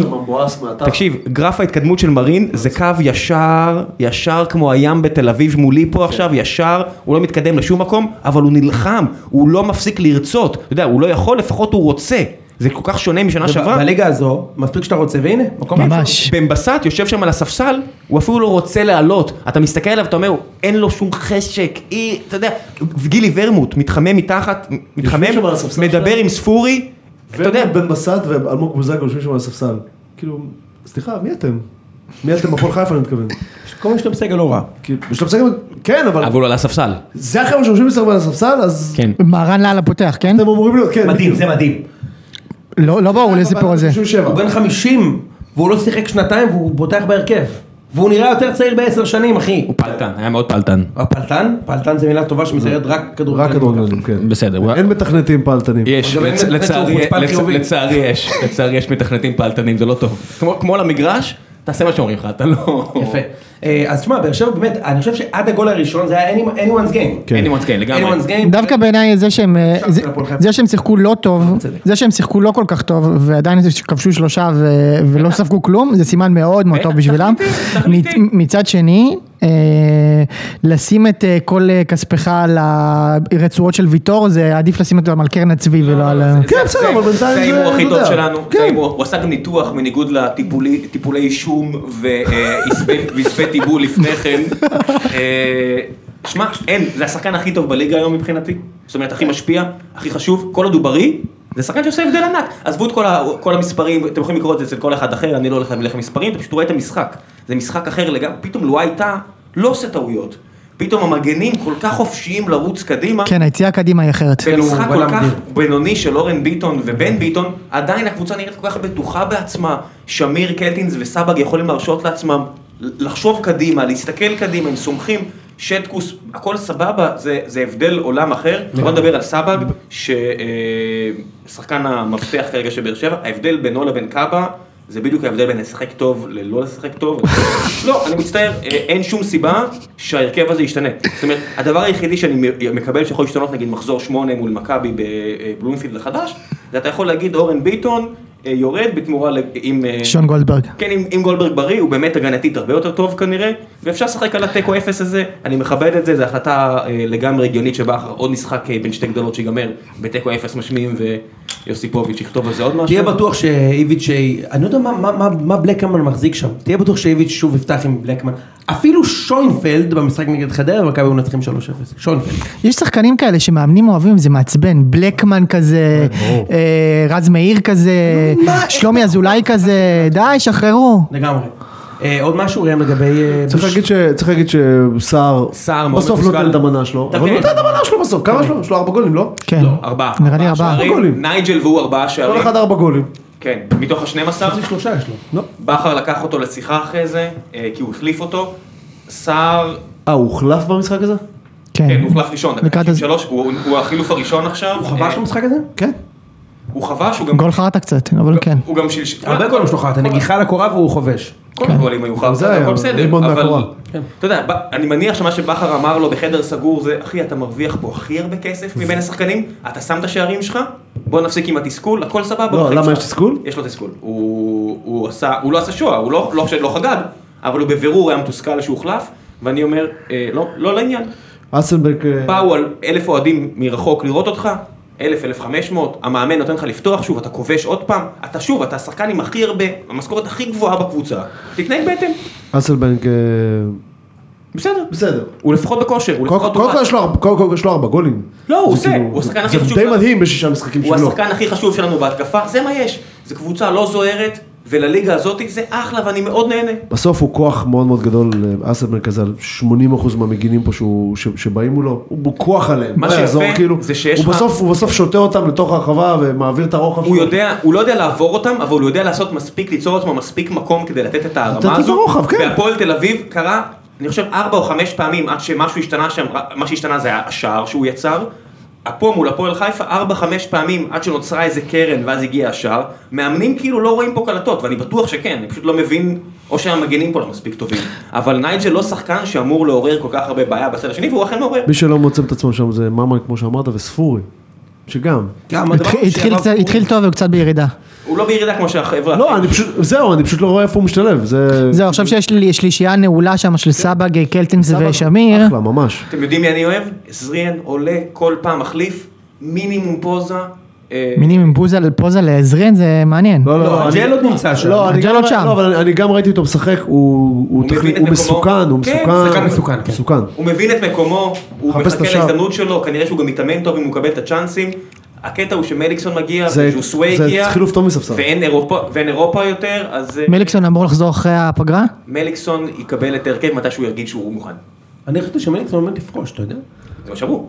Speaker 1: תקשיב, גרף ההתקדמות של מרין זה קו ישר, ישר כמו הים בתל אביב מולי פה עכשיו, ישר, הוא לא מתקדם לשום מקום, אבל הוא נלחם, הוא לא מפסיק לרצות, אתה יודע, הוא לא יכול, לפחות הוא רוצה. זה כל כך שונה משנה שעברה.
Speaker 4: בליגה הזו, מספיק שאתה רוצה, והנה, מקום
Speaker 2: ממש.
Speaker 1: בן בסט יושב שם על הספסל, הוא אפילו לא רוצה לעלות. אתה מסתכל עליו, אתה אומר, אין לו שום חשק, אי, אתה יודע, גילי ורמוט מתחמם מתחת, מתחמם,
Speaker 3: שם על הספסל
Speaker 1: מדבר
Speaker 3: שלהם?
Speaker 1: עם ספורי, אתה יודע,
Speaker 3: בן בסט ואלמוג בוזגלו יושבים שם על הספסל. כאילו, סליחה, מי אתם? מי אתם בפועל חיפה אני מתכוון.
Speaker 4: כל מיני שאתה בסגל לא רע.
Speaker 3: כאילו, בשלב סגל, כן, אבל
Speaker 1: אבל הוא על הספסל.
Speaker 3: זה החבר'ה שיושבים מסביב על הספסל, אז
Speaker 1: כן.
Speaker 2: מהרן לאללה פותח, כן?
Speaker 3: אתם אמורים להיות, כן.
Speaker 4: מדהים, זה מדהים.
Speaker 2: לא לא ברור לי הסיפור הזה.
Speaker 3: 97.
Speaker 4: הוא בן 50, והוא לא שיחק שנתיים והוא פותח בהרכב. והוא נראה יותר צעיר בעשר שנים, אחי.
Speaker 1: הוא פלטן, היה מאוד פלטן.
Speaker 4: הפלטן? פלטן זה מילה טובה שמסיירת רק כדורגלנים.
Speaker 3: לא. רק כדורגלנים, כן.
Speaker 1: בסדר, הוא-
Speaker 3: אין מתכנתים פעלתנים.
Speaker 1: יש,
Speaker 4: גם אין
Speaker 1: לצ-
Speaker 4: מצב שהוא
Speaker 1: לצערי
Speaker 4: חוצפן
Speaker 1: לצ-
Speaker 4: חיובי.
Speaker 1: לצערי יש, לצערי יש מתכנתים פלטנים, זה לא טוב. כמו- כמו למגרש, תעשה מה שאומרים לך, אתה לא...
Speaker 4: יפה. אה, אז תשמע, באר שבע באמת, אני חושב שעד הגול הראשון זה היה any- anyone's game.
Speaker 1: אין לי מונס כן, לגמרי.
Speaker 4: anyone's game.
Speaker 2: דווקא בעיניי זה שהם, אה,
Speaker 4: עכשיו
Speaker 2: זה-
Speaker 4: של הפועל חיפה.
Speaker 2: זה שהם שיחקו לא טוב, זה שהם שיחקו לא כל כך טוב, ועדיין זה שכבשו שלושה ו- ולא ספגו כלום, זה סימן מאוד מאוד טוב בשבילם. מצ- מצד שני, אה, לשים את אה, כל אה, כספך על הרצועות של ויטור, זה עדיף לשים אותם על קרן הצבי ולא על... ה-
Speaker 3: כן, בסדר, אבל בינתיים
Speaker 6: זה
Speaker 3: זה,
Speaker 6: ההימור הכי
Speaker 3: אתה
Speaker 6: טוב
Speaker 3: יודע.
Speaker 6: שלנו, זה
Speaker 3: כן.
Speaker 6: ההימור. הוא עשה גם ניתוח בניגוד לטיפולי שום
Speaker 1: אה,
Speaker 6: ועשבי טיבול לפני כן. אה, שמע, אין, זה השחקן הכי טוב בליגה היום מבחינתי, זאת אומרת הכי משפיע, הכי חשוב, כל עוד הוא בריא,
Speaker 1: זה שחקן שעושה הבדל ענק. עזבו את כל, ה, כל המספרים, אתם יכולים לקרוא את זה אצל כל אחד אחר, אני לא הולך ללכת מספרים, אתה פשוט רואה את המשחק. זה משחק אחר לגמרי, פתאום לואי טאה לא עושה טעויות. פתאום המגנים כל כך חופשיים לרוץ קדימה.
Speaker 2: כן, היציאה קדימה היא אחרת.
Speaker 1: במשחק
Speaker 4: כן, הוא
Speaker 1: כל
Speaker 4: בלם
Speaker 1: כך
Speaker 4: מדהים.
Speaker 1: בינוני של אורן ביטון ובן ביטון, עדיין הקבוצה נראית כל כך בטוחה בעצמה. שמיר, קלטינס וסבג יכולים להרשות לעצמם לחשוב קדימה, להסתכל קדימה, הם סומכים. שטקוס, הכל סבבה, זה, זה הבדל עולם אחר. בוא נדבר על סבג, ששחקן המפתח כרגע של באר שבע, ההבדל בינו לבין קאבה, זה בדיוק ההבדל בין לשחק טוב ללא לשחק טוב. לא, אני מצטער, אה, אין שום סיבה שההרכב הזה ישתנה. זאת אומרת, הדבר היחידי שאני מ- מקבל שיכול להשתנות, נגיד מחזור שמונה מול מכבי בבלומפילד החדש, זה אתה יכול להגיד אורן ביטון אה, יורד בתמורה ל- עם... אה,
Speaker 2: שון גולדברג.
Speaker 1: כן, אם, אם גולדברג בריא, הוא באמת הגנתית הרבה יותר טוב כנראה, ואפשר לשחק על התיקו אפס הזה, אני מכבד את זה, זו החלטה אה, לגמרי הגיונית שבה אחר- עוד משחק אה, בין שתי גדולות שיגמר בתיקו אפס משמיעים ויוסיפוביץ' יכתוב על זה עוד משהו.
Speaker 4: תהיה בטוח שאיביץ', אני לא יודע מה, מה, מה, מה בלקמן מחזיק שם, תהיה בטוח שאיביץ' שוב יפתח עם בלקמן. אפילו שוינפלד במשחק נגד חדרה, מכבי היו מנצחים 3-0. שוינפלד.
Speaker 2: יש שחקנים כאלה שמאמנים אוהבים, זה מעצבן. בלקמן כזה, אה, רז מאיר כזה, שלומי אזולאי כזה, די, שחררו.
Speaker 4: לגמרי. אה, עוד משהו ראם לגבי... אה,
Speaker 3: צריך
Speaker 4: בוש-
Speaker 3: להגיד ש- צריך להגיד שסער
Speaker 1: סער מאוד
Speaker 3: בסוף לא
Speaker 1: מתוסכל. כן.
Speaker 3: נותן את המנה שלו, אבל
Speaker 1: תבין.
Speaker 3: הוא נותן את המנה שלו בסוף, כמה שלו? יש לו ארבע גולים, לא?
Speaker 2: כן.
Speaker 1: לא, ארבעה.
Speaker 2: נראה לי ארבעה.
Speaker 1: שערים,
Speaker 3: גולים.
Speaker 1: נייג'ל והוא ארבעה
Speaker 3: כל
Speaker 1: שערים.
Speaker 3: אחד ארבע גולים.
Speaker 1: כן, מתוך השנים עשר.
Speaker 4: שלושה יש לו.
Speaker 3: לא.
Speaker 1: בכר לקח אותו לשיחה אחרי זה, אה, כי הוא החליף אותו. סער,
Speaker 3: אה, הוא הוחלף במשחק הזה?
Speaker 1: כן, הוא הוחלף ראשון. דקה
Speaker 2: כן. לקראת הז-
Speaker 1: 93, הוא הוא החילוף הראשון עכשיו.
Speaker 4: הוא חבש
Speaker 1: אה,
Speaker 4: במשחק הזה?
Speaker 3: כן.
Speaker 1: הוא חבש, הוא גם...
Speaker 2: גול חרטה קצת, אבל כן.
Speaker 1: לא, הוא גם שלשום.
Speaker 4: הרבה גולים שלו חרטה, נגיחה לקורה והוא חובש.
Speaker 1: כל הגולים היו
Speaker 3: כן. זה
Speaker 1: חרטה,
Speaker 3: היה,
Speaker 1: הכל בסדר,
Speaker 3: ריבון
Speaker 1: אבל...
Speaker 3: מהקורה.
Speaker 1: אתה יודע, ב- אני מניח שמה שבכר אמר לו בחדר סגור זה, אחי, אתה מרוויח פה הכי הרבה כסף מבין השחקנים, אתה שם את השערים שלך, בוא נפסיק עם התסכול, הכל סבבה.
Speaker 3: לא,
Speaker 1: בחיים
Speaker 3: למה,
Speaker 1: שלך."
Speaker 3: יש תסכול?
Speaker 1: יש לו תסכול. הוא הוא עשה, הוא לא עשה שואה, הוא לא- לא לא חגג, אבל הוא בבירור היה מתוסכל שהוחלף, ואני אומר, "אה, לא, לא לעניין.
Speaker 3: אסנבק... אה,
Speaker 1: באו על אלף אוהדים מרחוק לראות אותך, אלף, אלף חמש מאות, המאמן נותן לך לפתוח שוב, אתה כובש עוד פעם, אתה שוב, אתה השחקן עם הכי הרבה, המשכורת הכי גבוהה בקבוצה, תתנהג בהתאם,
Speaker 3: אסלבנק... אה,
Speaker 1: בסדר.
Speaker 3: בסדר.
Speaker 1: הוא לפחות בכושר, הוא
Speaker 3: קודם
Speaker 1: לפחות...
Speaker 3: קודם כל
Speaker 1: טובה.
Speaker 3: יש לו ארבע- קודם כל יש לו ארבע גולים.
Speaker 1: לא, הוא
Speaker 3: זה
Speaker 1: עושה,
Speaker 3: כאילו-
Speaker 1: הוא השחקן הכי חשוב
Speaker 3: זה די
Speaker 1: שלנו.
Speaker 3: מדהים בשישה משחקים לא.
Speaker 1: הוא
Speaker 3: שלו.
Speaker 1: השחקן הכי חשוב שלנו בהתקפה, זה מה יש. זו קבוצה לא זוהרת, ולליגה הזאת זה אחלה ואני מאוד נהנה.
Speaker 3: בסוף הוא כוח מאוד מאוד גדול, אה, אסלבנק הזה, על 80% מהמגינים פה שהוא- ש- שבאים מולו, הוא הוא כוח עליהם.
Speaker 1: מה
Speaker 3: לא יעזור,
Speaker 1: שיפה
Speaker 3: כאילו,
Speaker 1: זה שיש
Speaker 3: הוא
Speaker 1: לך-
Speaker 3: בסוף- הוא בסוף שותה אותם לתוך הרחבה ומעביר את הרוחב
Speaker 1: הוא יודע, הוא לא יודע לעבור אותם, אבל הוא יודע לעשות מספיק, ליצור לעצמו מספיק מקום כדי לתת את
Speaker 3: לתת
Speaker 1: הרמה
Speaker 3: את
Speaker 1: הזו.
Speaker 3: הרוחב, כן.
Speaker 1: והפועל תל אביב קרה, אני חושב, ארבע או חמש פעמים עד שמשהו השתנה שם, מה שהשתנה זה היה השער שהוא יצר. פה מול הפועל חיפה, ארבע, חמש פעמים עד שנוצרה איזה קרן ואז הגיע השער. מאמנים כאילו לא רואים פה קלטות, ואני בטוח שכן, אני פשוט לא מבין, או שהמגנים פה לא מספיק טובים. אבל נייג'ל לא שחקן שאמור לעורר כל כך הרבה בעיה בצד השני, והוא אכן מעורר.
Speaker 3: מי שלא מוצא את עצמו שם זה ממן, כמו שאמרת, וספורי, שגם.
Speaker 4: גם הדבר
Speaker 2: התחיל-
Speaker 4: הוא
Speaker 2: התחיל
Speaker 4: שהרב
Speaker 2: קצת-
Speaker 4: פורי-
Speaker 2: התחיל טוב, הוא קצת בירידה.
Speaker 1: הוא לא בירידה כמו שהחבר'ה...
Speaker 3: לא, אני פשוט, זהו, אני פשוט לא רואה איפה הוא משתלב, זה...
Speaker 2: זהו, עכשיו שיש לי שלישייה נעולה שם
Speaker 1: כן.
Speaker 2: של סבג, קלטינס
Speaker 3: סבבה,
Speaker 2: ושמיר.
Speaker 3: אחלה, ממש.
Speaker 1: אתם יודעים מי אני אוהב? זריאן עולה כל פעם מחליף, מינימום פוזה. אה,
Speaker 2: מינימום בוזה פוזה לעזרין אה, זה מעניין.
Speaker 3: לא,
Speaker 4: לא,
Speaker 3: אני-
Speaker 4: הג'ל עוד נמצא שם.
Speaker 3: לא, אני
Speaker 2: הג'ל
Speaker 3: גם-
Speaker 2: עוד שם.
Speaker 3: לא, אבל אני- אני גם ראיתי אותו משחק, הוא- הוא
Speaker 1: מבין
Speaker 3: תכלי-
Speaker 1: את
Speaker 3: הוא
Speaker 1: מקומו.
Speaker 3: מסוכן, הוא
Speaker 1: כן,
Speaker 3: מסוכן.
Speaker 1: שחקן
Speaker 4: מסוכן, כן.
Speaker 3: מסוכן.
Speaker 1: הוא מבין את מקומו, הוא
Speaker 3: מחפש את
Speaker 1: מחכה
Speaker 3: השער.
Speaker 1: להזדמנות שלו, כנראה שהוא גם מתאמן טוב אם הוא מקבל את הצ'אנסים. הקטע הוא שמליקסון מגיע,
Speaker 3: זה-
Speaker 1: וז'וסווה
Speaker 3: זה
Speaker 1: הגיע,
Speaker 3: חילוף טוב מספסל.
Speaker 1: ואין אירופה, ואין אירופה יותר, אז אה,
Speaker 2: מליקסון אמור לחזור אחרי הפגרה?
Speaker 1: מליקסון יקבל את ההרכב מתי שהוא ירגיש שהוא מוכן.
Speaker 4: אני חשבתי שמליקסון עומד לפרוש, אתה יודע?
Speaker 1: זה מה שאמרו.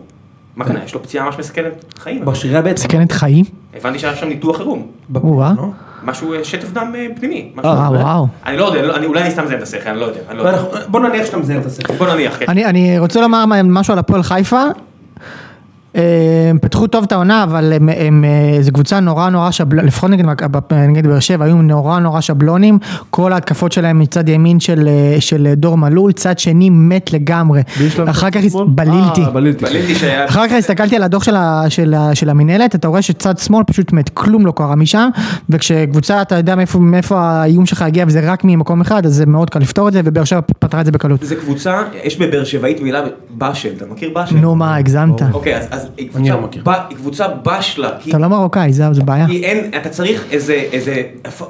Speaker 1: מה קרה? יש לו פציעה ממש מסכנת חיים.
Speaker 4: בשרירי הבטן.
Speaker 2: סכנת חיים?
Speaker 1: הבנתי שהיה שם ניתוח חירום.
Speaker 2: או-אה.
Speaker 4: לא?
Speaker 1: משהו, אה, שטף דם אה, פנימי. משהו-
Speaker 2: אה, וואו.
Speaker 1: אני לא יודע, אני לא- אני- אולי אני סתם מזיין את השכל, אני לא יודע. אני לא יודע.
Speaker 4: ואנחנו- בוא נניח שאתה מזיין את הסרט.
Speaker 1: בוא נניח, כן.
Speaker 2: אני, אני רוצה לומר מה- משהו על הפועל חיפה. אה, הם פתחו טוב את העונה, אבל הם, הם, אה, זו קבוצה נורא נורא שבלונית, לפחות נגד, מכ- בפ- נגד באר שבע, היו נורא נורא שבלונים, כל ההתקפות שלהם מצד ימין של, אה, של דור מלול, צד שני מת לגמרי.
Speaker 3: ויש להם
Speaker 2: אחר
Speaker 3: את
Speaker 2: כך
Speaker 3: השמאל?
Speaker 2: בלילתי.
Speaker 3: אה, בלילתי.
Speaker 1: בלינדי שהיה...
Speaker 2: אחר כך הסתכלתי על הדוח של, ה- של, ה- של המינהלת, אתה רואה שצד שמאל פשוט מת, כלום לא קרה משם, וכשקבוצה אתה יודע מאיפה, מאיפה האיום שלך הגיע וזה רק ממקום אחד, אז זה מאוד קל לפתור את זה, ובאר שבע פתרה את זה בקלות.
Speaker 1: זה קבוצה, יש בבאר שבעית מילה באשל, אתה מכיר באשל?
Speaker 2: נו מה, הגזמת.
Speaker 1: אוקיי, אז- אז היא
Speaker 4: אני
Speaker 1: קבוצה
Speaker 4: לא מכיר.
Speaker 1: ב- היא קבוצה בשלה, כי
Speaker 2: אתה לא מרוקאי, זהו, זה בעיה.
Speaker 1: כי אין, אתה צריך איזה, איזה,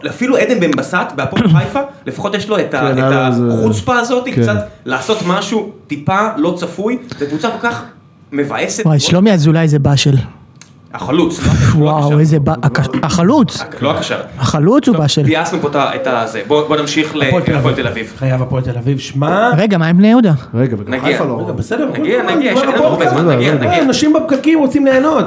Speaker 1: אפילו עדן בן בסט בהפועל חיפה, לפחות יש לו את ה-
Speaker 3: כן,
Speaker 1: את
Speaker 3: היה לו איזה-
Speaker 1: החוצפה הזאת,
Speaker 3: כן.
Speaker 1: קצת לעשות משהו טיפה לא צפוי, זו קבוצה כל כך מבאסת.
Speaker 2: וואי, שלומי אזולאי זה באשל.
Speaker 1: החלוץ, לא- לא
Speaker 2: וואו,
Speaker 1: הקשר.
Speaker 2: איזה... ב- הקש- החלוץ,
Speaker 1: לא הקשר.
Speaker 2: החלוץ הוא
Speaker 1: טוב,
Speaker 2: בשל.
Speaker 1: ביאסנו פה את ה- את הזה, בוא בוא נמשיך להפועל אה, תל אביב.
Speaker 4: חייב הפועל תל אביב, שמע...
Speaker 2: רגע, מה עם בני יהודה?
Speaker 3: רגע, וגם
Speaker 1: נגיע.
Speaker 3: חיפה לא...
Speaker 4: רגע, בסדר, הכל
Speaker 1: נגיע,
Speaker 4: טוב,
Speaker 1: נגיע, יש
Speaker 4: כבר
Speaker 1: לנו
Speaker 4: הפועל
Speaker 1: הרבה
Speaker 4: תל
Speaker 1: זמן,
Speaker 4: אביב.
Speaker 1: נגיע,
Speaker 4: אה,
Speaker 1: נגיע.
Speaker 4: אנשים בפקקים רוצים ליהנות.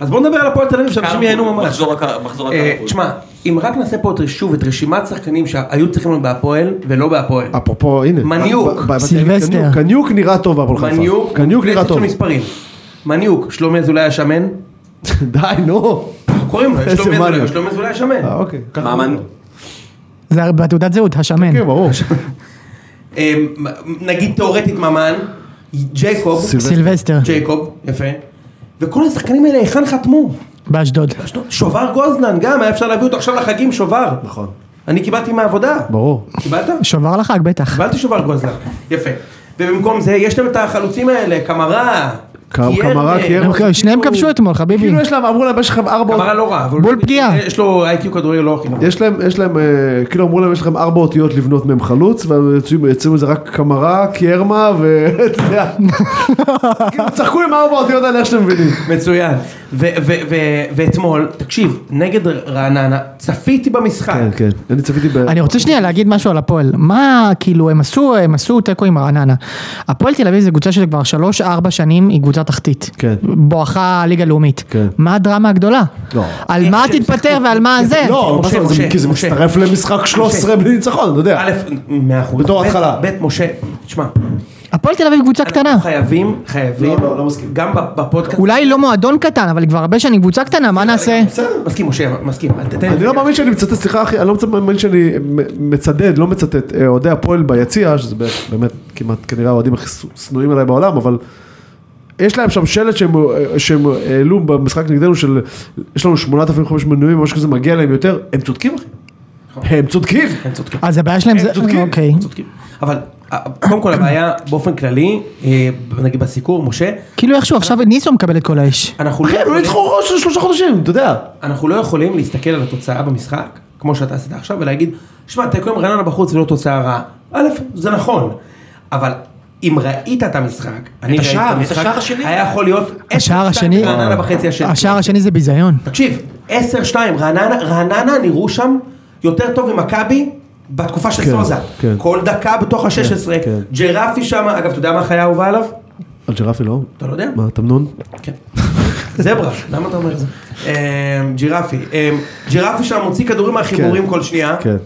Speaker 4: אז בואו נדבר על הפועל תל אביב, שאנשים ייהנו ממש.
Speaker 1: מחזור הקר- מחזור
Speaker 4: אה,
Speaker 1: הקרבות.
Speaker 4: תשמע, אם רק נעשה פה את- שוב את רשימת שחקנים שהיו צריכים להיות בהפועל ולא בהפועל.
Speaker 3: אפרופו, הנה.
Speaker 4: מניוק.
Speaker 3: ב- ב- ב-
Speaker 2: סילבסטר.
Speaker 3: קניוק- קניוק נראה טוב בהפועל חיפה.
Speaker 4: מניוק,
Speaker 3: קניוק נראה
Speaker 4: יש לו
Speaker 3: טוב.
Speaker 4: מספרים. מניוק, שלומי אזולאי השמן,
Speaker 3: די, נו.
Speaker 4: אנחנו קוראים לו, יש
Speaker 3: איזה
Speaker 4: שלומי אזולאי,
Speaker 3: מניוק.
Speaker 4: שלומי אזולאי השמן.
Speaker 3: אה, אוקיי. ככה.
Speaker 1: ממן,
Speaker 2: זה בתעודת זהות, השמן.
Speaker 3: כן, ברור.
Speaker 4: אה, נגיד תאורטית ממן, ג'ייקוב,
Speaker 3: כן.
Speaker 2: סילבסטר,
Speaker 4: ג'ייקוב, יפה. וכל השחקנים האלה היכן חתמו?
Speaker 2: באשדוד.
Speaker 4: שובר גוזלן גם, היה אפשר להביא אותו עכשיו לחגים, שובר.
Speaker 3: נכון.
Speaker 4: אני קיבלתי מהעבודה.
Speaker 3: ברור.
Speaker 4: קיבלת?
Speaker 2: שובר לחג, בטח.
Speaker 4: קיבלתי שובר גוזלן. יפה. ובמקום זה, יש להם את החלוצים האלה, קמרה. לא,
Speaker 3: קמרה,
Speaker 4: קיירמן.
Speaker 3: קיירמן.
Speaker 2: הם-
Speaker 3: כאילו-
Speaker 2: שניהם כבשו אתמול, חביבי.
Speaker 3: כאילו יש להם, אמרו להם, יש לכם ארבע...
Speaker 4: קמרה לא רע. אבל
Speaker 2: בול
Speaker 4: הוא-
Speaker 2: פגיעה.
Speaker 4: יש לו איי-קיו כדורגל לא הכי גבוה.
Speaker 3: יש להם, יש להם, אה, כאילו אמרו להם, יש לכם ארבע אותיות לבנות מהם חלוץ, והם יוצאים- יוצאים מזה רק קמרה, קיירמה, ואתה יודע. כאילו, צחקו עם ארבע אותיות האלה, איך שאתם מבינים.
Speaker 4: מצוין. ו- ו- ו- ואתמול, תקשיב, נגד רעננה, צפיתי במשחק.
Speaker 3: כן, כן. אני צפיתי ב...
Speaker 2: אני רוצה שנייה להגיד משהו על הפועל. מה, כאילו, הם עשו, הם עשו תיקו עם רעננה. הפועל תל אביב זו קבוצה שכבר 3-4 שנים היא קבוצה תחתית.
Speaker 3: כן.
Speaker 2: בואכה הליגה הלאומית.
Speaker 3: כן.
Speaker 2: מה הדרמה הגדולה?
Speaker 3: לא.
Speaker 2: על מה
Speaker 4: איך שהם
Speaker 2: תתפטר ועל מה זה?
Speaker 3: לא, מה
Speaker 4: משה,
Speaker 3: זה, זה-
Speaker 4: משה,
Speaker 3: כי זה
Speaker 4: משה.
Speaker 3: מצטרף למשחק 13 בלי ניצחון, אתה יודע.
Speaker 4: א', מאה אחוז.
Speaker 3: בתור
Speaker 4: ב',
Speaker 3: התחלה.
Speaker 4: ב', משה, תשמע,
Speaker 2: הפועל תל אביב קבוצה קטנה.
Speaker 4: אנחנו חייבים, חייבים,
Speaker 3: לא, לא מסכים.
Speaker 4: גם ב- בפודקאסט,
Speaker 2: אולי לא מועדון קטן, אבל כבר הרבה שנים קבוצה קטנה,
Speaker 3: כן,
Speaker 2: מה נעשה?
Speaker 4: מסכים משה, מסכים, אל תתן,
Speaker 3: אני לא מאמין שאני מצטט, סליחה אחי, אני לא מאמין שאני מ- מצדד, לא מצטט, אה, אוהדי הפועל ביציע, שזה באמת- באמת כמעט כנראה האוהדים הכי ש- שנואים עליי בעולם, אבל יש להם שם שלט שהם, אה, שהם העלו במשחק נגדנו של יש לנו 8,500 מנויים, משהו כזה מגיע להם יותר, הם צודקים אחי, הם צודקים,
Speaker 4: הם צודקים.
Speaker 2: אה, אז הבעיה שלהם זה...
Speaker 3: הם צודקים.
Speaker 2: אוקיי.
Speaker 4: צודקים. אבל אה, קודם כל הבעיה באופן כללי, אה, נגיד בסיקור, משה,
Speaker 2: כאילו איכשהו עכשיו ניסו מקבל את כל האש.
Speaker 4: אנחנו לא
Speaker 3: אחי, הם לא
Speaker 4: יכולים-
Speaker 3: ניצחו ראש של שלושה חודשים, אתה יודע.
Speaker 4: אנחנו לא יכולים להסתכל על התוצאה במשחק, כמו שאתה עשית עכשיו, ולהגיד, שמע, תיקו עם רעננה בחוץ זה לא תוצאה רעה. א', זה נכון, אבל אם ראית את המשחק, אני ראיתי
Speaker 1: השער, את
Speaker 4: המשחק,
Speaker 1: השער השני.
Speaker 4: היה יכול להיות
Speaker 2: השער
Speaker 4: 10-2
Speaker 2: השני,
Speaker 4: לרעננה בחצי השני.
Speaker 2: השער השני זה ביזיון.
Speaker 4: תקשיב, 10-2, רעננה, רעננה נראו שם יותר טוב ממכבי בתקופה של
Speaker 3: כן,
Speaker 4: סוזה.
Speaker 3: כן.
Speaker 4: כל דקה בתוך ה-16,
Speaker 3: כן.
Speaker 4: ג'רפי שם, אגב, אתה יודע מה החיה האהובה עליו?
Speaker 3: על ג'רפי לא?
Speaker 4: אתה לא יודע?
Speaker 3: מה, תמנון?
Speaker 4: כן. זברה, למה אתה אומר את זה? אמ, ג'ירפי, אמ, ג'ירפי שם מוציא כדורים מהחיבורים כל שנייה,
Speaker 3: כן.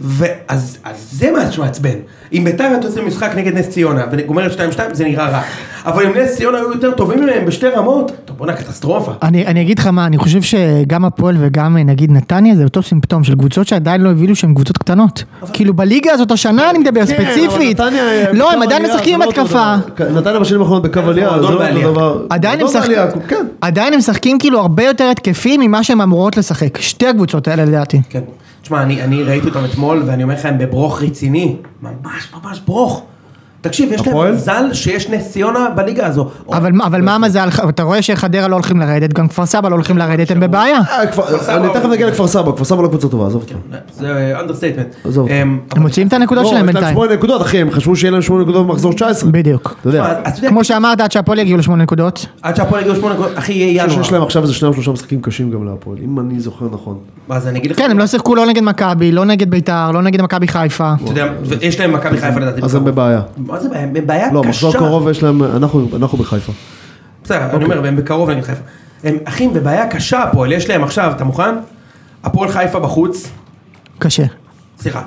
Speaker 4: ואז אז זה מה שמעצבן. אם ביתר הייתה עושה משחק נגד נס ציונה וגומרת 2-2 זה נראה רע, אבל אם נס ציונה היו יותר טובים מהם בשתי רמות, טוב בואנה קטסטרופה.
Speaker 2: אני, אני אגיד לך מה, אני חושב שגם הפועל וגם אה, נגיד נתניה זה אותו סימפטום של קבוצות שעדיין לא הבינו שהן קבוצות קטנות. כאילו בליגה הזאת השנה אני מדבר
Speaker 3: כן, אבל
Speaker 2: ספציפית.
Speaker 3: נתניה,
Speaker 2: לא, הם
Speaker 3: בקו
Speaker 2: עדיין
Speaker 3: עלייה,
Speaker 2: משחקים עם
Speaker 3: זה לא אותו
Speaker 2: התקפה.
Speaker 3: דבר. נתניה בשנים האחרונות בקו עלייה, זה
Speaker 4: מועדון
Speaker 3: לא
Speaker 4: בעלייה.
Speaker 3: אותו דבר.
Speaker 2: עדיין הם
Speaker 3: מועדון
Speaker 2: משחקים,
Speaker 3: בעלייה, כן.
Speaker 2: עדיין הם משחקים כאילו הרבה יותר התקפי ממה שהם אמורות לשחק. שתי הקבוצות האלה לדעתי.
Speaker 4: כן. תשמע, אני, אני ראיתי אותם אתמול, ואני אומר לך, הם בברוך רציני. ממש ממש ברוך. תקשיב, יש
Speaker 3: הפועל?
Speaker 4: להם מזל שיש נס ציונה בליגה הזו.
Speaker 2: אבל, מה- אבל מה המזל, אתה רואה שחדרה לא הולכים לרדת, גם כפר סבא לא הולכים לרדת, הם בבעיה.
Speaker 3: אה, כפר-
Speaker 4: סבא
Speaker 3: אני
Speaker 4: הוא-
Speaker 3: תכף אגיע לכפר סבא, כפר סבא לא קבוצה טובה, עזוב אותי.
Speaker 4: זה אמ, אנדרסטייטמנט.
Speaker 3: עזוב.
Speaker 2: הם מוציאים לא, את הנקודות שלהם
Speaker 3: יש להם
Speaker 2: בינתיים.
Speaker 3: לא, שמונה נקודות, אחי, הם חשבו שיהיה להם שמונה נקודות במחזור 19.
Speaker 2: בדיוק.
Speaker 3: אתה יודע,
Speaker 4: אתה יודע,
Speaker 2: כמו שאמרת, עד שהפועל יגיעו לשמונה נקודות.
Speaker 4: עד שהפועל יגיעו שמונה נקודות, אחי, יהיה
Speaker 3: שיש
Speaker 4: ינואר.
Speaker 3: להם עכשיו איזה שניים שלושה משחקים קשים גם להפועל, אם אני זוכר נכון.
Speaker 4: אז אני אגיד לך,
Speaker 2: כן, הם לא שיחקו לא נגד מכבי, לא נגד ביתר, לא נגד מכבי חיפה.
Speaker 4: אתה יודע, יש להם מכבי חיפה לדעתי.
Speaker 3: אז הם
Speaker 4: בקרוב.
Speaker 3: בבעיה.
Speaker 4: מה זה בעיה? הם בעיה קשה.
Speaker 3: לא, מחזור קרוב אוקיי. יש להם, אנחנו אנחנו בחיפה.
Speaker 4: בסדר, אני אומר, הם בקרוב נגד חיפה. הם, אחי, הם בבעיה קשה הפועל, יש להם עכשיו, אתה מוכן? הפועל חיפה בחוץ,
Speaker 2: קשה.
Speaker 4: סליחה.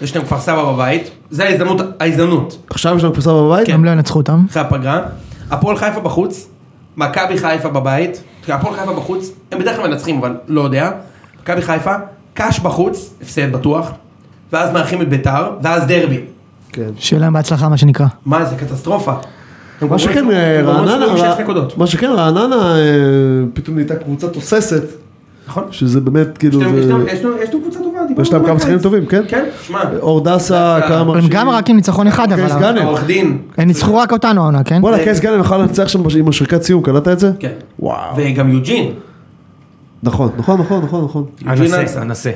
Speaker 4: יש להם כפר סבא בבית, זה ההזדמנות, ההזדמנות.
Speaker 3: עכשיו יש להם כפר סבא בבית?
Speaker 2: הם לא ינצחו אותם.
Speaker 4: אחרי הפגרה, הפועל חיפה בחוץ, מכבי חיפה בבית, תראה, הפועל חיפה בחוץ, הם בדרך כלל מנצחים אבל לא יודע, מכבי חיפה, קאש בחוץ, הפסד בטוח, ואז מארחים את ביתר, ואז דרבי,
Speaker 3: כן.
Speaker 2: שיהיה להם בהצלחה מה שנקרא.
Speaker 4: מה זה קטסטרופה. הם
Speaker 3: מה שכן,
Speaker 4: גומרים-
Speaker 3: אה,
Speaker 4: הם גומרים
Speaker 3: רעננה,
Speaker 4: סיבוב עם שש
Speaker 3: רע-
Speaker 4: נקודות,
Speaker 3: מה שכן, רעננה אה, פתאום נהייתה קבוצה תוססת,
Speaker 4: נכון?
Speaker 3: שזה באמת כאילו...
Speaker 4: יש להם- יש
Speaker 3: זה-
Speaker 4: להם- יש להם- יש להם קבוצה טובה, דיברנו
Speaker 3: יש להם
Speaker 4: על
Speaker 3: כמה
Speaker 4: הקיץ.
Speaker 3: שחקנים טובים, כן?
Speaker 4: כן, שמע,
Speaker 3: אור דסה,
Speaker 4: דסה.
Speaker 3: כמה...
Speaker 2: הם גם רק עם ניצחון אחד,
Speaker 3: קייס
Speaker 2: אבל...
Speaker 3: גאנם.
Speaker 4: העורך דין,
Speaker 2: הם ניצחו רק אותנו העונה, כן?
Speaker 3: בואנה, קייס גאנם יכול לנצח שם עם השריקת סיום, קלטת את זה?
Speaker 4: כן,
Speaker 3: וואו.
Speaker 4: וגם יוג'ין,
Speaker 3: נכון, נכון, נכון, נכון, נכון.
Speaker 4: יוג'ין
Speaker 7: אנסה,
Speaker 4: אנסה.
Speaker 7: אנסה.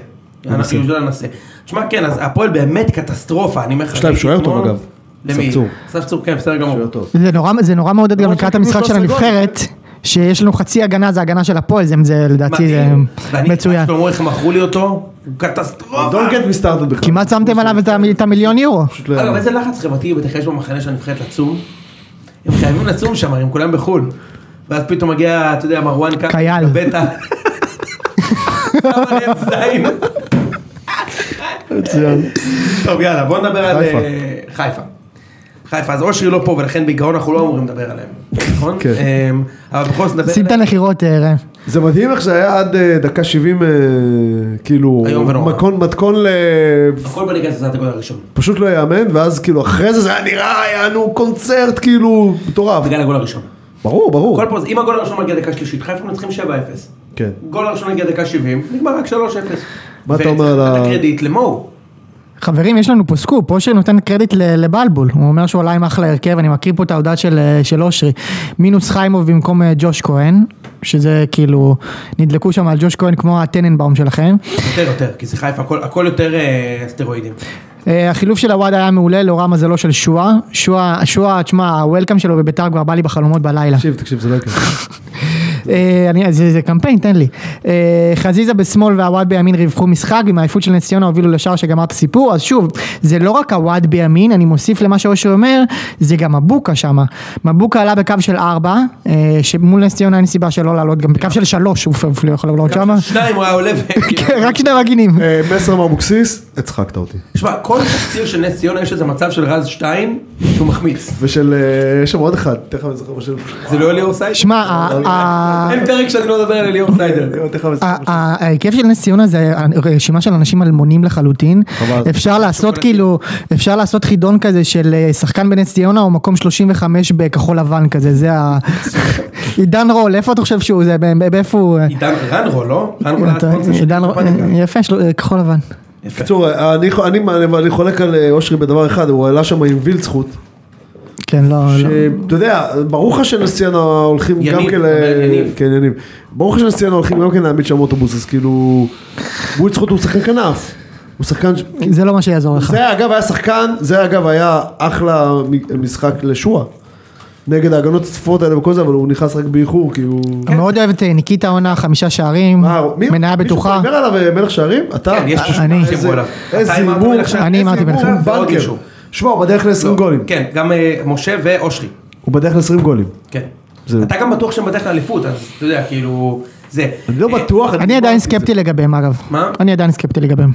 Speaker 4: אנחנו יוג'ין אנסה. תשמע, כן, אז הפועל באמת קטסטרופה, אני אומר לך.
Speaker 3: יש להם
Speaker 4: ראיתי
Speaker 3: שוער טוב,
Speaker 4: אתמול-
Speaker 3: אגב.
Speaker 4: למי?
Speaker 3: ספצור.
Speaker 4: ספצור, כן, בסדר גמור.
Speaker 3: שוער לא טוב.
Speaker 2: זה נורא, זה נורא מעודד גם לקראת המשחק של הנבחרת, שיש לנו חצי הגנה, זה הגנה של הפועל, זה, זה לדעתי זה
Speaker 4: מדהים. אה, ואני-
Speaker 2: אה, מצוין.
Speaker 4: שלמה, איך מכרו לי אותו? הוא קטסטרופה.
Speaker 3: Don't get me started בכלל.
Speaker 2: כמעט שמתם עליו את המיל- את המיליון יורו.
Speaker 3: פשוט לא
Speaker 4: אגב,
Speaker 3: יאמן.
Speaker 4: איזה לחץ חברתי בטח יש במחנה של הנבחרת לצום? הם חייבים לצום שם, הרי הם כולם בחול. ואז פתאום מגיע, אתה יודע, מרואן קאי.
Speaker 2: קייל.
Speaker 4: בטח. שם עליהם זין.
Speaker 3: מצוין.
Speaker 4: טוב, יאללה, בוא נדבר על
Speaker 3: חיפה.
Speaker 4: אה, חיפה. חיפה, אז אושרי לא פה, ולכן בעיקרון אנחנו לא אמורים לדבר עליהם, נכון?
Speaker 3: כן.
Speaker 4: אמ, אבל בכל זאת נדבר
Speaker 2: שים את
Speaker 4: עליהם.
Speaker 2: הנחירות, אה, ראם.
Speaker 3: זה מדהים איך שהיה עד אה, דקה 70, אה, כאילו,
Speaker 4: איום ונורא.
Speaker 3: מתכון- מתכון ל...
Speaker 4: הכל בליגה זה את הגול הראשון.
Speaker 3: פשוט לא יאמן, ואז כאילו אחרי זה זה היה נראה, היה לנו קונצרט כאילו מטורף.
Speaker 4: בגלל הגול הראשון.
Speaker 3: ברור, ברור.
Speaker 4: כל פעם, אם הגול הראשון מגיע דקה שלישית, חיפה מנצחים 7-0.
Speaker 3: כן.
Speaker 4: גול הראשון הגיע דקה 70, נגמר רק 3-0.
Speaker 3: מה אתה אומר על ה-
Speaker 4: וצריך לתת קרדיט למור.
Speaker 2: חברים, יש לנו פה סקופ, אושר נותן קרדיט ל- לבלבול, הוא אומר שהוא עלה עם אחלה הרכב, אני מקריא פה את ההודעה של, אה, של אושרי, מינוס חיימוב במקום אה, ג'וש כהן, שזה כאילו, נדלקו שם על ג'וש כהן כמו הטננבאום שלכם.
Speaker 4: יותר יותר, כי זה חיפה, הכל- הכל יותר אה, סטרואידים.
Speaker 2: אה, החילוף של הוואד היה מעולה, לאורה מזלו של שואה, שואה, שואה, תשמע, הוולקאם שלו בביתר כבר בא לי בחלומות בלילה.
Speaker 3: תקשיב, תקשיב, זה לא יקרה.
Speaker 2: אה, אני- זה זה קמפיין, תן לי. אה, חזיזה בשמאל והוואד בימין רווחו משחק, עם העייפות של נס ציונה הובילו לשער שגמר את הסיפור, אז שוב, זה לא רק הוואד בימין, אני מוסיף למה שאושרי אומר, זה גם מבוקה שם. מבוקה עלה בקו של ארבע, אה, שמול נס ציונה אין סיבה שלא לעלות, גם בקו של שלוש הוא אפילו יכול לעלות שם.
Speaker 4: שניים הוא היה עולה ו...
Speaker 3: כן.
Speaker 2: רק שני מגינים.
Speaker 3: אה, מסר מאבוקסיס, הצחקת אותי.
Speaker 4: תשמע, כל תקציר של נס ציונה יש איזה מצב של רז שתיים שהוא מחמיץ.
Speaker 3: ושל, אה, יש שם עוד אחד, תכף אני זוכר מה שם.
Speaker 4: זה לא ליאור סיידר?
Speaker 2: שמע, ה- ה-
Speaker 4: אין פרק שאני לא מדבר על ליאור סיידר.
Speaker 3: אה, תכף אני זוכר.
Speaker 2: ה- ה- ההרכב של נס ציונה זה רשימה של אנשים אלמונים לחלוטין.
Speaker 3: חבל.
Speaker 2: אפשר לעשות כאילו, אפשר לעשות חידון כזה של אה, שחקן בנס ציונה או מקום 35 בכחול לבן כזה, זה ה... עידן רול, איפה אתה חושב שהוא, זה, ב- ב- איפה הוא... אה,
Speaker 4: עידן רנרו, לא? רנרו היה
Speaker 2: אתה-
Speaker 4: הספונסר של
Speaker 2: עידן רול,
Speaker 4: הפניקה.
Speaker 2: יפה, יש לו- אה, כחול לבן.
Speaker 4: יפה.
Speaker 3: בקיצור, אה, אני- אני- אבל אני חולק על אה, אושרי בדבר אחד, הוא עלה שם עם וילצחוט.
Speaker 2: כן, לא, לא.
Speaker 3: שאתה יודע, ברור לך שנס ציונה הולכים
Speaker 4: יניב,
Speaker 3: גם כן, ל-
Speaker 4: אתה אומר יניב.
Speaker 3: כן יניב, ברור לך שנס ציונה הולכים גם כן להעמיד שם אוטובוס, אז כאילו, וילצחוט הוא שחקן כנף, הוא שחקן, ש-
Speaker 4: כן,
Speaker 2: זה לא מה שיעזור
Speaker 4: נכון.
Speaker 2: לך.
Speaker 3: זה אגב היה שחקן, זה אגב היה אחלה מ- משחק לשועה, נגד ההגנות הצפופות האלה וכל זה, אבל הוא נכנס רק באיחור, כי הוא,
Speaker 4: כן.
Speaker 2: אני מאוד אוהב את אה, ניקיטה עונה, חמישה שערים,
Speaker 3: מה, מי-
Speaker 2: מניה
Speaker 3: מישהו
Speaker 2: בטוחה.
Speaker 3: דיבר עליו אה, מלך שערים? אתה?
Speaker 4: כן, יש פה
Speaker 2: אני.
Speaker 4: שמונה שדיברו עליו.
Speaker 3: איזה
Speaker 4: אתה אמרת
Speaker 3: הימור.
Speaker 4: מלך שערים?
Speaker 2: אני
Speaker 4: איזה
Speaker 2: אמרתי מלך
Speaker 4: הימור?
Speaker 2: שערים.
Speaker 4: ועוד
Speaker 3: בנקר,
Speaker 4: מישהו.
Speaker 3: שמע, הוא בדרך ל-20 גולים,
Speaker 4: כן, גם אה, משה ואושרי.
Speaker 3: הוא בדרך ל-20 גולים,
Speaker 4: כן.
Speaker 3: זהו.
Speaker 4: אתה גם בטוח שהם בדרך לאליפות, אז אתה יודע, כאילו... זה.
Speaker 3: אני לא
Speaker 4: אה,
Speaker 3: בטוח,
Speaker 2: אני עדיין סקפטי לגביהם אגב.
Speaker 4: מה?
Speaker 2: אני עדיין סקפטי לגביהם.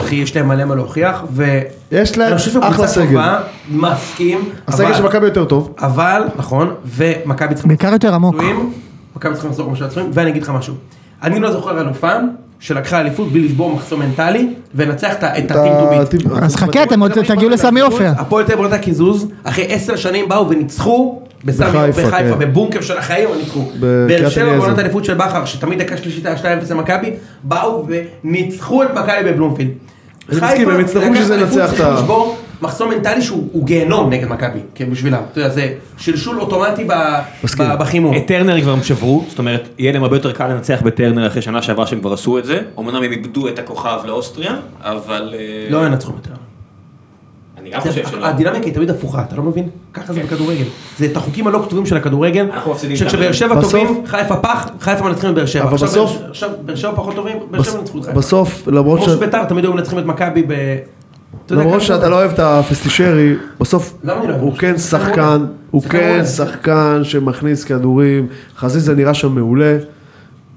Speaker 4: אחי, יש להם מלא מה להוכיח, ו...
Speaker 3: יש להם
Speaker 4: אני חושב שהם
Speaker 3: אחלה
Speaker 4: קבוצה
Speaker 3: סגל.
Speaker 4: טובה, מסכים.
Speaker 3: הסגל
Speaker 4: אבל-
Speaker 3: של מכבי יותר טוב,
Speaker 4: אבל, נכון, ומכבי צריכים...
Speaker 2: בעיקר יותר עמוק.
Speaker 4: פצועים, מכבי צריכים לחזור כמו של הפצועים, ואני אגיד לך משהו. אני לא זוכר אלופה שלקחה אליפות בלי לשבור מחסום מנטלי, ולנצח את ה- את
Speaker 3: אתה-
Speaker 4: הטמטומית.
Speaker 2: אז חכה, אתם עוד תגיעו לסמי עופר.
Speaker 4: הפועל תל אביב נתנה קיזוז, אחרי עשר שנים באו וניצחו בסמי
Speaker 3: בחיפה,
Speaker 4: עופר, בחיפה,
Speaker 3: כן.
Speaker 4: בבונקר של החיים הם ניצחו.
Speaker 3: בקריית
Speaker 4: באר שבע
Speaker 3: אליעזר.
Speaker 4: בעונת האליפות של בכר, שתמיד דקה שלישית היה 2-0 למכבי, באו וניצחו את מכבי בבלומפילד.
Speaker 3: אני מסכים,
Speaker 4: חיפה,
Speaker 3: הם יצטרכו
Speaker 4: לקחת
Speaker 3: שזה
Speaker 4: אליפות,
Speaker 3: ינצח את
Speaker 4: צריכים
Speaker 3: ה-
Speaker 4: לשבור מחסום מנטלי שהוא הוא גיהנום נגד מכבי, כן, בשבילם. אתה יודע, זה שלשול אוטומטי ב-
Speaker 3: מסכים.
Speaker 4: ב- בחימום.
Speaker 1: את טרנר כבר הם שברו, זאת אומרת, יהיה להם הרבה יותר קל לנצח בטרנר אחרי שנה שעברה שהם כבר עשו את זה. אמנם הם איבדו את הכוכב לאוסטריה, אבל... אה,
Speaker 4: לא ינצחו יותר.
Speaker 1: אני גם חושב שלא.
Speaker 4: הדינמיקה היא תמיד הפוכה, אתה לא מבין? ככה זה בכדורגל. זה את החוקים הלא כתובים של הכדורגל.
Speaker 1: אנחנו מפסידים
Speaker 4: שכשבאר שבע
Speaker 3: בסוף-
Speaker 4: טובים, חיפה פח, חיפה מנצחים את באר שבע.
Speaker 3: אבל
Speaker 4: עכשיו
Speaker 3: בסוף-
Speaker 4: באר- עכשיו באר שבע פחות טובים, באר שבע ינצחו את חיפה.
Speaker 3: בסוף, למרות
Speaker 4: כמו
Speaker 3: ש-
Speaker 4: שביתר תמיד היו מנצחים את מכבי ב... אתה יודע,
Speaker 3: למרות
Speaker 4: ככה
Speaker 3: שאתה
Speaker 4: זה.
Speaker 3: לא אוהב את הפסטישרי, בסוף
Speaker 4: למה אני לא אוהב?
Speaker 3: הוא כן
Speaker 4: זה כדורגל.
Speaker 3: שחקן, הוא
Speaker 4: זה
Speaker 3: כן
Speaker 4: כדורגל.
Speaker 3: שחקן שמכניס כדורים, חזיזה נראה שם מעולה,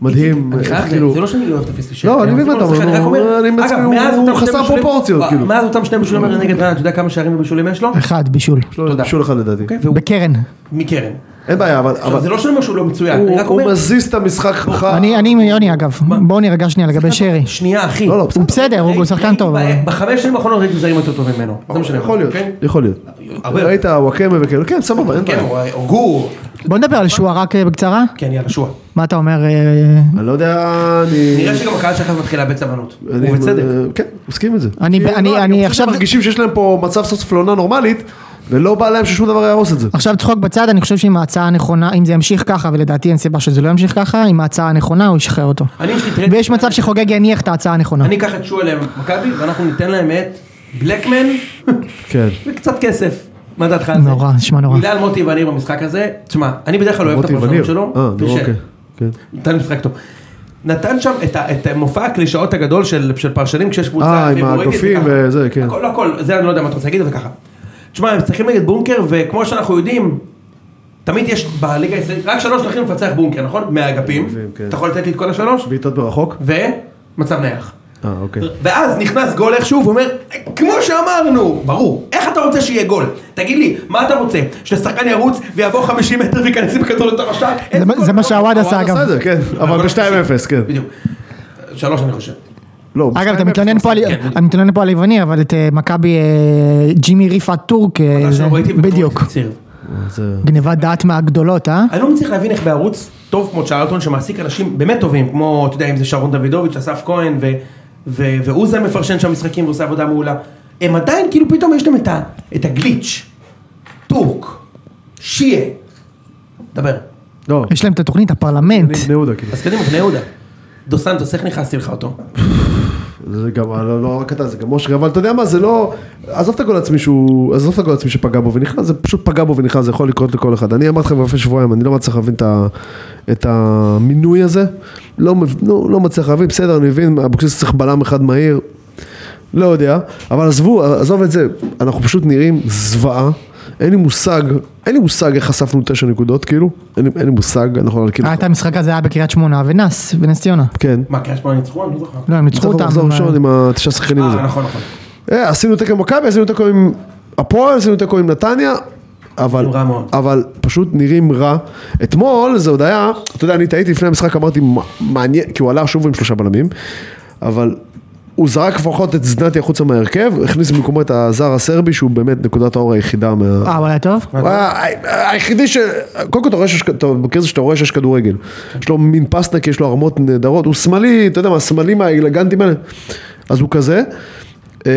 Speaker 3: מדהים,
Speaker 4: אני חייב,
Speaker 3: איך
Speaker 4: זה-
Speaker 3: כאילו,
Speaker 4: זה לא שאני לא אוהב את הפסטישן.
Speaker 3: לא, אני מבין מה אתה אומר,
Speaker 4: אני רק אומר,
Speaker 3: אני בעצם-
Speaker 4: אגב,
Speaker 3: הוא-
Speaker 4: מאז
Speaker 3: הוא
Speaker 4: אותם שני
Speaker 3: חסר
Speaker 4: בישולים-
Speaker 3: פרופורציות,
Speaker 4: וואו,
Speaker 3: כאילו. אה,
Speaker 4: מאז אותם שני בישולים האלה נגד רעננה, אתה יודע כמה שערים ובישולים יש לו?
Speaker 2: אחד, בישול.
Speaker 3: יש לו בישול אחד לא, לדעתי,
Speaker 4: אוקיי, והוא
Speaker 2: בקרן.
Speaker 4: מקרן.
Speaker 3: אין בעיה, אבל
Speaker 4: עכשיו,
Speaker 3: אבל
Speaker 4: זה לא שאני אומר שהוא לא מצוין,
Speaker 3: הוא-
Speaker 4: אני רק
Speaker 3: הוא
Speaker 4: אומר... לא,
Speaker 3: מזיז את המשחק לך,
Speaker 4: אה,
Speaker 2: אני אני עם יוני אגב, בואו נירגע שנייה לגבי שרי.
Speaker 4: שנייה, אחי.
Speaker 3: לא, לא,
Speaker 2: הוא
Speaker 3: בסדר,
Speaker 2: בסדר, הוא שחקן טוב. אבל-
Speaker 4: ב- בחמש שנים האחרונות ראיתי זרים יותר טובים ממנו. זה מה שאני אומר.
Speaker 3: יכול להיות,
Speaker 4: כן?
Speaker 3: יכול להיות,
Speaker 4: הרבה יותר.
Speaker 3: ראית וואקמה וכאלה, כן סבבה, אין
Speaker 4: כן,
Speaker 3: בעיה,
Speaker 4: הוא- הוא גור.
Speaker 2: בוא נדבר על שועה רק אה, בקצרה.
Speaker 4: כן, יאללה, שועה.
Speaker 2: מה אתה אומר? אה,
Speaker 3: אני לא יודע, אני,
Speaker 4: נראה שגם הקהל שלך מתחיל לאבד סבלנות.
Speaker 3: אני-
Speaker 4: ובצדק.
Speaker 3: אה, כן, מסכים עם זה,
Speaker 2: אני-
Speaker 3: כי-
Speaker 2: אני-
Speaker 3: לא,
Speaker 2: אני
Speaker 3: פשוט
Speaker 2: עכשיו-
Speaker 3: מרגישים שיש להם פה מצב סוף סוף לעונה נורמלית, ולא בא להם ששום דבר יהרוס את זה,
Speaker 2: עכשיו צחוק בצד, אני חושב שאם ההצעה הנכונה, אם זה ימשיך ככה, ולדעתי אין סיבה שזה לא ימשיך ככה, אם ההצעה הנכונה הוא ישחרר אותו.
Speaker 4: אני יש לי טרנד.
Speaker 2: ויש מצב שחוגג יניח את ההצעה הנכונה.
Speaker 4: אני אקח את שועה למכבי, ואנחנו ניתן להם את בלקמן
Speaker 3: כן,
Speaker 4: וקצת כסף. מה דעתך על זה?
Speaker 8: נורא, נשמע נורא.
Speaker 4: מילה על מוטי וניר במשחק הזה, תשמע, אני בדרך כלל לא אוהב את
Speaker 3: מוטי
Speaker 4: הפרשנות
Speaker 3: וניר.
Speaker 4: שלו,
Speaker 3: אה, נו,
Speaker 4: פישל.
Speaker 3: אוקיי, כן.
Speaker 4: נתן משחק טוב. נתן שם את, ה- את מופע הקלישאות הגדול של, של פרשנים כשיש קבוצה.
Speaker 3: אה, עם
Speaker 4: פייבוריטית
Speaker 3: האגפים
Speaker 4: וככה.
Speaker 3: וזה, כן.
Speaker 4: הכל, לא הכל, זה אני לא יודע מה אתה רוצה להגיד, אבל ככה. תשמע, הם משחקים נגד בונקר, וכמו שאנחנו יודעים, תמיד יש בליגה הישראלית, רק שלוש דרכים לפצח בונקר, נכון? מהאגפים.
Speaker 3: אגפים, כן.
Speaker 4: אתה יכול לתת לי את כל השלוש?
Speaker 3: בעיטות מרחוק?
Speaker 4: ומצב נייח.
Speaker 3: אה, אוקיי.
Speaker 4: ואז נכנס גול איכשהו ואומר, כמו שאמרנו, ברור, איך אתה רוצה שיהיה גול? תגיד לי, מה אתה רוצה? ששחקן ירוץ ויעבור 50 מטר וייכנס עם כדור לתוך השער?
Speaker 8: זה מה-
Speaker 4: איזה
Speaker 8: זה
Speaker 4: גול?
Speaker 8: מה שהוואד עשה
Speaker 3: עשה
Speaker 8: אגב.
Speaker 3: את זה, כן, אבל
Speaker 4: הגול
Speaker 3: ב-2-0, כן.
Speaker 4: בדיוק. שלוש אני חושב.
Speaker 3: לא,
Speaker 8: אגב, אתה
Speaker 3: ב- 2-0.
Speaker 8: מתלונן פה על-
Speaker 4: כן,
Speaker 8: אתה מתלונן פה על יווני, אבל את אה, מכבי אה, ג'ימי ריפה טורק, אה,
Speaker 4: אתה
Speaker 8: זה-
Speaker 4: שלא לא ראיתי וכמו
Speaker 8: בדיוק.
Speaker 4: ציר.
Speaker 3: זה-
Speaker 8: גניבת דעת מהגדולות, אה?
Speaker 4: אני לא מצליח להבין איך בערוץ טוב כמו צ'רלטון שמעסיק אנשים באמת טובים, כמו, אתה יודע, אם זה שרון דוידוביץ', אסף כהן, ו- ו- ואוזה מפרשן שם משחקים ועושה עבודה מעולה. הם עדיין, כאילו פתאום יש להם את ה- את הגליץ', טורק, שיה. דבר.
Speaker 3: לא,
Speaker 8: יש להם את התוכנית, הפרלמנט.
Speaker 3: בני יהודה, כאילו.
Speaker 4: אז קדימה, בני יהודה. דו סנטוס, איך נכנסתי לך אותו?
Speaker 3: זה גם, לא לא רק אתה, זה גם אושרי, אבל אתה יודע מה, זה לא, עזוב את הגול העצמי שהוא, עזוב את הגול העצמי שפגע בו ונכנס, זה פשוט פגע בו ונכנס, זה יכול לקרות לכל אחד. אני אמרתי לכם לפני שבועיים, אני לא מצליח להבין את ה- את המינוי הזה, לא מב- לא לא מצליח להבין, בסדר, אני מבין, אבוקסיס צריך בלם אחד מהיר, לא יודע, אבל עזבו, עזוב את זה, אנחנו פשוט נראים זוועה. אין לי מושג, אין לי מושג איך חשפנו תשע נקודות, כאילו, אין לי, אין לי מושג, אנחנו כאילו,
Speaker 2: אה,
Speaker 8: היה אה, את המשחק הזה היה בקריית שמונה ונס, ונס ציונה.
Speaker 3: כן,
Speaker 4: מה, קריית שמונה ניצחו? אני לא זוכר.
Speaker 8: לא, הם ניצחו
Speaker 3: צריך
Speaker 8: אותם.
Speaker 2: אה.
Speaker 3: לחזור ראשון עם התשעה שחקנים הזה.
Speaker 4: אה, נכון, נכון.
Speaker 3: אה, עשינו תיקו עם מכבי, עשינו תיקו עם הפועל, עשינו תיקו עם נתניה, אבל,
Speaker 4: רע מאוד.
Speaker 3: אבל פשוט נראים רע. אתמול זה עוד היה, אתה יודע, אני טעיתי לפני המשחק, אמרתי, "מה- מעניין, כי הוא עלה שוב עם שלושה בלמים, אבל הוא זרק לפחות את זנתי החוצה מההרכב, הכניס במקומו את הזר הסרבי, שהוא באמת נקודת האור היחידה מה...
Speaker 8: אה, הוא היה טוב?
Speaker 3: הוא היה היחידי ש... קודם כל אתה רואה שיש, אתה מכיר את זה שאתה רואה שיש כדורגל. יש לו מין פסטק, יש לו הרמות נהדרות, הוא שמאלי, אתה יודע מה, השמאלים האלגנטיים האלה. אז הוא כזה. אה,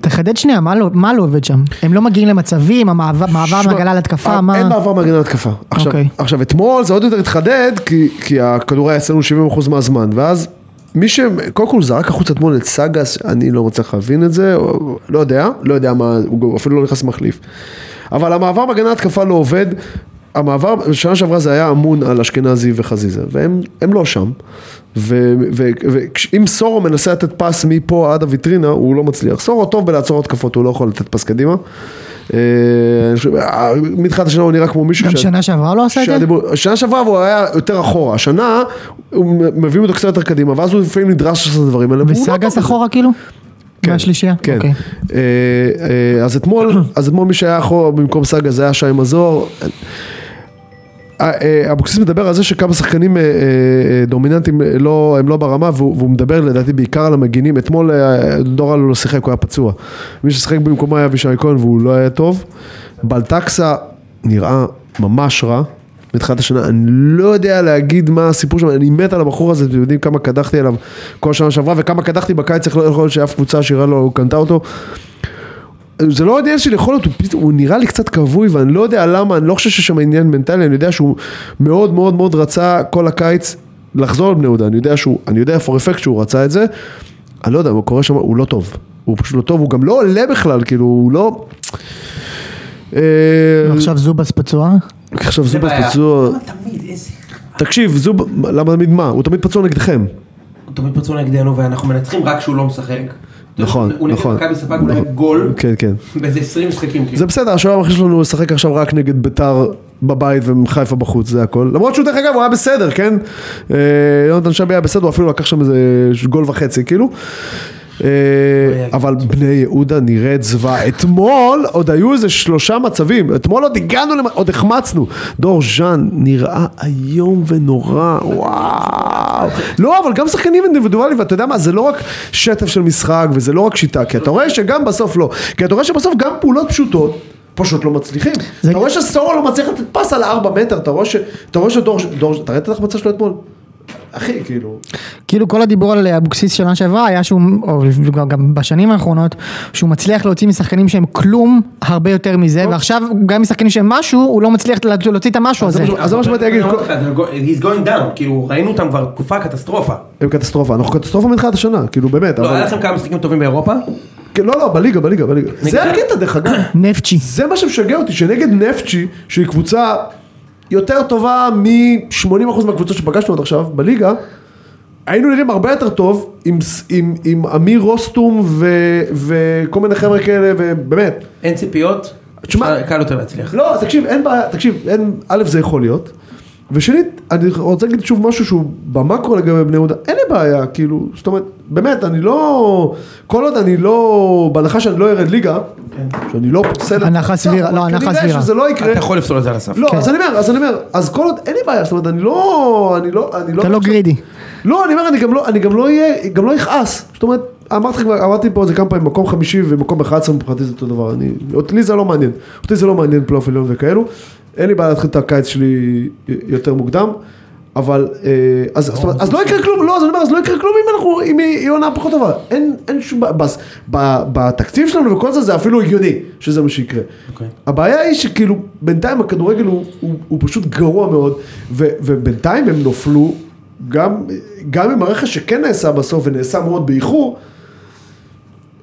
Speaker 8: תחדד שנייה, מה לא- מה לא עובד שם? הם לא מגיעים למצבים, המעבר מעבר
Speaker 3: שמע,
Speaker 8: מהגלה להתקפה,
Speaker 3: אה, אין
Speaker 8: מה?
Speaker 3: מעבר מהגנה להתקפה. עכשיו,
Speaker 8: אוקיי.
Speaker 3: עכשיו, אתמול זה עוד יותר התחדד, כי, כי הכדור היה אצלנו 70% מהזמן, ואז מי ש... קודם כל הוא זרק החוצה אתמול את סאגס, אני לא מצליח להבין את זה, או- לא יודע, לא יודע מה, הוא אפילו לא נכנס מחליף. אבל המעבר מהגנה התקפה לא עובד. המעבר, שנה שעברה זה היה אמון על אשכנזי וחזיזה, והם הם לא שם. ואם סורו מנסה לתת פס מפה עד הוויטרינה, הוא לא מצליח. סורו טוב בלעצור התקפות, הוא לא יכול לתת פס קדימה. אה, אני חושב- אה, מתחילת השנה הוא נראה כמו מישהו...
Speaker 8: גם
Speaker 3: שה-
Speaker 8: שנה שעברה לא עשה את זה?
Speaker 3: שהדיבור- שנה שעברה הוא היה יותר אחורה, השנה הוא מ- מביאים אותו קצת יותר קדימה, ואז הוא לפעמים נדרש לעשות את הדברים האלה. והוא לא טוב
Speaker 8: וסאגס
Speaker 3: בזה.
Speaker 8: אחורה כאילו?
Speaker 3: כן,
Speaker 8: מהשלישייה?
Speaker 3: כן.
Speaker 8: אוקיי.
Speaker 3: אה, אה, אז אתמול, אז אתמול מי שהיה אחורה במקום סאגה זה היה שי מזור. אה, אה, אבוקסיס מדבר על זה שכמה שחקנים אה, אה, אה, דומיננטיים אה, לא, הם לא ברמה והוא, והוא מדבר לדעתי בעיקר על המגינים, אתמול אה, דורל לא שיחק, הוא היה פצוע. מי ששיחק במקומו היה אבישי כהן והוא לא היה טוב. בלטקסה נראה ממש רע. מתחילת השנה, אני לא יודע להגיד מה הסיפור שם, אני מת על הבחור הזה, אתם יודעים כמה קדחתי עליו כל שנה שעברה וכמה קדחתי בקיץ, איך לא יכול להיות שאף קבוצה שירה לו, קנתה אותו. זה לא עניין של יכולת, הוא, פתאום- הוא נראה לי קצת כבוי ואני לא יודע למה, אני לא חושב שיש שם עניין מנטלי, אני יודע שהוא מאוד מאוד מאוד רצה כל הקיץ לחזור לבני יהודה, אני יודע שהוא, אני יודע for effect שהוא רצה את זה, אני לא יודע, הוא קורה שם, הוא לא טוב, הוא פשוט לא טוב, הוא גם לא עולה בכלל, כאילו, הוא לא... אה,
Speaker 8: ועכשיו זובס פצוע?
Speaker 3: עכשיו
Speaker 4: זה
Speaker 3: זובס
Speaker 4: בעיה.
Speaker 3: פצוע,
Speaker 4: למה לא, תמיד, איזה...
Speaker 3: תקשיב, זוב, למה תמיד מה? הוא תמיד פצוע נגדכם.
Speaker 4: הוא תמיד פצוע נגדנו ואנחנו מנצחים רק כשהוא לא משחק.
Speaker 3: נכון,
Speaker 4: הוא נגד
Speaker 3: נכון.
Speaker 4: מכבי ספג אולי
Speaker 3: נכון.
Speaker 4: גול,
Speaker 3: כן, כן.
Speaker 4: באיזה 20 משחקים. כאילו.
Speaker 3: זה בסדר, השוער המחיר שלנו לשחק עכשיו רק נגד ביתר בבית וחיפה בחוץ, זה הכל. למרות שהוא דרך אגב, הוא היה בסדר, כן? אה, יונתן שבי היה בסדר, הוא אפילו לקח שם איזה גול וחצי, כאילו. אה, אבל בני יהודה נראית זוועה. אתמול עוד היו איזה שלושה מצבים, אתמול עוד הגענו, למ- עוד החמצנו. דור ז'אן נראה איום ונורא, וואו. לא, אבל גם שחקנים אינדיבידואליים, ואתה יודע מה, זה לא רק שטף של משחק, וזה לא רק שיטה, כי אתה רואה שגם בסוף לא. כי אתה רואה שבסוף גם פעולות פשוטות. פשוט לא מצליחים.
Speaker 8: זה-
Speaker 3: אתה רואה שסורו לא מצליח לתת פס על הארבע מטר, אתה רואה ש- אתה רואה שדור, דור- אתה ראית את ההחמצה שלו אתמול? אחי, כאילו.
Speaker 8: כאילו כל הדיבור על אבוקסיס שנה שעברה היה שהוא, או גם- גם בשנים האחרונות, שהוא מצליח להוציא משחקנים שהם כלום הרבה יותר מזה, ועכשיו גם משחקנים שהם משהו, הוא לא מצליח לה- להוציא את המשהו הזה.
Speaker 3: אז זה מה שבאתי
Speaker 4: אני
Speaker 3: להגיד.
Speaker 4: אומר לך, זה- He's going down, כאילו ראינו אותם כבר תקופה קטסטרופה.
Speaker 3: הם קטסטרופה, אנחנו קטסטרופה מתחילת השנה, כאילו באמת,
Speaker 4: לא, היה
Speaker 3: אבל
Speaker 4: לכם כמה משחקים טובים באירופה?
Speaker 3: כן, לא, לא, בליגה, בליגה, בליגה. זה הקטע דרך אגב.
Speaker 8: נפצ'י.
Speaker 3: זה מה שמשגע אותי, שנגד נפצ'י, שהיא קבוצה יותר טובה מ-80% מהקבוצות שפגשנו עד עכשיו בליגה, היינו נראים הרבה יותר טוב עם, ס- עם, עם אמיר רוסטום ו, וכל מיני חבר'ה כאלה, ובאמת.
Speaker 4: אין ציפיות,
Speaker 3: תשמע-
Speaker 4: קל יותר להצליח.
Speaker 3: לא, אז תקשיב, אין בעיה, תקשיב, אין, א', זה יכול להיות. ושנית, אני רוצה להגיד שוב משהו שהוא במקרו לגבי בני יהודה, אין לי בעיה, כאילו, זאת אומרת, באמת, אני לא, כל עוד אני לא, בהנחה שאני לא ארד ליגה, שאני לא פוסל, את
Speaker 8: הנחה
Speaker 3: המצב,
Speaker 8: סבירה,
Speaker 3: אבל
Speaker 8: לא, הנחה סבירה.
Speaker 3: כנראה שזה לא יקרה.
Speaker 4: אתה יכול לפסול את זה על הסף.
Speaker 3: לא,
Speaker 8: כן.
Speaker 3: אז אני אומר, אז אני אומר, אז כל עוד, אין לי בעיה, זאת אומרת, אני לא, אני לא, אני לא,
Speaker 8: אתה לא גרידי.
Speaker 3: לא, אני אומר, אני גם לא, אני גם לא אהיה, גם לא אכעס, זאת אומרת, אמרתי לך כבר, אמרתי פה את זה כמה פעמים, מקום חמישי ומקום 11 מבחינתי זה אותו דבר, אני, אותי זה לא מעניין, אותי זה לא מעניין פלייאוף עליון וכאלו, אין לי בעיה להתחיל את הקיץ שלי יותר מוקדם, אבל, אה, אז, זאת אומרת, אז לא יקרה כלום, לא, אז אני אומר, אז לא יקרה כלום אם אנחנו, אם היא היא עונה פחות טובה, אין, אין שום בעיה, בס- ב- בתקציב שלנו וכל זה, זה אפילו הגיוני שזה מה שיקרה. הבעיה היא שכאילו, בינתיים הכדורגל הוא, הוא, הוא פשוט גרוע מאוד, ו, ובינתיים הם נופלו, גם, גם עם הרכש שכן נעשה בסוף ונעשה מאוד באיחור,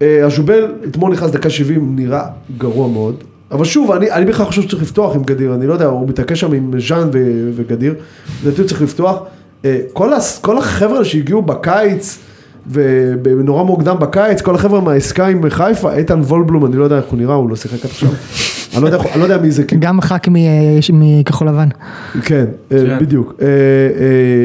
Speaker 3: אה, הז'ובל אתמול נכנס דקה 70, נראה גרוע מאוד. אבל שוב, אני, אני בכלל חושב שצריך לפתוח עם גדיר, אני לא יודע, הוא מתעקש שם עם ז'אן ו- וגדיר, לדעתי הוא צריך לפתוח. אה, כל, הס, כל החבר'ה האלה שהגיעו בקיץ, ונורא מוקדם בקיץ, כל החבר'ה מהעסקה עם חיפה, איתן וולבלום, אני לא יודע איך הוא נראה, הוא לא שיחק עד עכשיו. אני לא יודע איך- אני לא יודע מי זה, כאילו.
Speaker 8: גם ח"כ מ- ש- מכחול לבן.
Speaker 3: כן, אה,
Speaker 4: מצוין.
Speaker 3: בדיוק. אה, אה,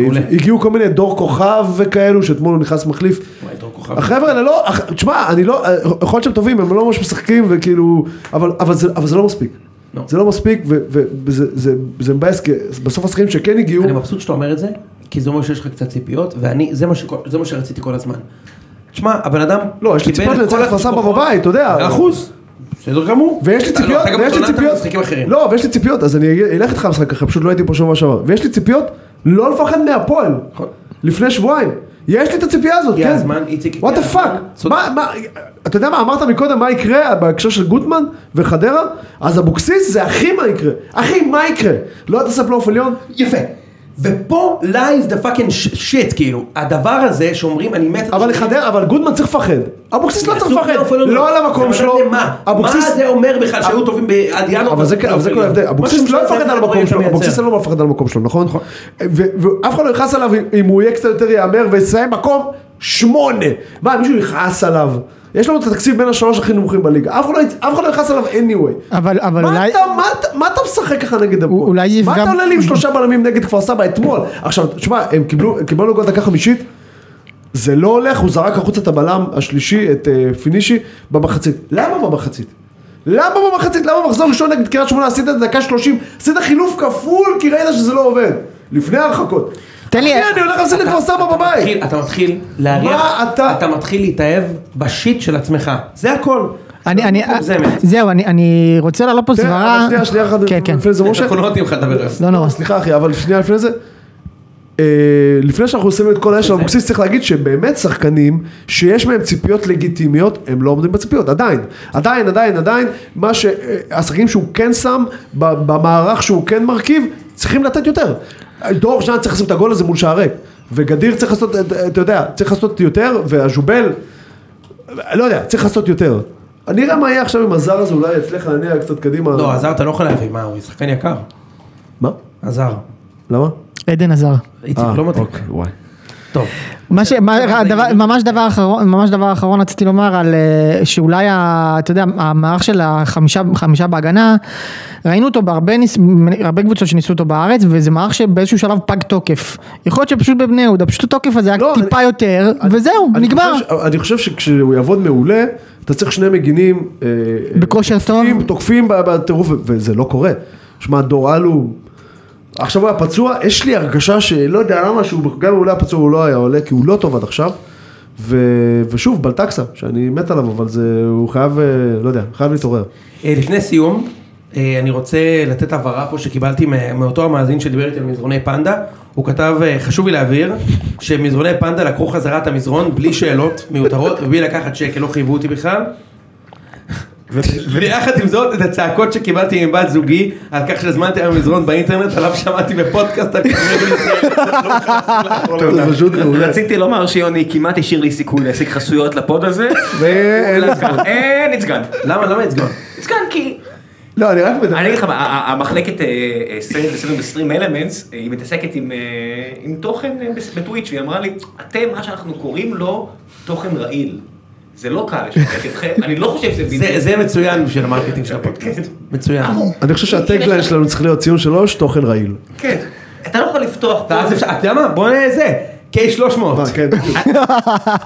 Speaker 4: מעולה.
Speaker 3: הגיעו כל מיני דור כוכב וכאלו, שאתמול הוא נכנס מחליף.
Speaker 4: וואי, דור כוכב.
Speaker 3: החבר'ה האלה לא, הח- תשמע, אני לא, אה, יכול להיות שהם טובים, הם לא ממש משחקים וכאילו, אבל, אבל, זה, אבל זה לא מספיק.
Speaker 4: לא.
Speaker 3: זה לא מספיק ו- ו- וזה זה- זה מבאס, כי בסוף השחקנים שכן הגיעו,
Speaker 4: אני מבסוט שאתה אומר את זה, כי זה אומר שיש לך קצת ציפיות, ואני, זה מה שכל- זה מה שרציתי כל הזמן. תשמע, הבן אדם...
Speaker 3: לא, יש לי
Speaker 4: קיבל
Speaker 3: ציפיות
Speaker 4: את
Speaker 3: לנצח
Speaker 4: כל
Speaker 3: את כפר סבא
Speaker 4: התשבחות.
Speaker 3: בבית, אתה יודע.
Speaker 4: מאה אחוז, בסדר גמור.
Speaker 3: ויש לי
Speaker 4: אתה- לא,
Speaker 3: ציפיות,
Speaker 4: אתה גם
Speaker 3: ויש לי
Speaker 4: התלוננת
Speaker 3: ציפיות,
Speaker 4: במשחקים אחרים.
Speaker 3: לא, ויש לי ציפיות, אז אני אגיד- אלך איתך למשחק אחר, פשוט לא הייתי פה שבוע שעבר, ויש לי ציפיות לא לפחד מהפועל,
Speaker 4: נכון.
Speaker 3: לפני שבועיים, יש לי את הציפייה הזאת,
Speaker 4: הגיע
Speaker 3: כן,
Speaker 4: הזמן, איציק, הגיע
Speaker 3: וואט דה
Speaker 4: הזמן.
Speaker 3: פאק,
Speaker 4: צודק.
Speaker 3: מה, מה, אתה יודע מה אמרת מקודם, מה יקרה בהקשר של גוטמן וחדרה, אז אבוקסיס זה הכי מה יקרה, הכי מה יקרה, לא תעשה פלייאוף עליון,
Speaker 4: יפה. ופה lies the fucking sh- shit, כאילו, הדבר הזה שאומרים, אני מת...
Speaker 3: אבל לחדרה, אבל גוטמן צריך לפחד, אבוקסיס לא צריך לפחד, לא על המקום
Speaker 4: זה
Speaker 3: שלו,
Speaker 4: מדד למה? מה זה אומר בכלל שהיו טובים בעד ינואר?
Speaker 3: אבל זה כן, אבל זה כל ההבדל, אבוקסיס לא מפחד על המקום שלו, אבוקסיס לא מפחד על המקום שלו, נכון? ו- ואף אחד לא יכעס עליו אם הוא יהיה קצת יותר יהמר ויסיים מקום שמונה. מה, מישהו יכעס עליו? יש לנו את התקציב בין השלוש הכי נמוכים בליגה, אף אחד לא יצ- אף אחד לא יכעס עליו anyway.
Speaker 8: אבל אבל
Speaker 3: מה
Speaker 8: אולי...
Speaker 3: אתה- מה אתה- מה אתה משחק ככה נגד הפועל?
Speaker 8: אולי זה
Speaker 3: מה
Speaker 8: יפגע-
Speaker 3: אתה עולה לי עם שלושה בלמים נגד כפר סבא אתמול? עכשיו, תשמע, הם קיבלו, הם קיבלנו גול דקה חמישית, זה לא הולך, הוא זרק החוצה את הבלם השלישי, את אה, פינישי, במחצית. למה במחצית? למה במחצית? למה מחזור ראשון נגד קריית שמונה עשית את דקה שלושים, עשית חילוף כפול כי ראית שזה לא עובד? לפני ההרחקות.
Speaker 8: תן לי-
Speaker 3: אחי, אני הולך לעשות לכפר סבא בבית.
Speaker 4: מתחיל- אתה מתחיל להריח,
Speaker 3: מה אתה-
Speaker 4: אתה מתחיל להתאהב בשיט של עצמך, זה הכל.
Speaker 8: אני, אני,
Speaker 3: לא
Speaker 4: מוגזמת.
Speaker 8: זהו, אני, אני רוצה להעלות פה
Speaker 3: תן, כן, אבל
Speaker 8: סברה,
Speaker 3: שנייה, שנייה אחת,
Speaker 8: כן, כן,
Speaker 3: לפני זה משה.
Speaker 4: אנחנו לא נותנים לך לדבר על זה.
Speaker 8: לא נורא,
Speaker 3: סליחה אחי, אבל שנייה לפני זה. אה, לפני שאנחנו עושים את כל האש של אבוקסיס, צריך להגיד שבאמת שחקנים שיש מהם ציפיות לגיטימיות, הם לא עומדים בציפיות, עדיין. עדיין, עדיין, עדיין, מה ש... אה, השחקנים שהוא כן שם, ב- במערך שהוא כן מרכיב, צריכים לתת יותר. דור שניה צריך לשים את הגול הזה מול שער ריק. וגדיר צריך לעשות, אה, אתה יודע, צריך לעשות יותר, והז'ובל, לא יודע, צריך לעשות יותר. נראה מה יהיה עכשיו עם הזר הזה, אולי יצליח להניע קצת קדימה.
Speaker 4: לא, עזר אתה לא יכול להביא, מה, הוא שחקן יקר.
Speaker 3: מה?
Speaker 4: עזר.
Speaker 3: למה?
Speaker 8: עדן עזר.
Speaker 4: איציק,
Speaker 3: אה,
Speaker 4: לא מתאים.
Speaker 3: אוקיי, וואי.
Speaker 4: טוב.
Speaker 8: מה ש... מה, הדבר, ממש דבר אחרון, ממש דבר אחרון רציתי לומר על אה, שאולי, ה, אתה יודע, המערך של החמישה חמישה בהגנה, ראינו אותו בהרבה ניס, הרבה קבוצות שניסו אותו בארץ, וזה מערך שבאיזשהו שלב פג תוקף. יכול להיות שפשוט בבני יהודה, פשוט התוקף הזה היה
Speaker 3: לא,
Speaker 8: טיפה יותר, וזהו,
Speaker 3: אני
Speaker 8: נגמר.
Speaker 3: חושב ש- אני חושב שכשהוא יעבוד מעולה, אתה צריך שני מגינים. אה, אה,
Speaker 8: בכושר טוב.
Speaker 3: תוקפים- תוקפים ב- בטירוף, ו- וזה לא קורה. שמע, דור אלו, עכשיו הוא היה פצוע, יש לי הרגשה שלא יודע למה, שהוא גם אם הוא לא היה פצוע הוא לא היה עולה, כי הוא לא טוב עד עכשיו. ו... ושוב, בלטקסה, שאני מת עליו, אבל זה, הוא חייב, אה, לא יודע, חייב להתעורר.
Speaker 4: אה, לפני סיום, אה, אני רוצה לתת הבהרה פה שקיבלתי מ- מאותו המאזין שדיבר איתי על מזרוני פנדה. הוא כתב, אה, חשוב לי להבהיר, שמזרוני פנדה לקחו חזרה את המזרון בלי שאלות מיותרות ובלי לקחת שקל, לא חייבו אותי בכלל. ויחד עם זאת, את הצעקות שקיבלתי מבת זוגי, על כך שהזמנתי היום מזרון באינטרנט, עליו שמעתי בפודקאסט על כדורגל ישראל.
Speaker 3: זה פשוט מעולה.
Speaker 1: רציתי לומר שיוני כמעט השאיר לי סיכוי להשיג חסויות לפוד הזה.
Speaker 3: ואין לך-
Speaker 1: אין עצגן.
Speaker 4: למה, למה עצגון?
Speaker 1: עצגן כי...
Speaker 3: לא, אני רק מדבר.
Speaker 1: אני אגיד לך, מה, ה- ה- המחלקת אה, אה, סרט וסרט וסטרים אלמנטס, היא מתעסקת עם, אה, עם תוכן אה, בס- בטוויץ', והיא אמרה לי, אתם, מה שאנחנו קוראים לו, תוכן רעיל. זה לא קל לשתף אתכם, אני לא חושב שזה
Speaker 4: זה-
Speaker 1: בדיוק.
Speaker 4: זה מצוין בשביל המרקטינג של הפודקאסט. מצוין.
Speaker 3: אני חושב שהטקליין שלנו צריך להיות ציון שלוש, תוכן רעיל.
Speaker 1: כן. אתה לא יכול לפתוח,
Speaker 4: ואז אפשר, אתה יודע מה? בוא נ... זה,
Speaker 3: מה,
Speaker 4: K300.
Speaker 3: כן.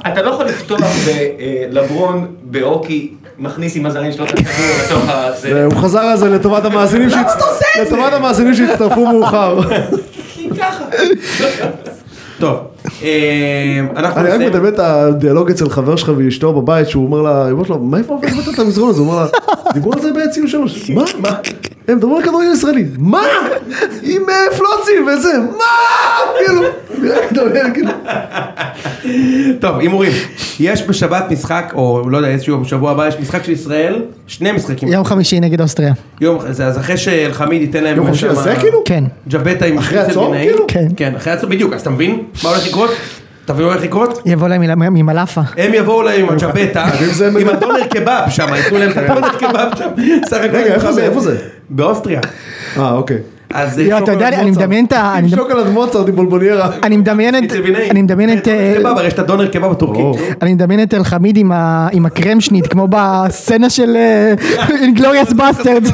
Speaker 1: אתה לא יכול לפתוח בלברון, באוקי, מכניס עם הזין שלו את הכדור לתוך הזה.
Speaker 3: הוא חזר על זה לטובת המאזינים שהצ- לטובת המאזינים שהצטרפו מאוחר.
Speaker 4: טוב, אה, אנחנו
Speaker 3: אני רק
Speaker 4: נסיים.
Speaker 3: מדמיין את הדיאלוג אצל חבר שלך ואשתו בבית, שהוא אומר לה, היא אומרת לו, מאיפה הבאת את המזרון הזה? הוא אומר לה, דיברו על זה בציון שלוש. מה? מה? הם מדברים על כדורגל ישראלי. מה? עם אה, פלוצים וזה, מה? כאילו, נראה מדמיין, כאילו.
Speaker 4: טוב, הימורים. יש בשבת משחק, או לא יודע, איזשהו שבוע הבא, יש משחק של ישראל, שני משחקים.
Speaker 8: יום חמישי נגד אוסטריה.
Speaker 3: כאילו-
Speaker 4: יום, אז אז אחרי שאלחמיד ייתן להם...
Speaker 3: יום חמישי
Speaker 4: שם-
Speaker 3: הזה, כאילו?
Speaker 8: כן.
Speaker 4: ג'בטה עם
Speaker 3: אחרי
Speaker 4: שניצל
Speaker 3: הצום,
Speaker 4: גנאי.
Speaker 3: כאילו?
Speaker 8: כן.
Speaker 4: כן, אחרי הצום, בדיוק, אז אתה מבין מה הולך לקרות? אתה מבין מה הולך לקרות?
Speaker 8: יבוא להם מ- ממלאפה.
Speaker 4: הם יבואו להם עם הג'בטה,
Speaker 3: זה
Speaker 4: עם
Speaker 3: מגע-
Speaker 4: הטונר קבב שם, ייתנו להם את הטונר קבב שם. סך הכל
Speaker 3: רגע, איפה זה?
Speaker 4: מכבד.
Speaker 3: איפה זה?
Speaker 4: באוסטריה.
Speaker 3: אה, אוקיי.
Speaker 4: אז
Speaker 8: יואו, אתה יודע,
Speaker 4: לא
Speaker 8: אני מדמיין את ה... אני מדמ-
Speaker 3: שוקולד מוצרט עם בולבוניירה.
Speaker 8: אני מדמיין את... אני מדמיין את... אה,
Speaker 4: קבב, הרי יש את הדונר קבב
Speaker 3: ברור.
Speaker 4: הטורקי.
Speaker 8: אני מדמיין את אלחמיד עם ה- עם הקרמשנית, כמו בסצנה של אה, אינגלוריאס באסטרד.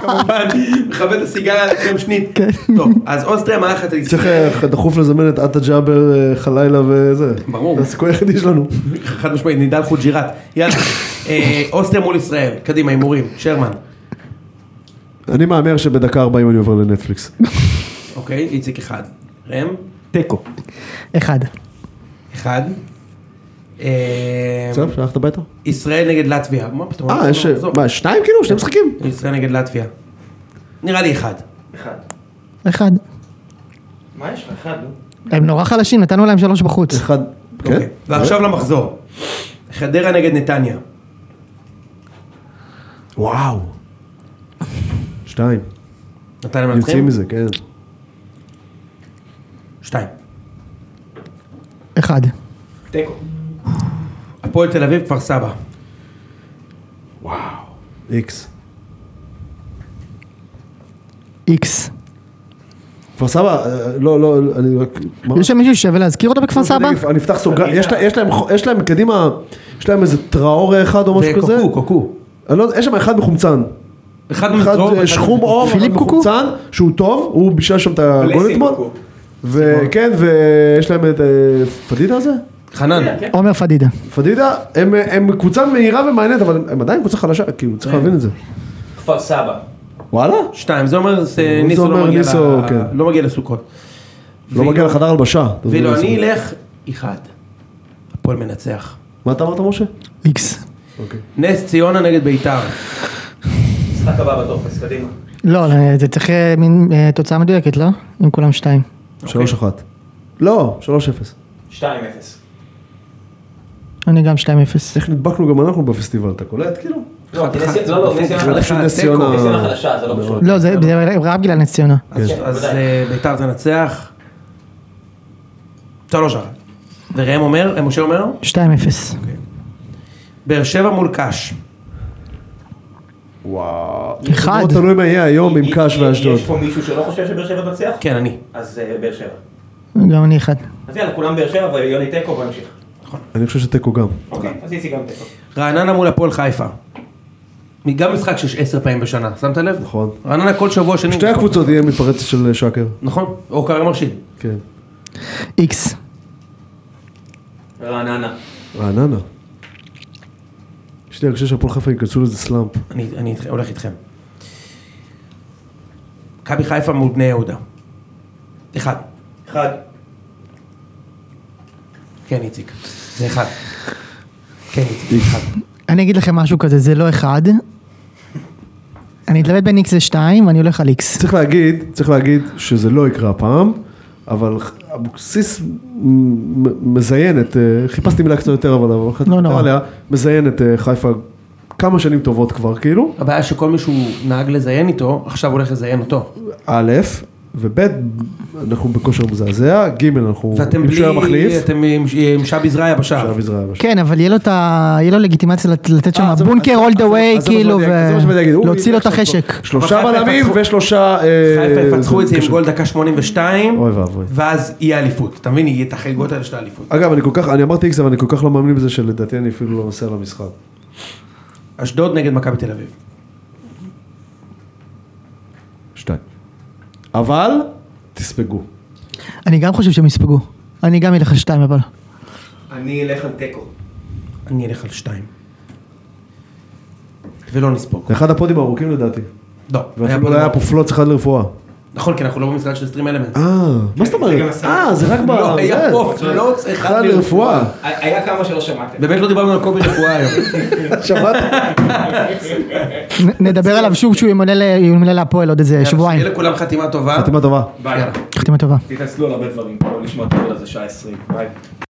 Speaker 4: כמובן, מכבד את הסיגריה על הקרם שנית.
Speaker 3: כן.
Speaker 4: טוב, אז אוסטריה מארחת את
Speaker 3: צריך
Speaker 4: ישראל.
Speaker 3: אה, דחוף לזמן את עטה ג'אבר אה, חלילה וזה.
Speaker 4: ברור.
Speaker 3: זה הסיכוי היחידי שלנו.
Speaker 4: חד משמעית, נידל חוג'יראת. יאללה, אה, אוסטריה מול ישראל. קדימה, הימורים. שרמן.
Speaker 3: אני מהמר שבדקה 40 אני עובר לנטפליקס.
Speaker 4: אוקיי, איציק אחד. ראם?
Speaker 3: תיקו.
Speaker 8: אחד.
Speaker 4: אחד. אה,
Speaker 3: בסדר, שלחת הביתה?
Speaker 4: ישראל נגד לטביה. מה פתאום?
Speaker 3: אה, יש...
Speaker 4: לא, עזוב. כן.
Speaker 3: מה, שניים כאילו? שני משחקים?
Speaker 4: ישראל נגד לטביה. נראה לי אחד.
Speaker 3: כן?
Speaker 8: אחד.
Speaker 1: מה יש לך? אחד, לא?
Speaker 8: הם נורא חלשים, נתנו להם שלוש בחוץ.
Speaker 3: אחד...
Speaker 4: אוקיי.
Speaker 3: כן?
Speaker 4: ועכשיו למחזור. חדרה נגד נתניה.
Speaker 3: וואו. שתיים.
Speaker 4: נתניה
Speaker 3: יוצאים
Speaker 4: מנצחים?
Speaker 3: מזה, כן.
Speaker 4: שתיים.
Speaker 8: אחד.
Speaker 1: תיקו.
Speaker 4: הפועל תל אביב, כפר סבא.
Speaker 3: איקס.
Speaker 8: איקס.
Speaker 3: כפר סבא, אה, לא, לא, אני רק... מה?
Speaker 8: יש שם מישהו ששווה להזכיר אותו
Speaker 3: לא,
Speaker 8: בכפר סבא?
Speaker 3: אני אפתח סוגריים, יש לה- יש להם- יש להם קדימה, יש להם איזה טראור אחד או משהו כזה.
Speaker 4: וקוקו, אה, קוקו.
Speaker 3: אני לא יודע, יש שם אחד מחומצן.
Speaker 4: אחד
Speaker 3: אחד
Speaker 4: מטרור,
Speaker 3: אה,
Speaker 4: אחד
Speaker 3: שחום
Speaker 4: מטרור.
Speaker 3: אור,
Speaker 8: פיליפ
Speaker 3: אחד
Speaker 8: קוקו?
Speaker 3: מחומצן, שהוא טוב, הוא בישל שם את הגול אתמול.
Speaker 1: קוקו.
Speaker 3: וכן, ויש להם את אה, פדידה הזה? כן.
Speaker 4: חנן.
Speaker 8: עומר פדידה.
Speaker 3: פדידה, הם- אה, הם קבוצה מהירה ומעניינת, אבל הם עדיין קבוצה חלשה, כאילו,
Speaker 1: אה.
Speaker 3: צריך להבין את זה. לא
Speaker 1: כפר סבא.
Speaker 3: וואלה?
Speaker 4: שתיים, זה אומר זה
Speaker 3: זה
Speaker 4: ניסו
Speaker 3: אומר
Speaker 4: לא מגיע
Speaker 3: ניסו,
Speaker 4: ל-
Speaker 3: כן.
Speaker 4: לא מגיע לסוכות.
Speaker 3: לא
Speaker 4: ואילו-
Speaker 3: מגיע לחדר הלבשה. אתה
Speaker 4: ואילו
Speaker 3: מבין
Speaker 4: אני
Speaker 3: את זה.
Speaker 4: אלך, אחד. הפועל מנצח.
Speaker 3: מה אתה אמרת, משה?
Speaker 1: אוקיי.
Speaker 8: איקס.
Speaker 4: נס ציונה נגד ביתר.
Speaker 1: משחק הבא בטופס, קדימה.
Speaker 8: לא, זה צריך אה, מין אה, תוצאה מדויקת, לא? עם כולם שתיים.
Speaker 3: שלוש אחת. לא, שלוש אפס.
Speaker 1: 2-0.
Speaker 8: אני גם שתיים אפס.
Speaker 3: איך נדבקנו גם אנחנו בפסטיבל, אתה קולט? כאילו.
Speaker 1: לא, כי נס- לא, לא, נס ציונה
Speaker 3: זה
Speaker 1: חלשה.
Speaker 3: פשוט נס
Speaker 1: תיקו.
Speaker 3: ציונה-
Speaker 1: נס ציונה חלשה, זה לא קשור.
Speaker 8: לא, זה זה רק בגלל נס ציונה.
Speaker 4: אז
Speaker 1: כן,
Speaker 4: אז,
Speaker 1: בוודאי.
Speaker 4: אה, ביתר תנצח. שלוש אחת. וראם אומר, אה, משה אומר,
Speaker 8: שתיים אפס.
Speaker 4: באר שבע מול קאש.
Speaker 3: וואו.
Speaker 8: אחד.
Speaker 3: מאוד תלוי מה יהיה היום עם
Speaker 1: יש-
Speaker 3: קאש ואשדוד.
Speaker 1: יש פה מישהו שלא חושב שבאר שבע תצליח?
Speaker 4: כן, אני.
Speaker 1: אז אה, באר שבע.
Speaker 8: גם אני אחד.
Speaker 1: אז יאללה, כולם באר שבע ויוני תיקו ונמשיך.
Speaker 3: אני חושב שתיקו גם.
Speaker 1: אוקיי, אז איציק גם תיקו.
Speaker 4: רעננה מול הפועל חיפה. גם משחק שיש עשר פעמים בשנה, שמת לב?
Speaker 3: נכון.
Speaker 4: רעננה כל שבוע שני.
Speaker 3: שתי הקבוצות יהיה מתפרצת של אה, שקר.
Speaker 4: נכון, או קרא מרשיד.
Speaker 3: כן.
Speaker 8: איקס.
Speaker 1: רעננה.
Speaker 3: רעננה. יש לי הרגשה שהפועל חיפה ייכנסו לזה סלאמפ.
Speaker 4: אני אני איתכם- הולך איתכם. מכבי חיפה מול בני יהודה. אחד.
Speaker 1: אחד.
Speaker 4: כן, איציק. זה אחד. כן, איציק. אחד.
Speaker 8: אני אגיד לכם משהו כזה, זה לא אחד. אני אתלבט בין איקס לשתיים, אני הולך על איקס.
Speaker 3: צריך להגיד, צריך להגיד שזה לא יקרה הפעם, אבל אבוקסיס מ- מ- מזיין את, אה, חיפשתי מילה קצת יותר, אבל אבל
Speaker 8: לא נורא.
Speaker 3: עליה, מזיין את אה, חיפה כמה שנים טובות כבר, כאילו,
Speaker 4: הבעיה שכל מי שהוא נהג לזיין איתו, עכשיו הולך לזיין אותו.
Speaker 3: א', וב', אנחנו בכושר מזעזע, ג', אנחנו
Speaker 4: ואתם
Speaker 3: שוער מחליף,
Speaker 4: בלי, אתם עם- עם שבי זרעיה בשער.
Speaker 3: עכשיו יזרעאל בשער.
Speaker 2: כן, אבל יהיה לו את ה... יהיה לו לגיטימציה לת- לתת שם
Speaker 3: אה, זה-
Speaker 2: בונקר
Speaker 3: אז-
Speaker 2: all the
Speaker 3: אז- אז זה מה
Speaker 2: way,
Speaker 3: שבאתי
Speaker 2: כאילו,
Speaker 3: להגיד, זה מה שבאתי להגיד, הוא
Speaker 2: ולהוציא לו את
Speaker 3: עכשיו
Speaker 2: החשק.
Speaker 3: שלושה
Speaker 4: אבל חיפה
Speaker 3: בלמים
Speaker 4: יפצחו-
Speaker 3: ושלושה... אה,
Speaker 4: חיפה יפצחו את זה עם
Speaker 3: קשר.
Speaker 4: גול דקה 82,
Speaker 3: אוי ואבוי.
Speaker 4: ואז יהיה אליפות. אתה מבין, יהיה את החגיגות האלה של האליפות.
Speaker 3: אגב, אני כל כך, אני אמרתי איקס, אבל אני כל כך לא מאמין בזה שלדעתי אני אפילו לא נוסע למשחק.
Speaker 4: אשדוד נגד מכבי תל אביב.
Speaker 3: שתיים. אבל, תספגו.
Speaker 2: אני גם חושב שהם יספגו. אני גם אלך על שתיים אבל.
Speaker 8: אני אלך על תיקו.
Speaker 4: אני אלך על שתיים. ולא נספוג.
Speaker 3: זה אחד הפודים הארוכים לדעתי.
Speaker 4: לא. היה פה
Speaker 3: ואפילו לא היה
Speaker 4: דבר.
Speaker 3: פה פלוץ אחד לרפואה.
Speaker 4: נכון, כי אנחנו לא במשרד של סטרים אלמנט.
Speaker 3: אה, מה זאת אומרת? אה, זה רק ב...
Speaker 4: לא, היה
Speaker 3: זה.
Speaker 4: פה פלוץ אחד
Speaker 3: אחד לרפואה.
Speaker 8: היה כמה שלא שמעתם.
Speaker 4: באמת לא דיברנו על קובי רפואה היום.
Speaker 3: שמעת?
Speaker 2: נ- נדבר עליו שוב כשהוא ימלא ל- ימלא להפועל עוד איזה שבועיים.
Speaker 4: שיהיה לכולם חתימה טובה.
Speaker 3: חתימה טובה.
Speaker 8: ביי.
Speaker 4: יאללה.
Speaker 2: חתימה טובה.
Speaker 8: תתנצלו על הרבה דברים, לא לשמוע את הכל הזה שעה 20. ביי.